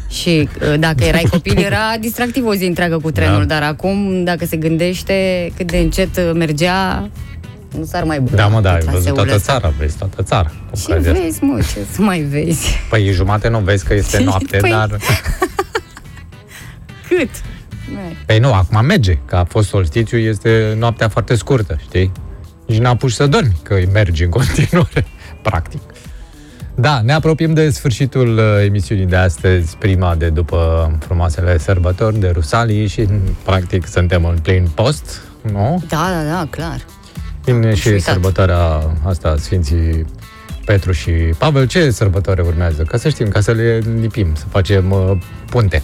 D: Și uh, dacă erai copil, era distractiv o zi întreagă cu trenul,
C: Da.
D: dar acum, dacă se gândește cât de încet uh, mergea, nu s-ar mai bucura.
C: Da, mă, da, ai
D: cu
C: văzut
D: traseul
C: toată
D: ăsta.
C: țara, vezi toată țara. cu
D: Și
C: ocazia asta.
D: vezi, mă, ce să mai vezi.
C: Păi jumate nu vezi că este noapte,
D: Păi-
C: dar...
D: Cât?
C: Păi nu, acum merge, că a fost solstițiu, este noaptea foarte scurtă, știi? Și n-a pus să dormi, că îi mergi în continuare, practic. Da, ne apropiem de sfârșitul uh, emisiunii de astăzi, prima de după frumoasele sărbători de Rusalii și, practic, suntem în plin post, nu?
D: Da, da, da, clar.
C: Vine
D: și
C: și
D: uitat.
C: sărbătoarea asta a Sfinții Petru și Pavel. Ce sărbătoare urmează? Ca să știm, ca să le lipim, să facem uh, punte.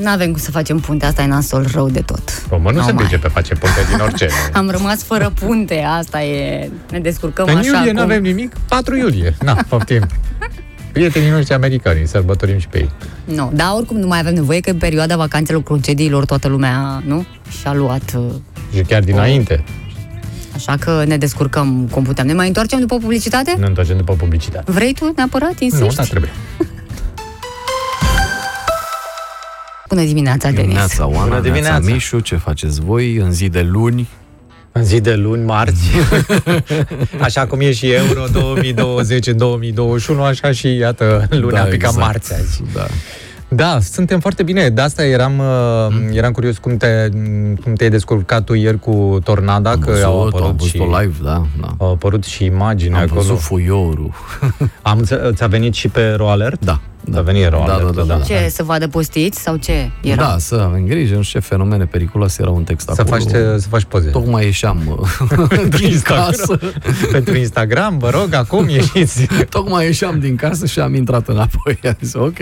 D: Nu avem cum să facem puntea asta, e nasol rău de tot.
C: Romă nu
D: Nu
C: se
D: mai.
C: pricepe face punte din orice.
D: Am rămas fără punte, asta e... Ne descurcăm
C: În
D: așa
C: iulie
D: cum...
C: nu avem nimic, 4 iulie. Na, poftim. Prietenii noștri americani, îi sărbătorim și pe ei.
D: Nu, dar oricum nu mai avem nevoie că în perioada vacanțelor concediilor toată lumea, nu? Și-a luat... uh,
C: Și chiar dinainte.
D: Așa că ne descurcăm cum putem. Ne mai întoarcem după publicitate?
C: Ne întoarcem după publicitate.
D: Vrei tu neapărat?
C: Nu,
D: Insisti?
C: dar trebuie.
D: Bună dimineața, Denis.
S: Neața, Oana,
C: Bună
S: Bună dimineața.
C: dimineața.
S: Neața, Mișu, ce faceți voi în zi de luni?
C: În zi de luni, marți. Așa cum e și Euro 2020-2021, așa și iată, luna da,
S: Da,
C: pica exact.
S: exact.
C: marți azi.
S: Da.
C: Da, suntem foarte bine. De asta eram,
S: Hmm?
C: mm. eram curios cum, te, cum te-ai descurcat tu ieri cu tornada, am că
S: văzut,
C: au
S: am
C: apărut
S: văzut
C: și...
S: o live, da, da.
C: Au apărut și imagini
S: Am
C: acolo.
S: văzut foiorul.
C: Am, înțe- ți-a venit și pe RoAlert? Da. Da, venit
S: Da, da,
C: RoAlert,
S: da, da.
D: Ce, să vadă postiți sau ce? Era?
S: Da, să avem grijă, nu știu ce fenomene periculoase erau în text
C: Să
S: acolo.
C: faci, să faci poze.
S: Tocmai ieșeam
C: Din
S: din
C: Instagram.
S: casă.
C: Pentru Instagram, vă rog, acum ieșiți.
S: Tocmai ieșeam din casă și am intrat înapoi. Am zis, ok,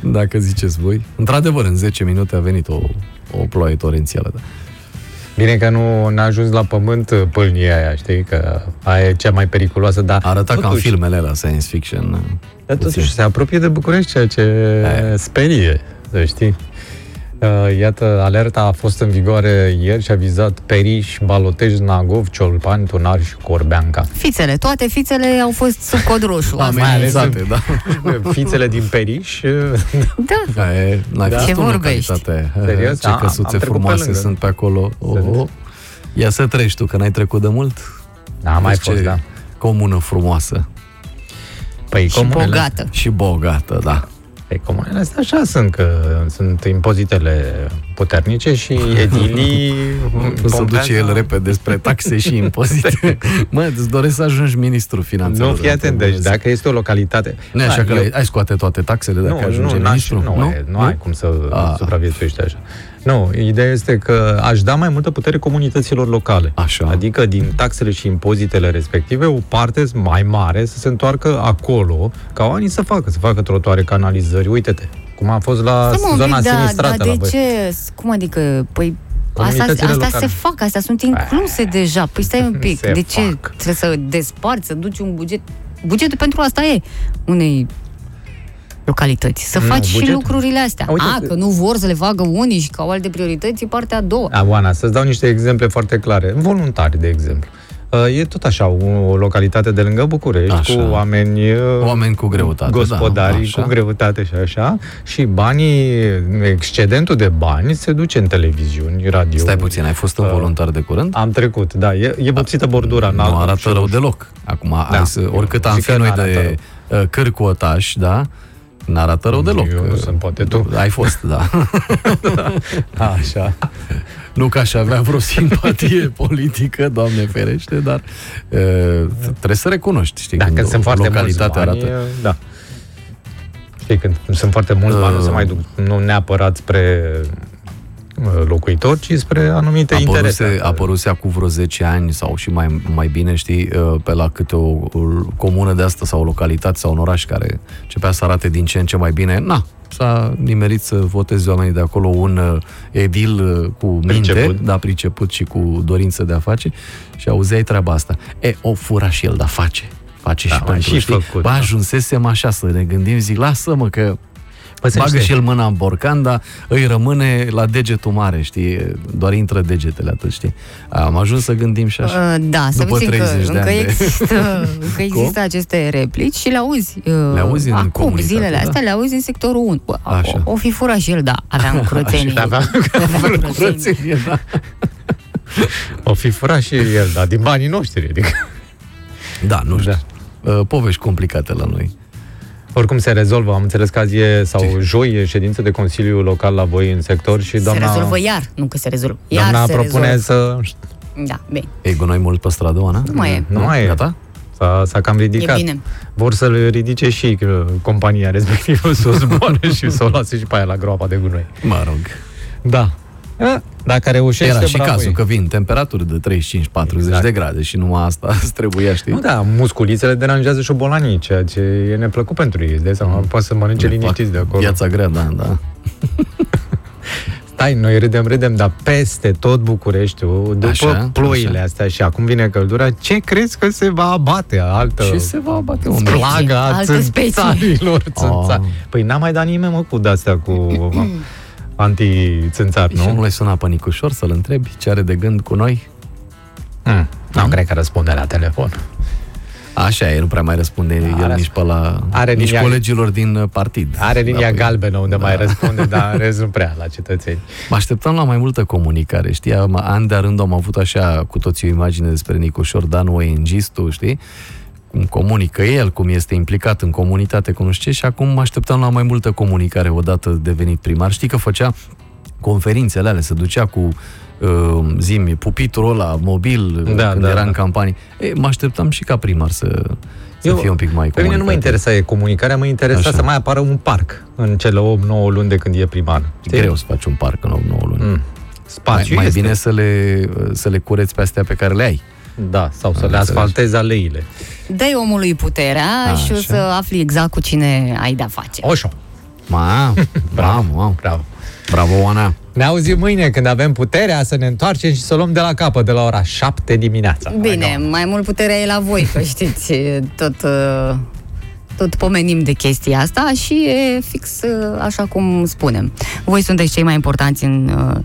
S: dacă ziceți voi. Într-adevăr, în 10 minute a venit o, o ploaie torențială. Da.
C: Bine că nu n-a ajuns la pământ uh, pâlnia aia, știi? Că aia e cea mai periculoasă, dar...
S: Arăta ca în filmele la science fiction.
C: Dar totuși se apropie de București, ceea ce sperie, să știi. Uh, Iată, alerta a fost în vigoare ieri și a vizat Periș, Balotej, Nagov, Ciolpan, Tunar și Corbeanca.
D: Fițele, toate fițele au fost sub cod roșu.
S: Exact.
C: Amenințate, da. Fițele din Periș. uh,
D: Da.
S: Ca e, n-ai
D: Da.
S: da.
D: Ce
S: tu
D: vorbești?
S: localitatea.
C: Serios?
S: Ce
C: Da,
S: căsuțe
C: am trecut pe
S: frumoase
C: lângă.
S: sunt pe acolo. Oh, oh. Ia să treci tu, că n-ai trecut de mult.
C: Da, am mai
S: Vezi ce
C: fost, da.
S: Comună frumoasă.
C: Păi,
S: și bogată. Și bogată, da.
C: Pe comunele astea așa sunt, că sunt impozitele puternice și edilii...
S: O să duce el repede spre taxe și impozite. mă, îți doresc să ajungi ministru finanțelor.
C: Nu, fii atent, deci dacă este o localitate...
S: Nu e așa că
C: Da, eu-
S: ai scoate toate taxele dacă
C: nu,
S: ajungi
C: nu, n-aș-
S: ministru?
C: Nu, nu, e, nu ai cum să supraviețuiești așa. Nu, ideea este că aș da mai multă putere comunităților locale.
S: Așa.
C: Adică din taxele și impozitele respective, o parte mai mare să se întoarcă acolo, ca oamenii să facă, să facă trotuare, canalizări, uite-te. Cum a fost la
D: Stai, mă, un pic,
C: zona
D: da,
C: sinistrată
D: da,
C: la
D: de
C: voi.
D: ce? Cum adică? Păi asta,
C: Comunitățile
D: astea
C: locale.
D: se fac, astea sunt incluse deja. Păi stai un pic,
C: Se
D: de ce trebuie să desparți, să duci un buget? Bugetul pentru asta e unei localități. Să
C: Nu,
D: faci și
C: bugetul-
D: lucrurile astea.
C: Uite,
D: A, că nu vor să le facă unii și că au alte priorități, e partea a doua.
C: A, Oana, să-ți dau niște exemple foarte clare. Voluntari, de exemplu. Uh, E tot așa, o localitate de lângă București,
S: Așa.
C: cu oameni... uh,
S: Oameni cu greutate, da,
C: Gospodarii
S: așa.
C: cu greutate și așa. Și banii, excedentul de bani se duce în televiziuni, radio.
S: Stai puțin, ai fost un voluntar de curând?
C: Am trecut, da. E, e vopsită bordura.
S: Nu arată rău deloc. Acum, da, hai să, oricât am
C: zic
S: fi
C: că
S: noi
C: n-arată
S: de uh, cărcotași, da? N-arată rău deloc. Eu nu sunt,
C: poate tu.
S: Ai fost, da.
C: Așa.
S: Nu că aș avea vreo simpatie politică, doamne ferește, dar uh, trebuie să recunoști, știi,
C: Dacă
S: când
C: sunt
S: o
C: foarte mulți
S: localitate
C: bani,
S: arată.
C: e- da. Știi, când sunt foarte mulți bani, nu se mai duc nu neapărat spre uh, locuitori, ci spre anumite interese.
S: Apăruse, apăruse acum vreo 10 ani sau și mai, mai bine, știi, uh, pe la câte o, o comună de asta sau o localitate sau un oraș care începea să arate din ce în ce mai bine, na, s-a nimerit să voteze oamenii de acolo un uh, edil uh, cu minte,
C: Priceput.
S: da, priceput și cu dorință de a face și auzeai treaba asta. E, o fura și el, dar face. Face
C: Da,
S: și
C: mai
S: pentru,
C: și
S: știi?
C: făcut,
S: Bă,
C: da.
S: ajunsesem așa să ne gândim, zic, lasă-mă că
C: Păi să
S: Bagă
C: știi.
S: și el mâna în borcan, dar îi rămâne la degetul mare, știi? Doar intră degetele atât, știi? Am ajuns să gândim și așa.
D: Uh, Da, să
S: După
D: puțin că
S: 30 de
D: încă
S: ani de-
D: există, încă există aceste replici și le auzi, uh,
S: Le auzi în
D: acum,
S: comunitate,
D: zilele
S: da.
D: astea, le auzi în sectorul 1. Bă,
S: Așa.
D: O, o fi furat și el, da, aveam curățenie.
C: Așa, aveam-
D: aveam curățenie,
S: da.
C: O fi furat și el, dar din banii noștri, adică.
S: Da, nu știu. Da. Povești complicate la noi.
C: Oricum se rezolvă, am înțeles că azi e, sau joi e ședință de Consiliu Local la voi în sector și
D: Se
C: doamna,
D: rezolvă iar, nu că se rezolvă. Iar
C: doamna
D: se
C: propune
D: rezolvă.
C: să...
D: Da, bine.
S: E gunoi mult pe stradă, Ana?
D: Nu mai e.
C: Nu mai e.
S: Gata?
C: S-a, s-a cam ridicat.
D: E bine.
C: Vor să-l ridice și uh, compania respectivă să o zboare și să o lase și pe aia la groapa de gunoi.
S: Mă rog.
C: Da. Eh, Dacă reușește,
S: Era și
C: bravo
S: cazul
C: ei.
S: că vin temperaturi de 35-40 de grade și numai asta îți trebuia, știi?
C: Nu, da, musculițele deranjează șobolanii, ceea ce e neplăcut pentru ei. De seama, mm. poate să mănânce
S: Ne
C: liniștiți de
S: fac
C: acolo.
S: Viața grea, da, da.
C: Stai, noi râdem, râdem, dar peste tot Bucureștiul, după
S: Așa,
C: așa, ploile așa. astea și acum vine căldura, ce crezi că se va abate altă...
S: Ce se va abate, omule?
C: Plaga a
S: Altă specie.
C: țânțarilor, țânțari.
S: Oh.
C: Păi n-a mai dat nimeni, mă, cu de-astea cu anti-țânțari,
S: Nu? Și nu
C: nu?
S: l-ai sunat pe Nicușor să-l întrebi ce are de gând cu noi?
C: Mm. Nu cred că răspunde la telefon.
S: Așa e, nu prea mai răspunde da, el
C: are-
S: nici pe la...
C: are
S: nici
C: linia-
S: colegilor din uh, partid.
C: Are linia
S: păi-
C: galbenă unde mai răspunde, dar în rest nu prea la cetățeni.
S: Mă așteptam la mai multă comunicare, știi? Am, an de rând am avut așa cu toții o imagine despre Nicușor Dan ONG-istul, știi? Cum comunică el, cum este implicat în comunitate, cum nu știu ce, și acum mă așteptam la mai multă comunicare odată devenit primar. Știi că făcea conferințele alea, se ducea cu uh, zimi, pupitrul ăla, mobil,
C: Da,
S: da, când
C: da,
S: da, era da. în
C: da.
S: campanie. E, mă așteptam și ca primar să, să
C: Eu-
S: fie un pic mai
C: Pe mine nu mă
S: comunicativ.
C: interesa e comunicarea, mă interesa
S: Așa.
C: Așa. să mai apară un parc în cele 8-9 luni de când e primar.
S: E greu să faci un parc în 9 luni.
C: Mm.
S: mai,
C: Spațiu
S: mai
C: este.
S: bine să le, să le cureți pe astea pe care le ai.
C: Da, sau să le asfaltezi aleile.
D: Dai omului puterea
S: A,
D: și o
S: așa.
D: să afli exact cu cine ai de-a face.
C: Oșo.
S: Ma, bravo, bravo, bravo. Bravo, Oana.
C: Ne auzim mâine când avem puterea să ne întoarcem și să o luăm de la capăt, de la ora 7 dimineața.
D: Bine, mai mult puterea e la voi, că știți, tot, uh, tot pomenim de chestia asta și e fix uh, așa cum spunem. Voi sunteți cei mai importanți în uh,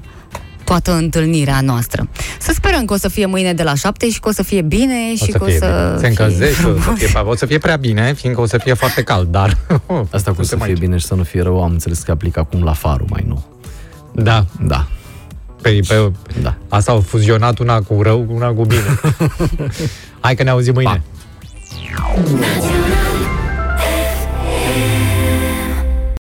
D: toată întâlnirea noastră. Să sperăm că o să fie mâine de la 7 și că o să fie bine și
C: O să
D: că
C: fie
D: o să
C: bine. Se încălzește, o să fie, o să fie prea bine, fiindcă o să fie foarte cald, dar...
S: Asta cu să fie bine și să nu fie rău, am înțeles că aplic acum la farul mai nou.
C: Da.
S: Da.
C: Pe, pe, da. Asta au fuzionat una cu rău, una cu bine. Hai că ne auzim mâine. Pa.